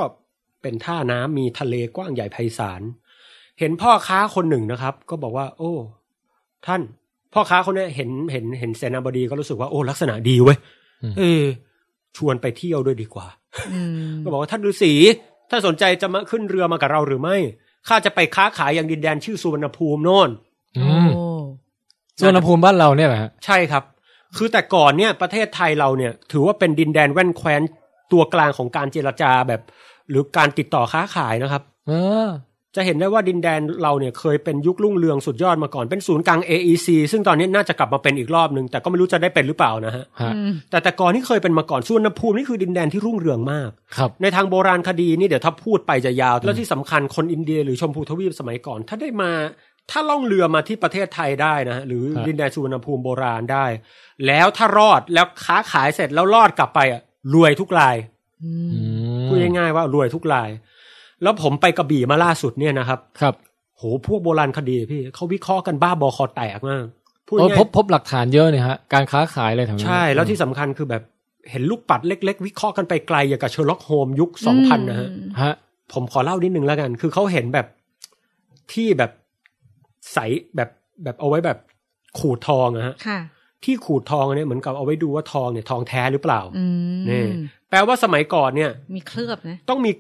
C: เป็นท่าน้ำมีทะเลกว้างใหญ่ไพศาลเห็นพ่อค้าคนหนึ่งนะครับ ก็บอกว่า โอ้ ท่าน พ่อค้าคนเนี้ยเห็นเห็นเห็นเสนาบดีก็รู้สึกว่าโอ้ลักษณะดีเว้ยเออ ชวนไปเที่ยวด้วยดีกว่า
B: อืม
C: ก็บอกว่าท่านฤาษีท่านสนใจจะมาขึ้นเรือมากับเราหรือไม่ข้าจะไปค้าขายอย่างดินแดนชื่อสุวรรณภูมิโน่น
A: อืม
B: โอ้
A: ส่วนภูมิบ้านเราเนี่ยแหละฮะ
C: ใช่ครับ คือแต่ก่อนเนี่ยประเทศไทยเราเนี่ย ถือว่าเป็นดินแดนแว่นแคว้นตัวกลางของการเจรจาแบบ หรือการติดต่อค้าขายนะครับ
A: เออ
C: จะเห็นได้ว่าดินแดนเราเนี่ยเคยเป็นยุครุ่งเรืองสุดยอดมาก่อนเป็นศูนย์กลาง AEC ซึ่งตอนนี้น่าจะกลับมาเป็นอีกรอบหนึ่งแต่ก็ไม่รู้จะได้เป็นหรือเปล่านะฮะ
A: ฮะ
B: อืม
C: แต่แต่ก่อนนี่เคยเป็นมาก่อนสุวรรณภูมินี่คือดินแดนที่รุ่งเรืองมาก
A: ครับ
C: ในทางโบราณคดีนี่เดี๋ยวถ้าพูดไปจะยาว แล้วที่สำคัญคนอินเดียหรือชมพูทวีปสมัยก่อน ถ้าได้มาถ้าล่องเรือมาที่ประเทศไทยได้นะฮะหรือ
A: ฮะ
C: ดินแดนสุวรรณภูมิโบราณได้ แล้วถ้ารอดแล้วค้าขายเสร็จแล้วรอดกลับไปอ่ะรวยทุกราย
B: อื
A: อื
B: ม
A: ม
C: พูดง่ายๆว่ารวยทุกราย แล้วผมไปกระบี่มาล่าสุดเนี่ยนะครับ
A: ครับ
C: โหพวกโบราณคดีพี่เขาวิเคราะห์กันบ้าบอคอแตกมากพูด
A: เออ
C: ง่าย
A: พบพบหลักฐานเยอะเนี่ยฮะ การค้าขายอะไรแถวนี้
C: ใช่ แล้วที่สำคัญคือแบบเห็นลูกปัดเล็ก ๆ วิเคราะห์กันไปไกลอย่างกับเชอร์ล็อกโฮมยุคสองพันนะฮะ
A: ฮะ
C: ผมขอเล่านิดนึงแล้วกัน คือเขาเห็นแบบที่แบบใสแบบแบบเอาไว้แบบขูดทองอะฮะ
B: ค่ะ
C: ที่ขูดทองเนี่ยเหมือนกับเอาไว้ดูว่าทองเนี่ยทองแท้หรือเปล่า
B: อืม
C: นี่ แปลว่าสมัยก่อนเนี่ย
B: มีเคลือบนะ
C: ต้องมี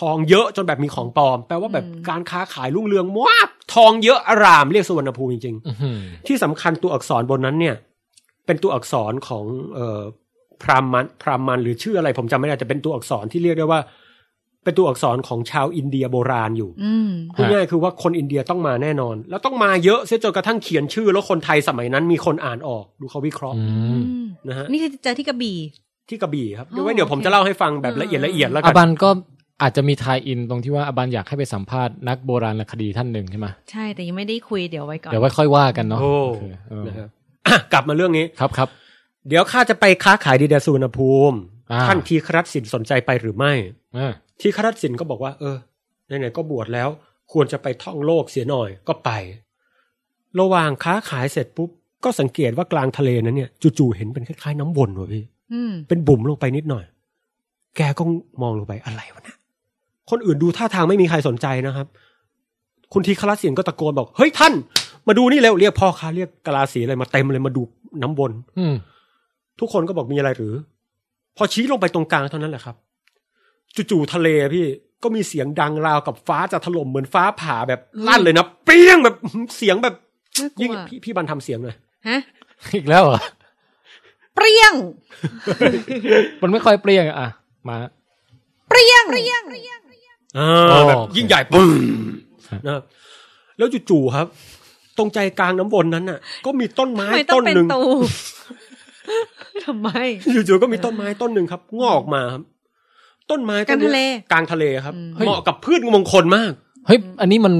C: ทองเยอะจนแบบมีของปลอม แปลว่าแบบ
B: อืม
C: การค้าขายรุ่งเรืองมากทองเยอะอารามเรียกสุวรรณภูมิจริง
A: อื้อหือ
C: ๆ ที่สำคัญตัวอักษรบนนั้นเนี่ย เป็นตัวอักษรของเอ่อพราหมันพราหมันหรือชื่ออะไร ผมจำไม่ได้แต่เป็นตัวอักษรที่เรียกได้ว่า เป็นตัวอักษรของชาวอินเดียโบราณอยู่
B: อืม
C: พูดง่ายๆคือว่าคนอินเดียต้องมาแน่นอน แล้วต้องมาเยอะเสียจนกระทั่งเขียนชื่อ แล้วคนไทยสมัยนั้นมีคนอ่านออกดูเขาวิเคราะห์
A: อืม
B: อืม
C: นะฮะ
B: นี่คือเจอที่กระบี่
C: ที่กระบี่ครับ
B: อ๋อ
C: เดี๋ยวไว้เดี๋ยวผมจะเล่าให้ฟังแบบละเอียด
B: อืม
C: ละเอียดแล้ว
A: อ
C: กัน
A: บันก็อาจจะมีทายอินตรงที่ว่าอบันอยากให้ไปสัมภาษณ์นักโบราณคดีท่านหนึ่งใช่ไหม
B: ใช่แต่ยังไม่ได้คุยเดี๋ยวไว้ก่อน
A: เดี๋ยวไว้ค่อยว่ากันเนาะ
C: โอ้
A: โอเคเออ
C: นะครับอ่ะกลับมาเรื่องนี้
A: ครับครับ
C: เดี๋ยวข้าจะไปค้าขายดีเดนสุวรรณภูมิ
A: อ่า
C: ท่านทีครัตสินสนใจไปหรือไม่
A: เออ
C: ทีครัตสินก็บอกว่า เออไหนๆก็บวชแล้ว ควรจะไปท่องโลกเสียหน่อยก็ไป ระหว่างค้าขายเสร็จปุ๊บก็สังเกตว่ากลางทะเลนั้นเนี่ยจู่ๆเห็นเป็นคล้ายๆน้ำวนว่ะพี่
B: อืม
C: เป็นบุ่มลงไปนิดหน่อย แกก็มองลงไปอะไรวะนะ คนอื่นดูท่าทางไม่มีใครสนใจนะครับ คุณทีคลาเสียนก็ตะโกนบอก เฮ้ยท่าน มาดูนี่เร็วเรียกพ่อค้าเรียกกลาสีอะไรมาเต็มเลยมาดูน้ำวน
A: อืม
C: ทุกคนก็บอกมีอะไรหรือ พอชี้ลงไปตรงกลางเท่านั้นแหละครับ จู่ๆทะเลอะพี่ก็มีเสียงดังราวกับฟ้าจะถล่มเหมือนฟ้าผ่าแบบลั่นเลยนะเปรี้ยงแบบเสียงแบบ
B: น่ากลั
C: ยิ่ง
B: ว
C: พี่พี่บันทำเสียงหน่อย
B: ฮะ
A: อีกแล้วเหรอ
B: เปรี้ยง
A: มันไม่ค่อยเปรี้ยงอะอ่ะมา
B: เปรี้ยง เปรี้ยง
C: อ่
A: อ๋
C: า
A: อ
C: แบบยิ่งใหญ่ปึ้งนะครับแล้วจู่ๆครับ ตรงใจกลางน้ำวนนั้นน่ะ ก็มีต้นไม้
B: ทำไมต้อ
C: ต้
B: ง
C: น
B: เป็น
C: หนึ่ง
B: ตู ทำไม
C: อยู่ๆก็มีต้นไม้ต้นหนึ่งครับ งอกออกมาครับ ต้นไม้ต้น
B: ก
C: นี้
B: ลางทะเล
C: กลางทะเลครับ
B: อืม
C: เหมาะกับพืชมงคลมาก
A: เฮ้ยอันนี้มัน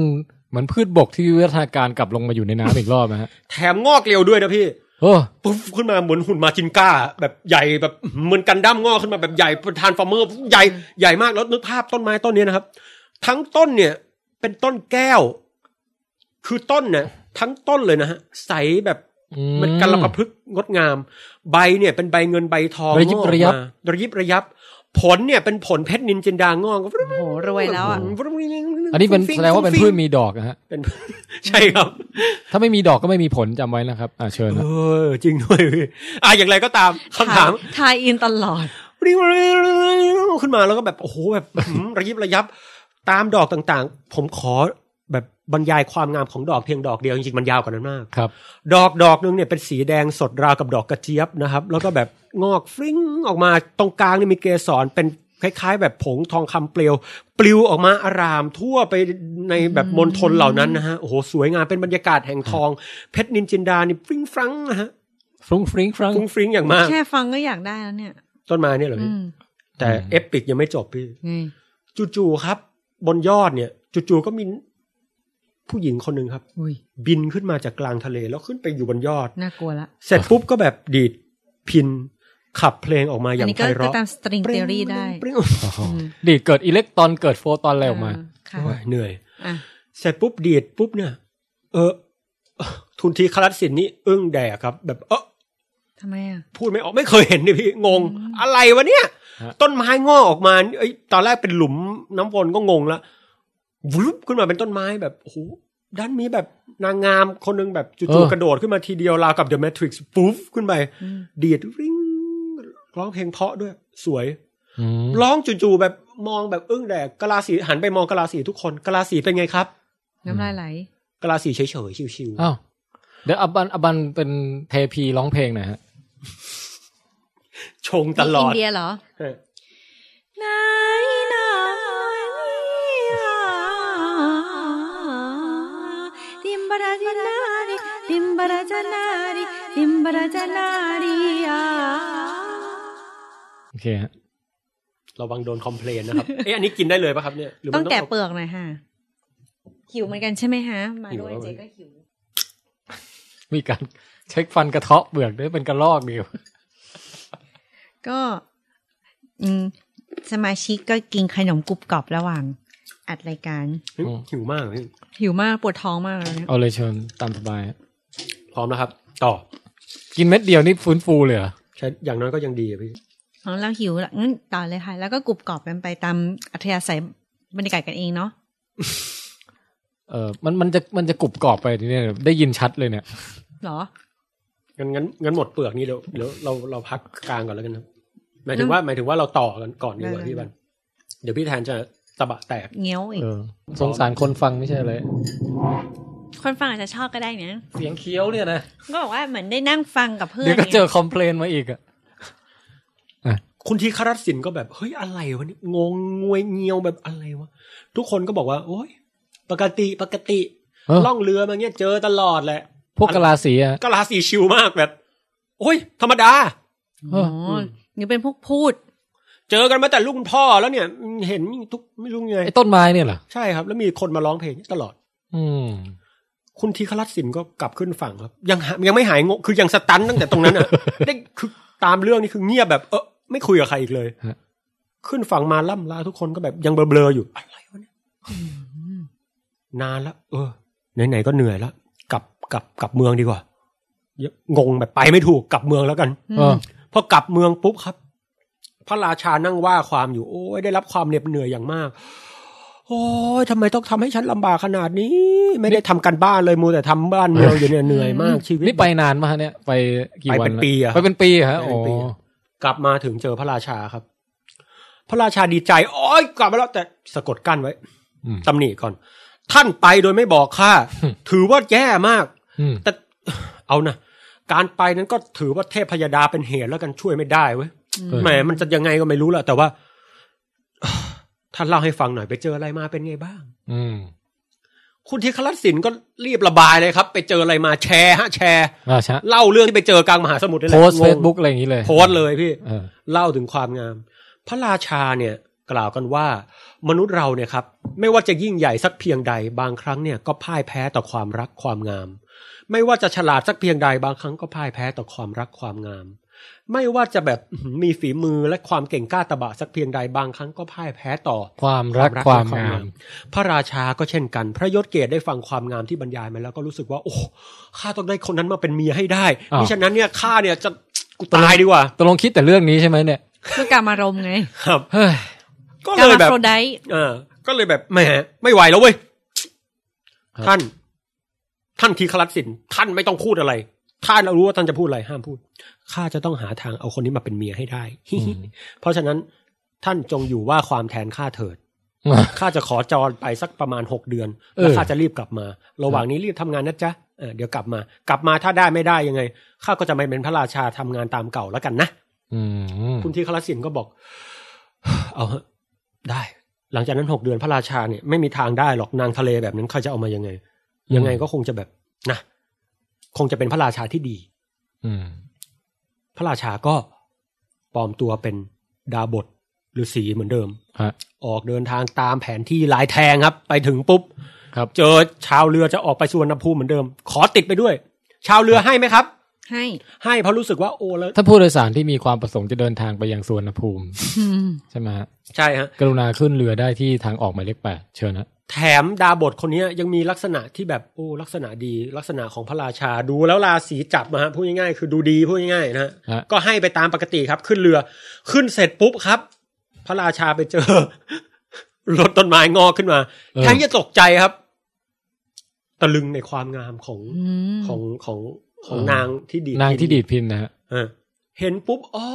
A: เหมือนพืชบกที่วิวัฒนาการกลับลงมาอยู่ในน้ำอีกรอบนะฮะ
C: แถมงอกเร็วด้วยนะพี่
A: โอ้
C: ปุ๊บขึ้นมาเหมือนหุ่นมาจินก้า แบบใหญ่แบบเหมือนกันดั้มงอกขึ้นมาแบบใหญ่เป็นทานฟอร์เมอร์ใหญ่ใหญ่มากแล้วนึกภาพต้นไม้ต้นนี้นะครับ ทั้งต้นเนี่ย เป็นต้นแก้ว คือต้นเนี่ยทั้งต้นเลยนะฮะใสแบบ
A: อื
C: มันกัละประพฤกษ์งดงาม ใบเนี่ย เป็นใบเงินใบทอง
A: ระยิบระยับ
C: งอกออกมาระยิบระยับ ผลเนี่ยเป็นผลเพชรนินจินดางอก
B: โอ้โหรวยแล้ว อ่ะ
A: อันนี้เป็นแสดงว่าเป็นพืชมีดอกนะฮะ
C: เป็น ใช่ครับ
A: ถ้าไม่มีดอกก็ไม่มีผลจำไว้นะครับ อ่าเชิญ
C: เอ
A: นะ
C: อ จริงด้วยพี่อ่ะอย่างไรก็ตามคำถาม
B: ทายอินตลอด
C: ขึ้นมาแล้วก็แบบโอ้โหแบบ ระยิบระยับ ตามดอกต่างๆ ผมขอแบบบรรยายความงามของดอกเพียงดอกเดียวจริงๆมันยาวกว่านั้นมาก
A: ครับ
C: ดอกดอกนึงเนี่ยเป็นสีแดงสดราวกับดอกกระเจี๊ยบนะครับ แล้วก็แบบงอกฟริ้งออกมาตรงกลางนี่มีเกสรเป็น คล้ายๆ แบบผงทองคำเปลว ปลิวออกมาอารามทั่วไปในแบบมณฑลเหล่านั้นนะฮะโอ้โหสวยงามเป็นบรรยากาศแห่งทอง เพชรนินจินดานี่ฟริ้งฟรังนะฮะ
A: ฟรุ้งฟริ้งฟรัง
C: ฟรุ้งฟริ้งอย่างมาก
B: แค่ฟังก็อยากได้แล้วเนี่ย
C: ต้นไม้เนี่ยเหรอ
B: อื
C: พี่
B: ม
C: แต่เอปิกยังไม่จบพี่
B: ไง
C: จู่ๆครับ บนยอดเนี่ยจู่ๆก็มีผู้หญิงคนหนึ่งครับ
B: อุ้ย
C: บินขึ้นมาจากกลางทะเลแล้วขึ้นไปอยู่บนยอด
B: น่ากลัวละ
C: เสร็จปุ๊บก็แบบดีดพินขับเพลงออกมาอ
B: อัน
C: ย่าง
B: นี้
C: ไพ
B: ก็
C: เราะ
B: ตามสตริงเทอรี่ได้
C: เปรี้ยง
B: อืม
A: ดีดเกิดอิเล็กตรอนเกิดโฟตอนอะไรออกมา
B: ค่ะ
C: โอ้ยเหนื่อย
B: อ่ะ
C: เสร็จปุ๊บดีดปุ๊บเนี่ย เออ ทุนทีคลัดสินนี่อึ้งแดกครับ แบบเออ
B: ทำไมอ่ะ
C: พูดไม่ออกไม่เคยเห็นนี่พี่งง อะไรวะเนี่ย
A: ฮะ
C: ต้นไม้งอกออกมาเอ้ยตอนแรกเป็นหลุมน้ำวนก็งงละวึบขึ้นมาเป็นต้นไม้แบบโอ้โหด้านมีแบบนางงามคนหนึงแบบ
A: เอ
C: จู่
A: อ
C: ๆกระโดดขึ้นมาทีเดียวราวกับเดอะแมทริกซ์ปุ๊บขึ้นไป ดีดริ้งร้องเพลงเพราะด้วย สวย
A: อืม
C: ร้องจู่ๆแบบมองแบบอึ้งแดกกะลาสีหันไปมองกะลาสีทุกคนกะลาสีเป็นไงครับ
B: น้ำลายไหล
C: กะลาสีเฉยๆชิว
A: อ้าวเดี๋ยวอบันอบันเป็นเทพีร้องเพลงหน่อยฮะ
C: ๆชงตลอ
B: นี่
C: ด
B: อินเดียเหรอ
C: เออ
B: ไหนหนาเนี่ยดิมบราจนารีดิมบราจนารีดิมบราจนารีอ่ะ
A: โอเคฮะ
C: ระวังโดนคอมเพลนนะครับ เอ๊ะอันนี้กินได้เลยปะครับเนี่ยหรืมั
B: ต้อน งแกะเปลือกหน่อยฮะ หิวเหมือนกันใช่ไหมฮะ มาด้วยเจ๊ก็หิว
A: มีการเช็คฟันกระเทาะเปลือกด้วยเป็นกระลอกเดียว
B: ก็อืมสมาชิกก็กินขนมกรุบกรอบระหว่าง อัดรายการ
C: หิวหิวมากเลยพี่
B: หิวมากปวดท้องมากเลยเนี่ย
A: เอาเลยเชิญตามสบายฮะ
C: พร้อมนะครับ ต่อ
A: กินเม็ดเดียวนี่ฟื้นฟูเลยเหรอ
C: ใช้อย่างน้อยก็ยังดีอะพี่
B: อ๋อเราหิวละงั้นต่อเลยค่ะ แล้วก็กรุบกรอบกันไปตามอัธยาศัยบรรยากาศกันเองเนาะ
A: เออมันมันจะมันจะกรุบกรอบไปทีเนี่ยได้ยินชัดเลยเนี่ย
B: หรอ
C: งั้นงั้นงั้นหมดเปลือกนี่เดี๋ยวเดี๋ยวเราเราพักกลางก่อนแล้วกันนะหมายถึง
B: แล้ว
C: ว่าหมายถึงว่าเราต่อกันก่อนดีกว่า
B: ได้
C: พี่
B: ได้
C: บันเดี๋ยวพี่แทนจะตะบะแตก
B: เงี้ยวอีก
A: เออ สงสารคนฟังไม่ใช่เลย
B: คนฟังอาจจะชอบก็ได้นะ
A: เสียงเคี้ยวเนี่ยนะ
B: ก็บอกว่าเหมือนได้นั่งฟังกับเพื่อน
A: เดี๋ยวก็เจอ
B: ไง
A: คอมเพลนมาอีกอะ
C: คุณทีครัตสินก็แบบเฮ้ยอะไรวะเนี่ยงงงวยเงียวแบบอะไรวะทุกคนก็บอกว่า โอ๊ย ปกติปกติ
A: เออ
C: ล่องเรือมาเงี้ยเจอตลอดแหละ
A: พวกกะลาสีอะ
C: ก็ราศีชิวมากแบบ โอ้ย ธรรมดา
B: อ๋อนี่เป็นพวกพูด
C: เจอกันมาแต่ลูกคุณพ่อแล้วเนี่ยเห็นทุกไม่รู้ไง
A: ไอ้ต้นไม้เนี่ยเหรอ
C: ใช่ครับ แล้วมีคนมาร้องเพลงตลอด
A: อืม
C: คุณทีครัตสินก็กลับขึ้นฝั่งครับ ยังหายังไม่หายงงคือยังสตันตั้งแต่ตรงนั้นอ่ะ ได้คือตามเรื่องนี่คือเงียบแบบ เออไม่คุยกับใครอีกเลย
A: ฮะ
C: ขึ้นฝั่งมาล่ำลาทุกคนก็แบบยังเบลอๆอยู่ อะไรวะเนี่ยนานละเออ ไหนๆก็เหนื่อยละกลับกลับกลับเมืองดีกว่าเยอะงงแบบไปไม่ถูกกลับเมืองแล้วกัน
B: อืม
A: เออ
C: พอกลับเมืองปุ๊บครับ พระราชานั่งว่าความอยู่ โอ้ยได้รับความเหน็ดเหนื่อยอย่างมาก โอ้ยทำไมต้องทำให้ฉันลำบากขนาดนี้ ไม่ได้ทำการบ้านเลยมูแต่ทำบ้านเมืองอยู่เนี่ยเหนื่อยมากชีวิต
A: นี่ไปนานมาเนี่ย ไปกี่วัน
C: ไปเป็นปีอะ
A: ไปเป็นปีอะฮะ
C: ไป
A: โอ้
C: เป็นปีอะ กลับมาถึงเจอพระราชาครับ พระราชาดีใจโอ้ยกลับมาแล้วแต่สะกดกั้นไว้
A: อืม
C: ตำหนิก่อน ท่านไปโดยไม่บอก ข้า
A: อืม
C: ถือว่าแย่มาก
A: อืม
C: แต่ เอานะการไปนั้นก็ถือว่าเทพพยดาเป็นเหตุแล้วกันช่วยไม่ได้เว้ย
A: เออ
C: แหมมันจะยังไงก็ไม่รู้แหละแต่ว่า ท่านเล่าให้ฟังหน่อยไปเจออะไรมาเป็นไงบ้าง
A: อืม
C: คุณธีคลัตสินก็รีบระบายเลยครับ ไปเจออะไรมาแชร์ฮะแชร์
A: อ่าใช่
C: เล่าเรื่องที่ไปเจอกลางมหาสมุทรนี่แห
A: โพ
C: ละ
A: ส
C: งง
A: เฟซบุ๊กอะไรอย่างนี้เลย
C: โพสต์เลยพี่
A: เออ
C: เล่าถึงความงาม พระราชาเนี่ย กล่าวกันว่า มนุษย์เราเนี่ยครับ ไม่ว่าจะยิ่งใหญ่สักเพียงใด บางครั้งเนี่ยก็พ่ายแพ้ต่อความรักความงาม ไม่ว่าจะฉลาดสักเพียงใด บางครั้งก็พ่ายแพ้ต่อความรักความงาม ไม่ว่าจะแบบอื้อหือมีฝีมือและความเก่งกล้าตะบะสักเพียงใดบางครั้งก็พ่ายแพ้ต่อ
A: ความรักความงาม
C: พระราชาก็เช่นกัน พระยศเกศได้ฟังความงามที่บรรยายมาแล้วก็รู้สึกว่า โอ้ข้าต้องได้คนนั้นมาเป็นเมียให้ได้
A: อ้าว
C: มิฉะนั้นเนี่ยข้าเนี่ยจะกูตายดีกว่า
A: ตกลงคิดแต่เรื่องนี้ใช่ไหมเนี่ย
B: เพื่อการมารมณ์ไง
C: ครับ
A: เฮ้ย
C: ก็
B: การ
C: เลย
B: มา
C: แบบ
B: โฟรไดต์
C: เออก็เลยแบบแหมไม่ไหวแล้วเว้ย
A: ครับ
C: ท่าน ท่านทีคลัดสินท่านไม่ต้องพูดอะไร ท่านรู้ว่าท่านจะพูดอะไรห้ามพูดข้าจะต้องหาทางเอาคนนี้มาเป็นเมียให้ได้ เพราะฉะนั้น ท่านจงอยู่ว่าความแทนข้าเถิด ข้าจะขอจรไปสักประมาณหกเดือน
A: เออ
C: แล้วข้าจะรีบกลับมา ระหว่างนี้รีบทำงานนะจ๊ะเออเดี๋ยวกลับมา กลับมาถ้าได้ไม่ได้ยังไงข้าก็จะไม่เป็นพระราชาทำงานตามเก่าแล้วกันนะ
A: อืม
C: คุณทีคลาสินก็บอก เอาฮะได้ หลังจากนั้นหกเดือนพระราชาเนี่ยไม่มีทางได้หรอกนางทะเลแบบนั้นเขาจะเอามายังไง
A: อืม
C: ยังไงก็คงจะแบบนะคงจะเป็นพระราชาที่ดี
A: อืม
C: พระราชาก็ปลอมตัวเป็นดาบทหรือสีเหมือนเดิม
A: ฮะ
C: ออกเดินทางตามแผนที่ลายแทงครับ ไปถึงปุ๊บ
A: ครับ
C: เจอชาวเรือจะออกไปสุวรรณภูมิเหมือนเดิม ขอติดไปด้วย ชาวเรือให้ไหมครับ
B: ให้
C: ให้เพราะรู้สึกว่าโอ้แล้ว
A: ถ้าผู้โดยสารที่มีความประสงค์จะเดินทางไปยังสวนภูมิ ใช่ไหมฮะ
C: ใช่ฮะ
A: กรุณาขึ้นเรือได้ที่ทางออกหมายเลขแปดเชิญนะ
C: แถมดาบทคนนี้ยังมีลักษณะที่แบบโอ้ลักษณะดีลักษณะของพระราชาดูแล้วราศีจับนะฮะพูดง่ายๆคือดูดีพูดง่ายๆนะฮะ
A: ฮะ
C: ก็ให้ไปตามปกติครับ ขึ้นเรือขึ้นเสร็จปุ๊บครับ พระราชาไปเจอ รถต้นไม้งอกขึ้นมาแทนที่จะตกใจครับ ตะลึงในความงามของ
B: อืม
C: ของของของนางที่ดีด
A: นางที่
C: พิ
A: ดี
C: ณ
A: ดพินนะฮะ
C: เออเห็นปุ๊บอ๋อ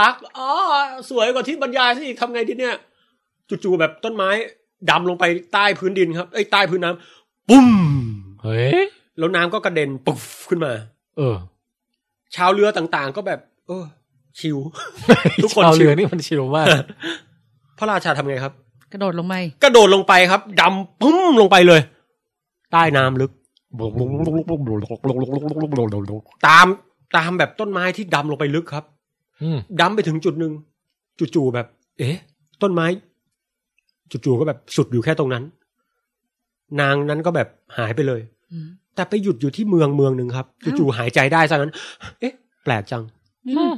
C: รักอ๋อสวยกว่าที่บรรยายซะอีกทำไงดีเนี่ยจู่ๆแบบต้นไม้ดำลงไปใต้พื้นดินครับไอ้ยใต้พื้นน้ำปุ้ม
A: เฮ้ย
C: แล้วน้ำก็กระเด็นปุ๊บขึ้นมา
A: เออ
C: ชาวเรือต่างๆ ก็แบบ เออ ชิว ทุกคน
A: ชาว
C: ชิ
A: เรื
C: ว
A: อนี่มันชิลมาก
C: พระราชาทำไงครับ
B: กระโดดลงไป
C: กระโดดลงไปครับดำปุ้มลงไปเลย ใต้น้ำลึก ตามตามแบบต้นไม้ที่ดำลงไปลึกครับ
A: อืม
C: ดั้มไปถึงจุดหนึ่งจู่ๆแบบ เอ๊ะ ต้นไม้จู่ๆก็แบบสุดอยู่แค่ตรงนั้น นางนั้นก็แบบหายไปเลย
B: อืม
C: แต่ไปหยุดอยู่ที่เมืองเมืองหนึ่งครับจู่ๆหายใจได้ซะงั้น เอ๊ะ แปลกจัง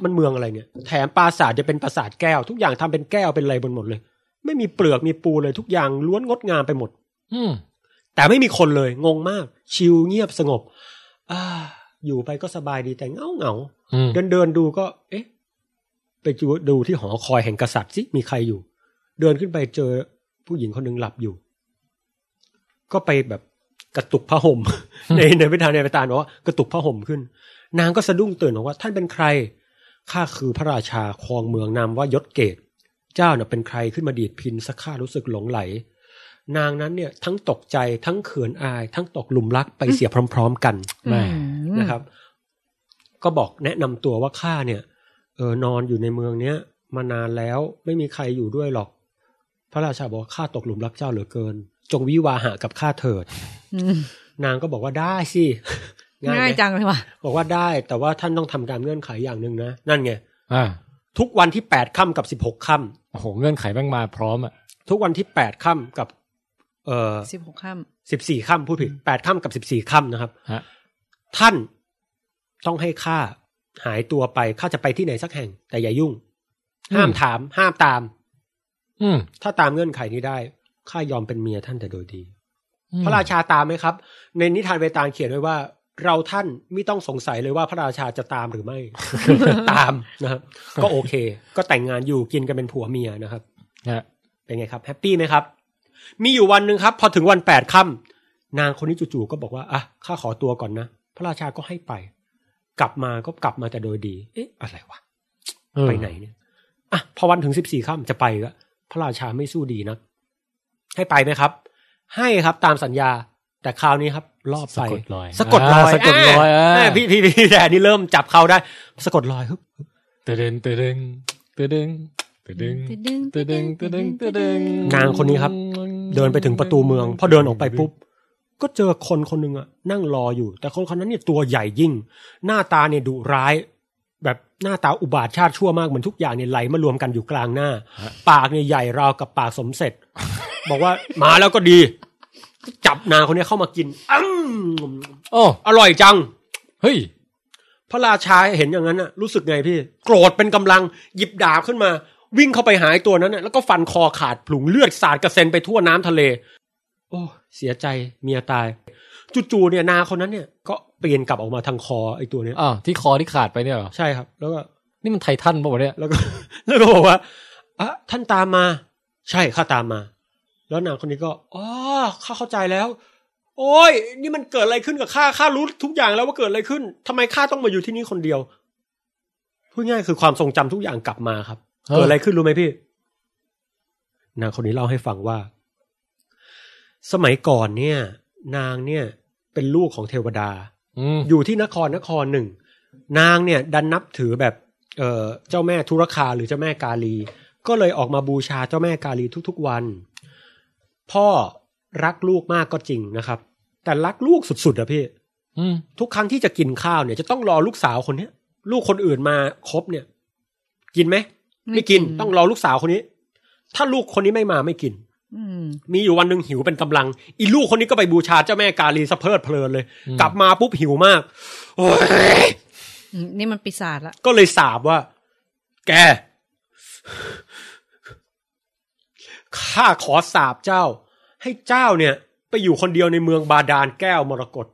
C: มันเมืองอะไรเนี่ย แถมปราสาทจะเป็นปราสาทแก้ว ทุกอย่างทำเป็นแก้วเป็นอะไรบนหมดเลย ไม่มีเปลือกมีปูเลย ทุกอย่างล้วนงดงามไปหมด
A: อืม
C: แต่ไม่มีคนเลยงงมาก ชิลเงียบสงบ อ่า อยู่ไปก็สบายดีแต่เงาเหงาๆ
A: อืม
C: เดินเดินดูก็ เอ๊ะ ไปดูดูที่หอคอยแห่งกษัตริย์สิมีใครอยู่ เดินขึ้นไปเจอผู้หญิงคนหนึ่งหลับอยู่ ก็ไปแบบกระตุกผ้าห่ม ในในพิธานในพิธานบอกว่ากระตุกผ้าห่มขึ้น นางก็สะดุ้งตื่นบอกว่า ท่านเป็นใครข้าคือพระราชาครองเมืองนามว่ายศเกต เจ้าเน่ะเป็นใครขึ้นมาดีดพินสักข้ารู้สึกหลงไหล นางนั้นเนี่ย ทั้งตกใจทั้งเขินอาย ทั้งตกหลุมรักไปเสียพร้อม ๆ กัน
A: แม่
C: นะครับ ก็บอกแนะนำตัวว่าข้าเนี่ย เออนอนอยู่ในเมืองเนี้ย มานานแล้วไม่มีใครอยู่ด้วยหรอก พระราชาบอกว่าข้าตกหลุมรักเจ้าเหลือเกิน จงวิวาหะกับข้าเถิด
B: อืม
C: นางก็บอกว่าได้สิ
B: ง่าย
C: ไหม
B: จังเลยว่ะ
C: บอกว่าได้ แต่ว่าท่านต้องทำตามเงื่อนไขอย่างหนึ่งนะนั่นไง
A: อ่า
C: ทุกวันที่แปดค่ำกับสิบหกค่
A: โอ้โห เงื่อนไขแม่งมาพร้อมอ่ะ
C: ำทุกวันที่แปดค่ำกับ เอ่อ
B: สิบหกค่
C: สิบสี่ค่ำพูดผิดแปดค่ำกับสิบสี่ค่ำนะครับ
A: ฮะ
C: ท่านต้องให้ข้าหายตัวไปข้าจะไปที่ไหนสักแห่ง แต่อย่ายุ่ง ห้ามถาม ห้ามตาม
A: อืม
C: ถ้าตามเงื่อนไขนี้ได้ข้ายอมเป็นเมียท่านแต่โดยดี
A: อืม
C: พระราชาตามไหมครับ ในนิทานเวตาลเขียนไว้ว่า เราท่านไม่ต้องสงสัยเลยว่าพระราชาจะตามหรือ ไม่ ตามนะครับ ก็โอเค ก็แต่งงานอยู่กินกันเป็นผัวเมียนะครับ
A: ฮะ
C: เป็นไงครับแฮปปี้ไหมครับ มีอยู่วันหนึ่งครับ พอถึงวันแปดค่ำนางคนนี้จู่ๆก็บอกว่าอ่ะข้าขอตัวก่อนนะ พระราชาก็ให้ไป กลับมาก็กลับมาแต่โดยดี เอ๊ะ อะไรวะ
A: เออ
C: ไปไหนเนี่ยอ่ะพอวันถึงสิบสี่ค่ำจะไปก็พระราชาไม่สู้ดีนะให้ไปไหมครับ ให้ครับตามสัญญา แต่คราวนี้ครับ รอบไป
A: สะกดรอย
C: สะกดรอย
A: อ่าสะกดรอย
C: ะ
A: อ่า
C: พี่พี่พี่แต่อันนี่เริ่มจับเขาได้สะกดรอยฮึบ
A: เตดึงเตดึงเตดึงเตดึงเตดึงเตดึงเตดึง
C: นางคนนี้ครับ เดินไปถึงประตูเมือง พอเดินออกไปปุ๊บ ก็เจอคนคนหนึ่งอะนั่งรออยู่ แต่คนคนนั้นเนี่ยตัวใหญ่ยิ่ง หน้าตาเนี่ยดุร้าย แบบหน้าตาอุบาทชาติชั่วมากเหมือนทุกอย่างเนี่ยไหลมารวมกันอยู่กลางหน้า ปากเนี่ยใหญ่ราวกับปากสมเสร็จ บอกว่า มาแล้วก็ดีก็จับนางคนเนี้ยเข้ามากินอืม
A: โอ้
C: อร่อยจัง
A: เฮ้ย
C: พระราชาเห็นอย่างนั้นน่ะรู้สึกไงพี่ โกรธเป็นกำลังหยิบดาบขึ้นมา วิ่งเข้าไปหายตัวนั้นน่ะแล้วก็ฟันคอขาดผลุงเลือดสาดกระเซ็นไปทั่วน้ำทะเล โอ้เสียใจเมียตายจู่ๆเนี่ยนาคนนั้นเนี่ยก็เปลี่ยนกลับออกมาทางคอไอ้ตัวเนี้ย
A: อ้าว ที่คอที่ขาดไปเนี่ยเหรอ
C: ใช่ครับ แล้วก็
A: นี่มันไททันป่ะวะเนี่ย
C: แล้วก็ แล้วก็บอกว่าอ่ะท่านตามมา ใช่ข้าตามมา แล้วนางคนนี้ก็อ๋อข้าเข้าใจแล้ว โอ้ยนี่มันเกิดอะไรขึ้นกับข้าข้ารู้ทุกอย่างแล้วว่าเกิดอะไรขึ้นทำไมข้าต้องมาอยู่ที่นี่คนเดียวพูดง่ายคือความทรงจำทุกอย่างกลับมาครับ
A: เออ
C: เกิดอะไรขึ้นรู้ไหมพี่นางคนนี้เล่าให้ฟังว่า สมัยก่อนเนี่ย นางเนี่ย เป็นลูกของเทวดา
A: อืม
C: อยู่ที่นครนครหนึ่ง นางเนี่ย ดันนับถือแบบ เออเจ้าแม่ธุรคาหรือเจ้าแม่กาลี ก็เลยออกมาบูชาเจ้าแม่กาลีทุกๆวัน พ่อรักลูกมากก็จริงนะครับ แต่รักลูกสุดๆอะพี่
A: อืม
C: ทุกครั้งที่จะกินข้าวเนี่ยจะต้องรอลูกสาวคนเนี้ย ลูกคนอื่นมาครบเนี่ย กินไหม
B: ไม่
C: ไม่
B: กิ
C: กิ
B: น
C: นต้องรอลูกสาวคนนี้ ถ้าลูกคนนี้ไม่มาไม่กิน
B: อืม
C: มีอยู่วันหนึ่งหิวเป็นกำลัง อีลูกคนนี้ก็ไปบูชาเจ้าแม่กาลีสะเพิดเพลินเลย กลับมาปุ๊บหิวมากโอ๊ย
B: อืมนี่มันปีศาจละ
C: ก็เลยสาบว่า แกข้าขอสาบเจ้า ให้เจ้าเนี่ย ไปอยู่คนเดียวในเมืองบาดาลแก้วมรกต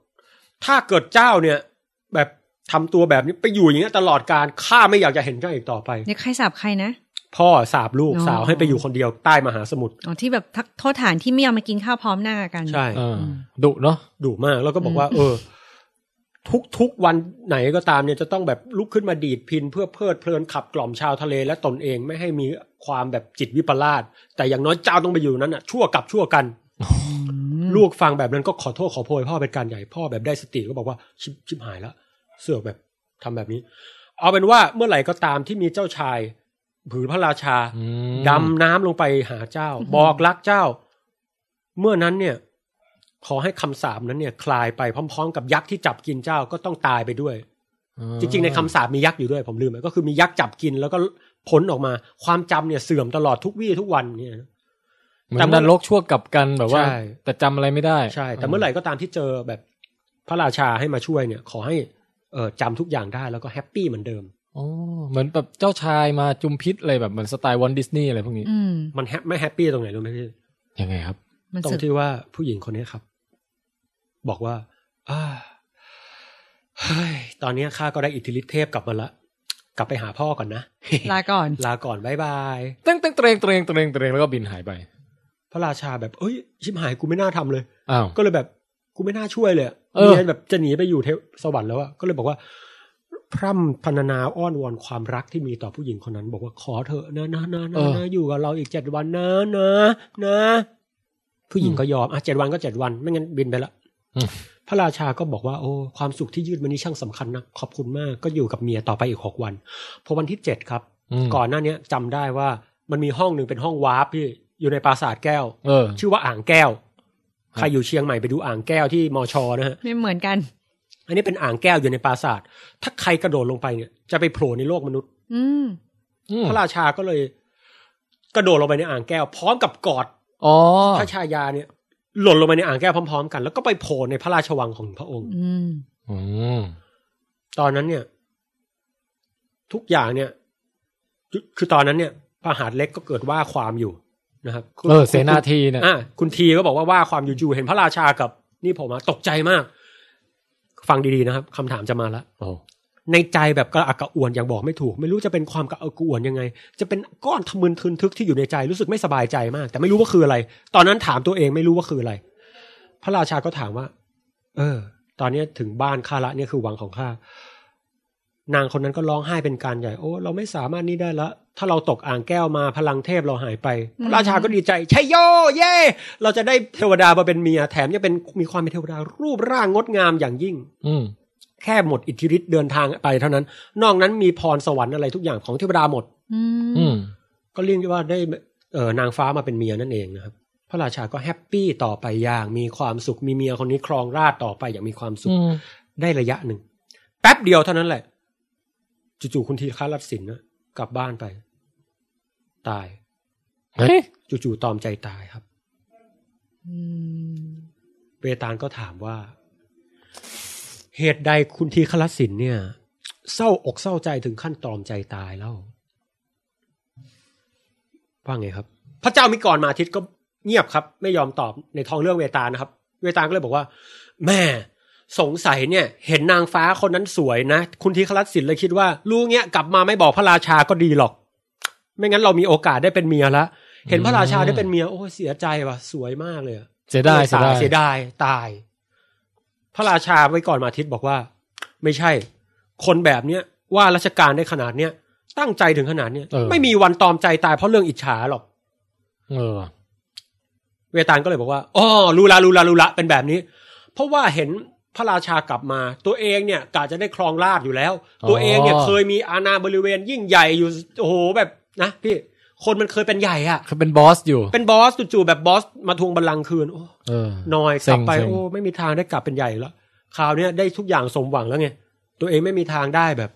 C: ถ้าเกิดเจ้าเนี่ย แบบทำตัวแบบนี้ไปอยู่อย่างเงี้ยตลอดการข้าไม่อยากจะเห็นเจ้าอีกต่อไป
B: เนี่ยใครสาบใครนะ
C: พ่อสาบลูก
B: อ๋อ
C: สาวให้ไปอยู่คนเดียวใต้มหาสมุทร
B: อ๋อที่แบบทักโทษฐานที่ไม่ยอมมากินข้าวพร้อมหน้ากัน
C: ใช่
A: เออดุเนาะ
C: ดุมากแล้วก็บอกว่า เออ ทุกทุกวันไหนก็ตามเนี่ยจะต้องแบบลุกขึ้นมาดีดพินเพื่อเพลิดเพลินขับกล่อมชาวทะเลและตนเองไม่ให้มีความแบบจิตวิปลาสแต่อย่างน้อยเจ้าต้องไปอยู่นั้นอ่ะ ชั่วกับชั่วกัน ลูกฟังแบบนั้นก็ขอโทษขอโพยพ่อเป็นการใหญ่พ่อแบบได้สติก็บอกว่าชิบชิบหายละเสือกแบบทำแบบนี้ เอาเป็นว่าเมื่อไหร่ก็ตามที่มีเจ้าชายผือพระราชา
A: อืม
C: ดำน้ำลงไปหาเจ้า บอกรักเจ้า เมื่อนั้นเนี่ย ขอให้คำสาปนั้นเนี่ย คลายไปพร้อม ๆ กับยักษ์ที่จับกินเจ้าก็ต้องตายไปด้วย
A: อ่า
C: จริง ๆ ในคำสาปมียักษ์อยู่ด้วย ผมลืมไปก็คือมียักษ์จับกินแล้วก็พ้นออกมา ความจำเนี่ยเสื่อมตลอดทุกวี่ทุกวันเนี่ย
A: เหมือนดันโลกชั่วกลับกันแบบว่า
C: ใช่
A: แต่จำอะไรไม่ได้
C: ใช่ แต่เมื่อไหร่ก็ตามที่เจอแบบ พระราชาให้มาช่วยเนี่ย ขอให้เออจำทุกอย่างได้แล้วก็แฮปปี้เหมือนเดิม
A: อ๋อเหมือนแบบเจ้าชายมาจุมพิษอะไรแบบเหมือนสไตล์วอลดิสนีย์อะไรพวกนี้
B: อืม
C: มันแฮปไม่แฮปปี้ตรงไหนรู้ไหมพี่
A: ยังไงครับ
B: มัน
C: ตร
B: สึ
C: ง
B: ก
C: ที่ว่าผู้หญิงคนนี้ครับ บอกว่าอาเฮ้ยตอนนี้ข้าก็ได้อิทธิฤทธิเทพกลับมาละ กลับไปหาพ่อก่อนนะ
B: ลาก่อน
C: ลาก่อนบายบาย
A: เต้งเต้งเตรงเตรงเตรงเตรงแล้วก็บินหายไป
C: พระราชาแบบ เอ้ย ชิบหายกูไม่น่าทำเลย
A: อ้าว
C: ก็เลยแบบกูไม่น่าช่วยเลยอะ
A: เออ
C: เมียแบบจะหนีไปอยู่เทวสวรรค์แล้วอะก็เลยบอกว่า พร่ำพรรณนาอ้อนวอนความรักที่มีต่อผู้หญิงคนนั้น บอกว่าขอเถอะนะนะนะนะนะอยู่กับเราอีกเจ็ดวันนะนะนะ ผู้หญิงก็ยอมอ่ะเจ็ดวันก็เจ็ดวัน ไม่งั้นบินไปละ
A: อืม
C: พระราชาก็บอกว่าโอ้ความสุขที่ยืดมานี้ช่างสำคัญนะขอบคุณมากก็อยู่กับเมียต่อไปอีกหกวันพอวันที่เจ็ดครับ
A: ม
C: ก่อนหน้าเนี้ยจำได้ว่ามันมีห้องหนึ่งเป็นห้องวาร์ปพี่อยู่ในปราสาทแก้ว
A: เออ
C: ชื่อว่าอ่างแก้ว
A: ครับ
C: ใครอยู่เชียงใหม่ไปดูอ่างแก้วที่มอชอนะฮะ
B: ไม่เหมือนกัน
C: อันนี้เป็นอ่างแก้วอยู่ในปราสาท ถ้าใครกระโดดลงไปเนี่ย จะไปโผล่ในโลกมนุษย์
B: อืม
A: อืม
C: พระราชาก็เลย กระโดดลงไปในอ่างแก้ว พร้อมกับกอด
A: อ๋อ
C: พระชายาเนี่ย หล่นลงไปในอ่างแก้วพร้อมๆกัน แล้วก็ไปโผล่ในพระราชวังของพระองค์
B: อืม
A: อืม
C: ตอนนั้นเนี่ย ทุกอย่างเนี่ย คือตอนนั้นเนี่ยพระหาดเล็กก็เกิดว่าความอยู่นะครับคุณ
A: เออ เสนาทีเนี่ย
C: อ่ะคุณทีก็บอกว่าว่าความอยู่ๆเห็นพระราชากับ นี่ผมอะตกใจมาก ฟังดีๆนะครับคำถามจะมาละ
A: โอ้
C: ในใจแบบกระอักกระอ่วนอย่างบอกไม่ถูก ไม่รู้จะเป็นความกระอักกระอ่วนยังไง จะเป็นก้อนทะมึนทึนทึกที่อยู่ในใจรู้สึกไม่สบายใจมาก แต่ไม่รู้ว่าคืออะไร ตอนนั้นถามตัวเองไม่รู้ว่าคืออะไร พระราชาก็ถามว่า เออ ตอนเนี้ยถึงบ้านข้าละเนี่ยคือหวังของข้านางคนนั้นก็ร้องไห้เป็นการใหญ่โอ้เราไม่สามารถนี่ได้ละ ถ้าเราตกอ่างแก้วมาพลังเทพเราหายไปพระราชาก็ดีใจชัยโยเย่เราจะได้เทวดามาเป็นเมียแถมยังเป็นมีความเป็นเทวดารูปร่างงดงามอย่างยิ่ง
A: อืม
C: แค่หมดอิทธิฤทธิ์เดินทางไปเท่านั้น นอกนั้นมีพรสวรรค์อะไรทุกอย่างของเทวดาหมด
B: อื
A: อืม
B: ม
C: ก็เรียกได้ว่าได้เอ่อนางฟ้ามาเป็นเมียนั่นเองนะครับ พระราชาก็แฮปปี้ต่อไปอย่างมีความสุขมีเมียคนนี้ครองราชย์ต่อไปอย่างมีความสุข
A: อืม
C: ได้ระยะหนึ่ง แป๊บเดียวเท่านั้นแหละ จู่ๆคุณธีรคัตน์รัตน์สินนะกลับบ้านไป ตาย
A: เฮ้ย
C: จู่ๆตอมใจตายครับ
B: อืม
C: เวตาลก็ถามว่า เหตุใดคุณธีรคัตน์รัตน์สินเนี่ย เศร้าอกเศร้าใจถึงขั้นตอมใจตายแล้วว่าไงครับ พระเจ้ามิกรมาอาทิตย์ก็เงียบครับ ไม่ยอมตอบในท้องเรื่องเวตาลนะครับ เวตาลก็เลยบอกว่า แม่สงสัยเนี่ย เห็นนางฟ้าคนนั้นสวยนะ คุณทีคลัตสินเลยคิดว่าลูกเนี้ยกลับมาไม่บอกพระราชาก็ดีหรอก ไม่งั้นเรามีโอกาสได้เป็นเมียละเห็นพระราชาได้เป็นเมียโอ้ยเสียใจว่ะสวยมากเลยอะ
A: เสียดายเสียดาย
C: เสียดายตาย พระราชาไว้ก่อนมาอาทิตย์บอกว่า ไม่ใช่ คนแบบเนี้ยว่าราชการได้ขนาดเนี้ยตั้งใจถึงขนาดเนี้ยไม่มีวันตอมใจตายเพราะเรื่องอิจฉาหรอก
A: เออ
C: เวตาลก็เลยบอกว่าอ๋อรู้ละรู้ละรู้ละเป็นแบบนี้ เพราะว่าเห็นพระราชากลับมา ตัวเองเนี่ยกาจะได้ครองราชย์อยู่แล้ว
A: อ๋อ
C: ตัวเองเนี่ยเคยมีอาณาบริเวณยิ่งใหญ่อยู่ โอ้โหแบบนะพี่ คนมันเคยเป็นใหญ่อะ
A: เขาเป็นบอสอยู่
C: เป็นบอสจู่ๆแบบบอสมาทวงบัลลังก์คืนโอ้
A: เออ
C: นอยกลับไป
A: เซ็งๆ
C: โอ้ไม่มีทางได้กลับเป็นใหญ่แล้วคราวเนี้ยได้ทุกอย่างสมหวังแล้วไงตัวเองไม่มีทางได้แบบ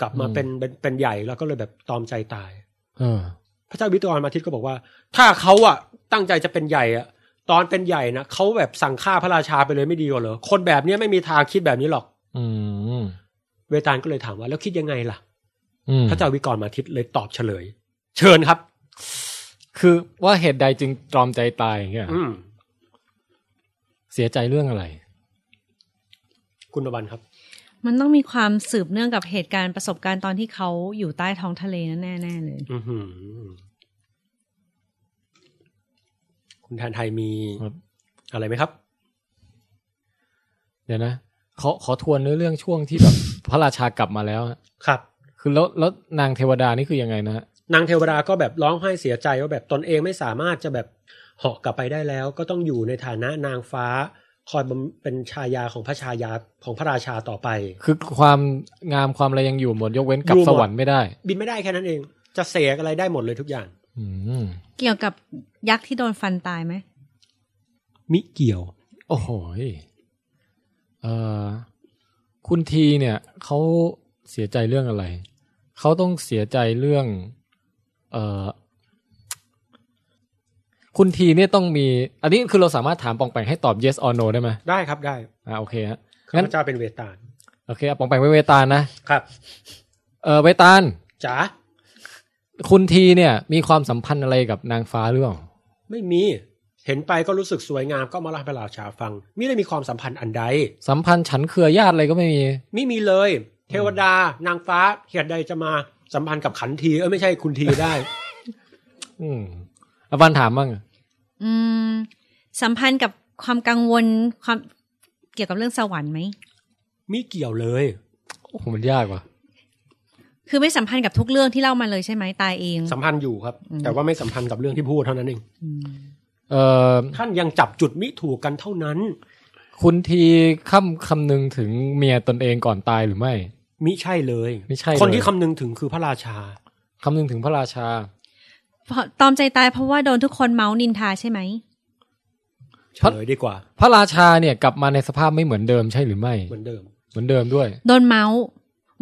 C: กลับมาเป็นเป็นเป็นใหญ่แล้วก็เลยแบบตอมใจตาย
A: เออ
C: พระเจ้าวิตรอนมาทิตย์ก็บอกว่า ถ้าเขาอะตั้งใจจะเป็นใหญ่อะตอนเป็นใหญ่นะเขาแบบสั่งฆ่าพระราชาไปเลยไม่ดีกว่าเหรอคนแบบเนี้ยไม่มีทางคิดแบบนี้หรอก
A: อืม
C: เวตาลก็เลยถามว่าแล้วคิดยังไงล่ะ
A: อืม
C: พระเจ้าวิกรมาทิตย์เลยตอบเฉลย เชิญครับ
A: คือว่าเหตุใดจึงตรอมใจตายอย่างเงี้ย
C: อืม
A: เสียใจเรื่องอะไร
C: คุณอบันครับ
B: มันต้องมีความสืบเนื่องกับเหตุการณ์ประสบการณ์ตอนที่เขาอยู่ใต้ท้องทะเลนั่นแน่ๆเลย
C: อือหือคุณแทนไทยมี
A: ครับ
C: อะไรไหมครับ
A: เดี๋ยวนะขอขอทวนเนื้อเรื่องช่วงที่แบบ พระราชากลับมาแล้วอะ
C: ครับ
A: คือแล้วแล้วนางเทวดานี่คือยังไงนะฮะ
C: นางเทวดาก็แบบร้องไห้เสียใจว่าแบบตนเองไม่สามารถจะแบบเหาะกลับไปได้แล้ว ก็ต้องอยู่ในฐานะนางฟ้า คอยบำเป็นชายาของพระชายาของพระราชาต่อไป
A: คือความงามความอะไรยังอยู่หมดยกเว้นกลับ
C: อยู่หมด
A: สวรรค์ไม่ได้
C: บินไม่ได้แค่นั้นเอง จะเสกอะไรได้หมดเลยทุกอย่าง
A: อืม
B: เกี่ยวกับยักษ์ที่โดนฟันตายไหม
C: มิเกี่ยว
A: โอ้โหยเอ่อคุณทีเนี่ยเขาเสียใจเรื่องอะไรเขาต้องเสียใจเรื่อง เอ่อ คุณทีเนี่ยต้องมี อันนี้คือเราสามารถถามปองแปงให้ตอบ yes or no ได้ไหม
C: ได้ครับได้
A: อ่าโอเคฮะ
C: ข้า
A: งั้น
C: พเจ้าเป็นเวตาล
A: โอเคอ่ะปองแปงไปเวตาลนะครับ เออเวตาล
C: จ๋า
A: คุณทีเนี่ยมีความสัมพันธ์อะไรกับนางฟ้าหรือเปล่า
C: ไม่มี เห็นไปก็รู้สึกสวยงามก็เอามาเล่าให้พระราชาฟังมิได้มีความสัมพันธ์อันใด
A: สัมพันธ์ฉันเครือญาติอะไรก็ไม่มี
C: ไม่มีเลย เทวดานางฟ้าเหตุใดจะมาสัมพันธ์กับขันทีเออไม่ใช่คุณทีได้
A: อืมอวันถามบ้างอะ
B: อืม สัมพันธ์กับความกังวลความเกี่ยวกับเรื่องสวรรค์ไหม
C: มิเกี่ยวเลย
A: โอ้โหมันยากว่ะ
B: คือไม่สัมพันธ์กับทุกเรื่องที่เล่ามาเลยใช่ไหมตายเอง
C: สัมพันธ์อยู่ครับ
B: อืม
C: แต่ว่าไม่สัมพันธ์กับเรื่องที่พูดเท่านั้นเอง
B: อืม
A: เอ่อ
C: ท่านยังจับจุดมิถูกกันเท่านั้น
A: คุณทีค่ำคำนึงถึงเมียตนเองก่อนตายหรือไม่
C: มิใช่เลย
A: ไม่ใช่เลย
C: คนที่คำนึงถึงคือพระราชา
A: คำนึงถึงพระราชา
B: เพราะตอมใจตายเพราะว่าโดนทุกคนเมาส์นินทาใช่ไหม
C: เฉลยดีกว่า
A: พระราชาเนี่ยกลับมาในสภาพไม่เหมือนเดิมใช่หรือไม่
C: เหมือนเดิม
A: เหมือนเดิมด้วย
B: โดนเมาส์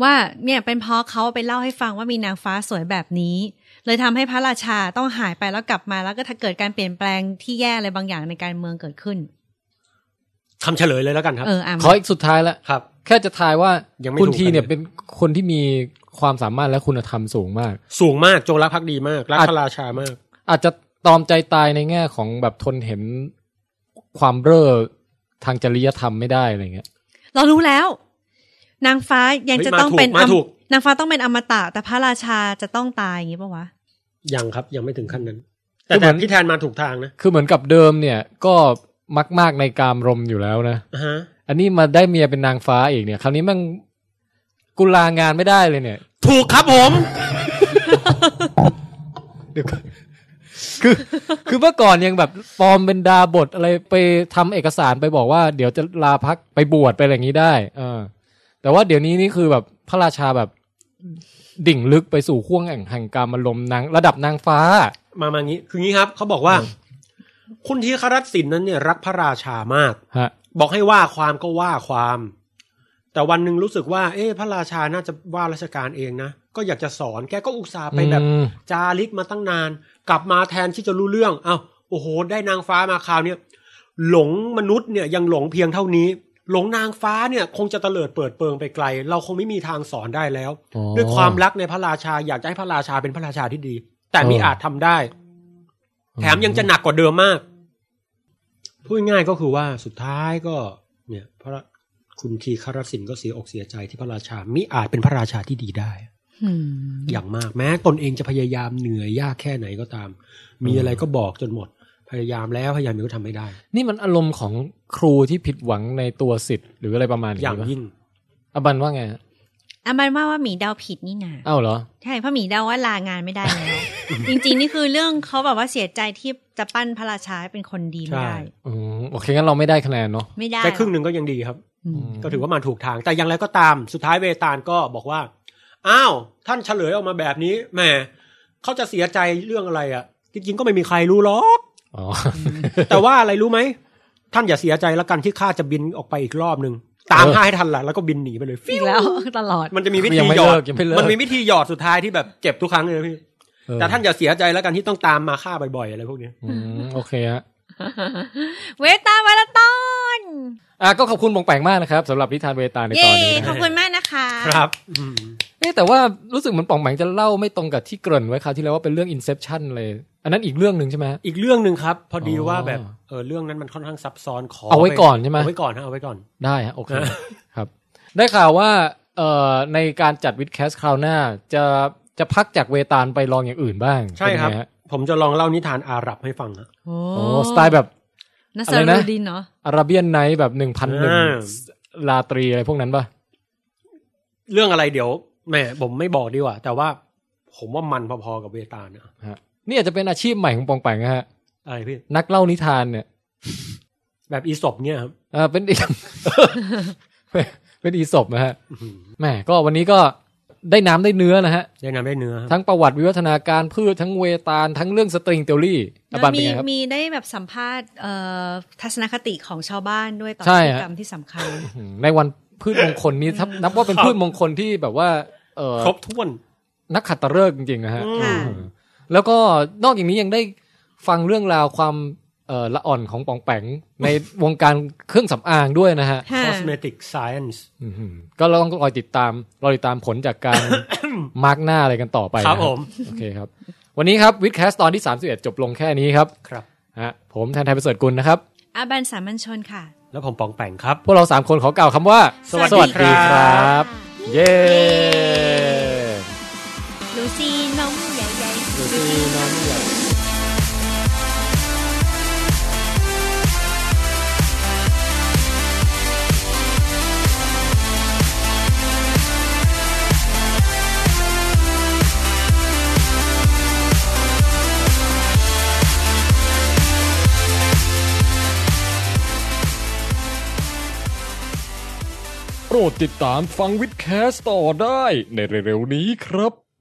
B: ว่าเนี่ยเป็นเพราะเขาไปเล่าให้ฟังว่ามีนางฟ้าสวยแบบนี้ เลยทำให้พระราชาต้องหายไปแล้วกลับมาแล้วก็ถ้าเกิดการเปลี่ยนแปลงที่แย่อะไรบางอย่างในการเมืองเกิดขึ้น
C: คำเฉลยเลยแล้วกันครับ
B: เอออ่ะ
A: ขออีกสุดท้ายละ
C: ครับ
A: แค่จะทายว่าย
C: งไม่
A: คุณ
C: ถูก
A: ที
C: กัน
A: เนี่ย
C: เลย
A: เป็นคนที่มีความสามารถและคุณธรรมสูงมาก
C: สูงมากจงรักภักดีมากรัก
A: อาจ
C: พระราชามาก
A: อาจจะตรอมใจตายในแง่ของแบบทนเห็นความเร่อทางจริยธรรมไม่ได้อะไรเงี้ย
B: เรารู้แล้ว นางฟ้ายัง
C: เฮ้ย
B: จะต้อง
C: มาถูก
B: เป็น
C: มา
B: อม
C: ถูก
B: นางฟ้าต้องเป็นอมตะ แต่พระราชาจะต้องตายอย่างงี้ปะวะ
C: ยังครับ ยังไม่ถึงขั้นนั้น แต่
A: คือเหมื
C: แต่
A: อน
C: พี่แทนมาถูกทางนะ
A: คือเหมือนกับเดิมเนี่ยก็มักมากในกามรมอยู่แล้วนะ
C: อ่าฮะ
A: อันนี้มาได้เมียเป็นนางฟ้าอีกเนี่ย คราวนี้มันกุลางานไม่ได้เลยเนี่ย
C: ถูกครับผม
A: เดี๋ยวก่อนคือคือเมื่อก่อนยังแบบปลอมเป็นดาบทอะไรไปทำเอกสารไปบอกว่า เดี๋ยวจะลาพักไปบวชไปอะไรอย่างนี้ได้ เออ แต่ว่าเดี๋ยวนี้นี่คือแบบพระราชาแบบดิ่งลึกไปสู่ข่วงแห่งแห่งการมาลมณ์นางระดับนางฟ้า
C: มามางี้ คืองี้ครับ เขาบอกว่า คุณทีครัตน์สินนั้นเนี่ยรักพระราชามาก
A: ฮะ
C: บอกให้ว่าความก็ว่าความ แต่วันหนึ่งรู้สึกว่า เอ๊ะพระราชาน่าจะว่าราชการเองนะ ก็อยากจะสอนแกก็อุตส่าห์ไปแบบ
A: อืม
C: จาริกมาตั้งนาน กลับมาแทนที่จะรู้เรื่องเอ้าวโอ้โห ได้นางฟ้ามาคราวเนี้ยหลงมนุษย์เนี่ยยังหลงเพียงเท่านี้ หลงนางฟ้าเนี่ย คงจะเตลิดเปิดเปิงไปไกล เราคงไม่มีทางสอนได้แล้ว
A: อ๋อ
C: ด้วยความรักในพระราชาอยากจะให้พระราชาเป็นพระราชาที่ดี แต่ไม่
A: เอออ
C: อาจทำได้ แถมยังจะหนักกว่าเดิมมาก พูดง่ายก็คือว่าสุดท้ายก็ เนี่ย พระคุณทีคารสินก็เสียอกเสียใจที่พระราชามิอาจเป็นพระราชาที่ดีได้
B: หืม
C: อย่างมากแม้ตนเองจะพยายามเหนื่อยยากแค่ไหนก็ตาม มีอะไรก็บอกจนหมด พยายามแล้วพยายามอยู่ก็ทำไม่ได้
A: นี่มันอารมณ์ของครูที่ผิดหวังในตัวสิทธิ์หรืออะไรประมาณนี้
C: อย่าง
A: ปะ
C: ยิ่ง
A: อบันว่าไงฮะ
B: อามันว่าว่าหมีเดาผิดนี่นา
A: เอ้าเหรอ
B: ใช่เพราะหมีเดาว่าลางานไม่ได้แล้ว จริงๆนี่คือเรื่องเขาแบบว่าเสียใจที่จะปั้นพระราชาให้เป็นคนดีไม่ได้
C: ใช่
A: อืมโอเคงั้นเราไม่ได้คะแนนเนาะ
B: ไม่ได้
C: แค่ครึ่งหนึ่งก็ยังดีครับ
B: อืม
C: ก็ถือว่ามาถูกทาง แต่อย่างไรก็ตาม สุดท้ายเวตาลก็บอกว่า อ้าว ท่านเฉลยออกมาแบบนี้แหม เขาจะเสียใจเรื่องอะไรอ่ะ จริงๆก็ไม่มีใครรู้หรอก
A: อ๋อ
C: แต่ว่าอะไรรู้ไหม ท่านอย่าเสียใจแล้วกันที่ข้าจะบินออกไปอีกรอบหนึ่งตาม
A: เออ
C: ข้าให้ทันละแล้วก็บินหนีไปเลยฟิ
B: อี
C: ว
B: กแล้วตลอด
C: มันจะมีวิ
A: ยั
C: ธี
A: งไม่
C: หยอ
A: เลิ
C: ด
A: กยังไม่เลิก
C: มันมีวิธีหยอดสุดท้ายที่แบบเจ็บทุกครั้งเลยนะพี่
A: เออ
C: แต่ท่านอย่าเสียใจแล้วกันที่ต้องตามมาฆ่าบ่อยๆอะไรพวกเนี้ย
A: อืมโอเคฮะ
B: เวตามาราธอน
A: อ่ะก็ขอบคุณบงแปงมากนะครับสำหรับนิทานเวตาลในต
B: เย้
A: อนนี้นะ
B: ขอบคุณมากนะคะ
C: ครับอืม
A: เอ๊ะแต่ว่ารู้สึกเหมือนป่องแปงจะเล่าไม่ตรงกับที่เกริ่นไว้คราวที่แล้วว่าเป็นเรื่อง Inception เลย อันนั้นอีกเรื่องหนึ่งใช่ไหม
C: อีกเรื่องหนึ่งครับ พอดี
A: อ๋อ
C: ว่าแบบเออเรื่องนั้นมันค่อนข้างซับซ้อนขอ
A: เอาไว้ก่อนใช่ไหม
C: เอาไว้ก่อนฮะเอาไว้ก่อน
A: ได้ฮะโอเค
C: อ่ะ
A: ครับได้ข่าวว่าเอ่อในการจัดวิดแคสคราวหน้า จะจะพักจากเวตาลไปลองอย่างอื่นบ้าง
C: ใช่ครับ
A: เป็นไงฮะ
C: ผมจะลองเล่านิทานอาหรับให้ฟังฮะ
B: โอ้
A: โอ้สไตล์แบบ
B: นัส
A: อะไรนะ
B: รุดินเนาะ
A: อาราเบียนไนท์แบบหนึ่งพันหนึ่ง
C: อ่า
A: ลาตรีอะไรพวกนั้นป่ะ
C: เรื่องอะไรเดี๋ยวแหม่ผมไม่บอกดีกว่า แต่ว่าผมว่ามันพอๆกับเวตาลนะ
A: นี่อาจจะเป็นอาชีพใหม่ของปองแปงนะฮะ
C: อะไรพี่
A: นักเล่านิทานเนี่ย
C: แบบอีศบเนี่ยครับ
A: เออเป็น เป็นอีศบนะฮะ
C: อื้อหือ
A: แหม่ก็วันนี้ก็ได้น้ำได้เนื้อนะฮะ
C: ได้น้ำได้เนื้อครับ
A: ทั้งประวัติวิวัฒนาการพืชทั้งเวตาลทั้งเรื่องสตริงเทอรี่อาบันเป็น
B: มี
A: ไงครับ
B: มีได้แบบสัมภาษณ์เอ่อทัศนคติของชาวบ้านด้วยต่อ
A: ใช่
B: พฤ
A: ฮะ
B: ติกรรมที่สำคัญ
A: อืมในวันพืชมงคลนี้ทับนับว่าเป็น
C: ครับ
A: พืชมงคลที่แบบว่า เออ
C: ครบถ้วน
A: นักขัตฤกษ์จริงๆนะฮะ
C: อืม
B: ค่ะ
A: อืมแล้วก็นอกจากนี้ยังได้ฟังเรื่องราวความเอ่อละอ่อนของปองแปงในวงการเครื่องสำอางด้วยนะฮะ
B: ค่ะ
C: cosmetic science
A: อืมก็เราต้องรอติดตามรอติดตามผลจาก การ มาร์กหน้าอะไรกันต่อไป
C: ครับ
A: นะ
C: ผม
A: โอเคครับ วันนี้ครับวิดแคสตอนที่ 31 จบลงแค่นี้ครับ
C: ครับ
A: ฮะผมแทนไทยประเสริฐกุลนะครับ
B: อาบันสามัญชนค่ะ
C: แล้วผมปองแปงครับ
A: พวกเรา 3 คนขอกล่าวคำว่า
C: สวัสดี
A: ครับ เย้
D: ลูซี่นมใหญ่ๆ
A: โปรดติดตามฟังวิดแคสต่อได้ในเร็วๆนี้ครับ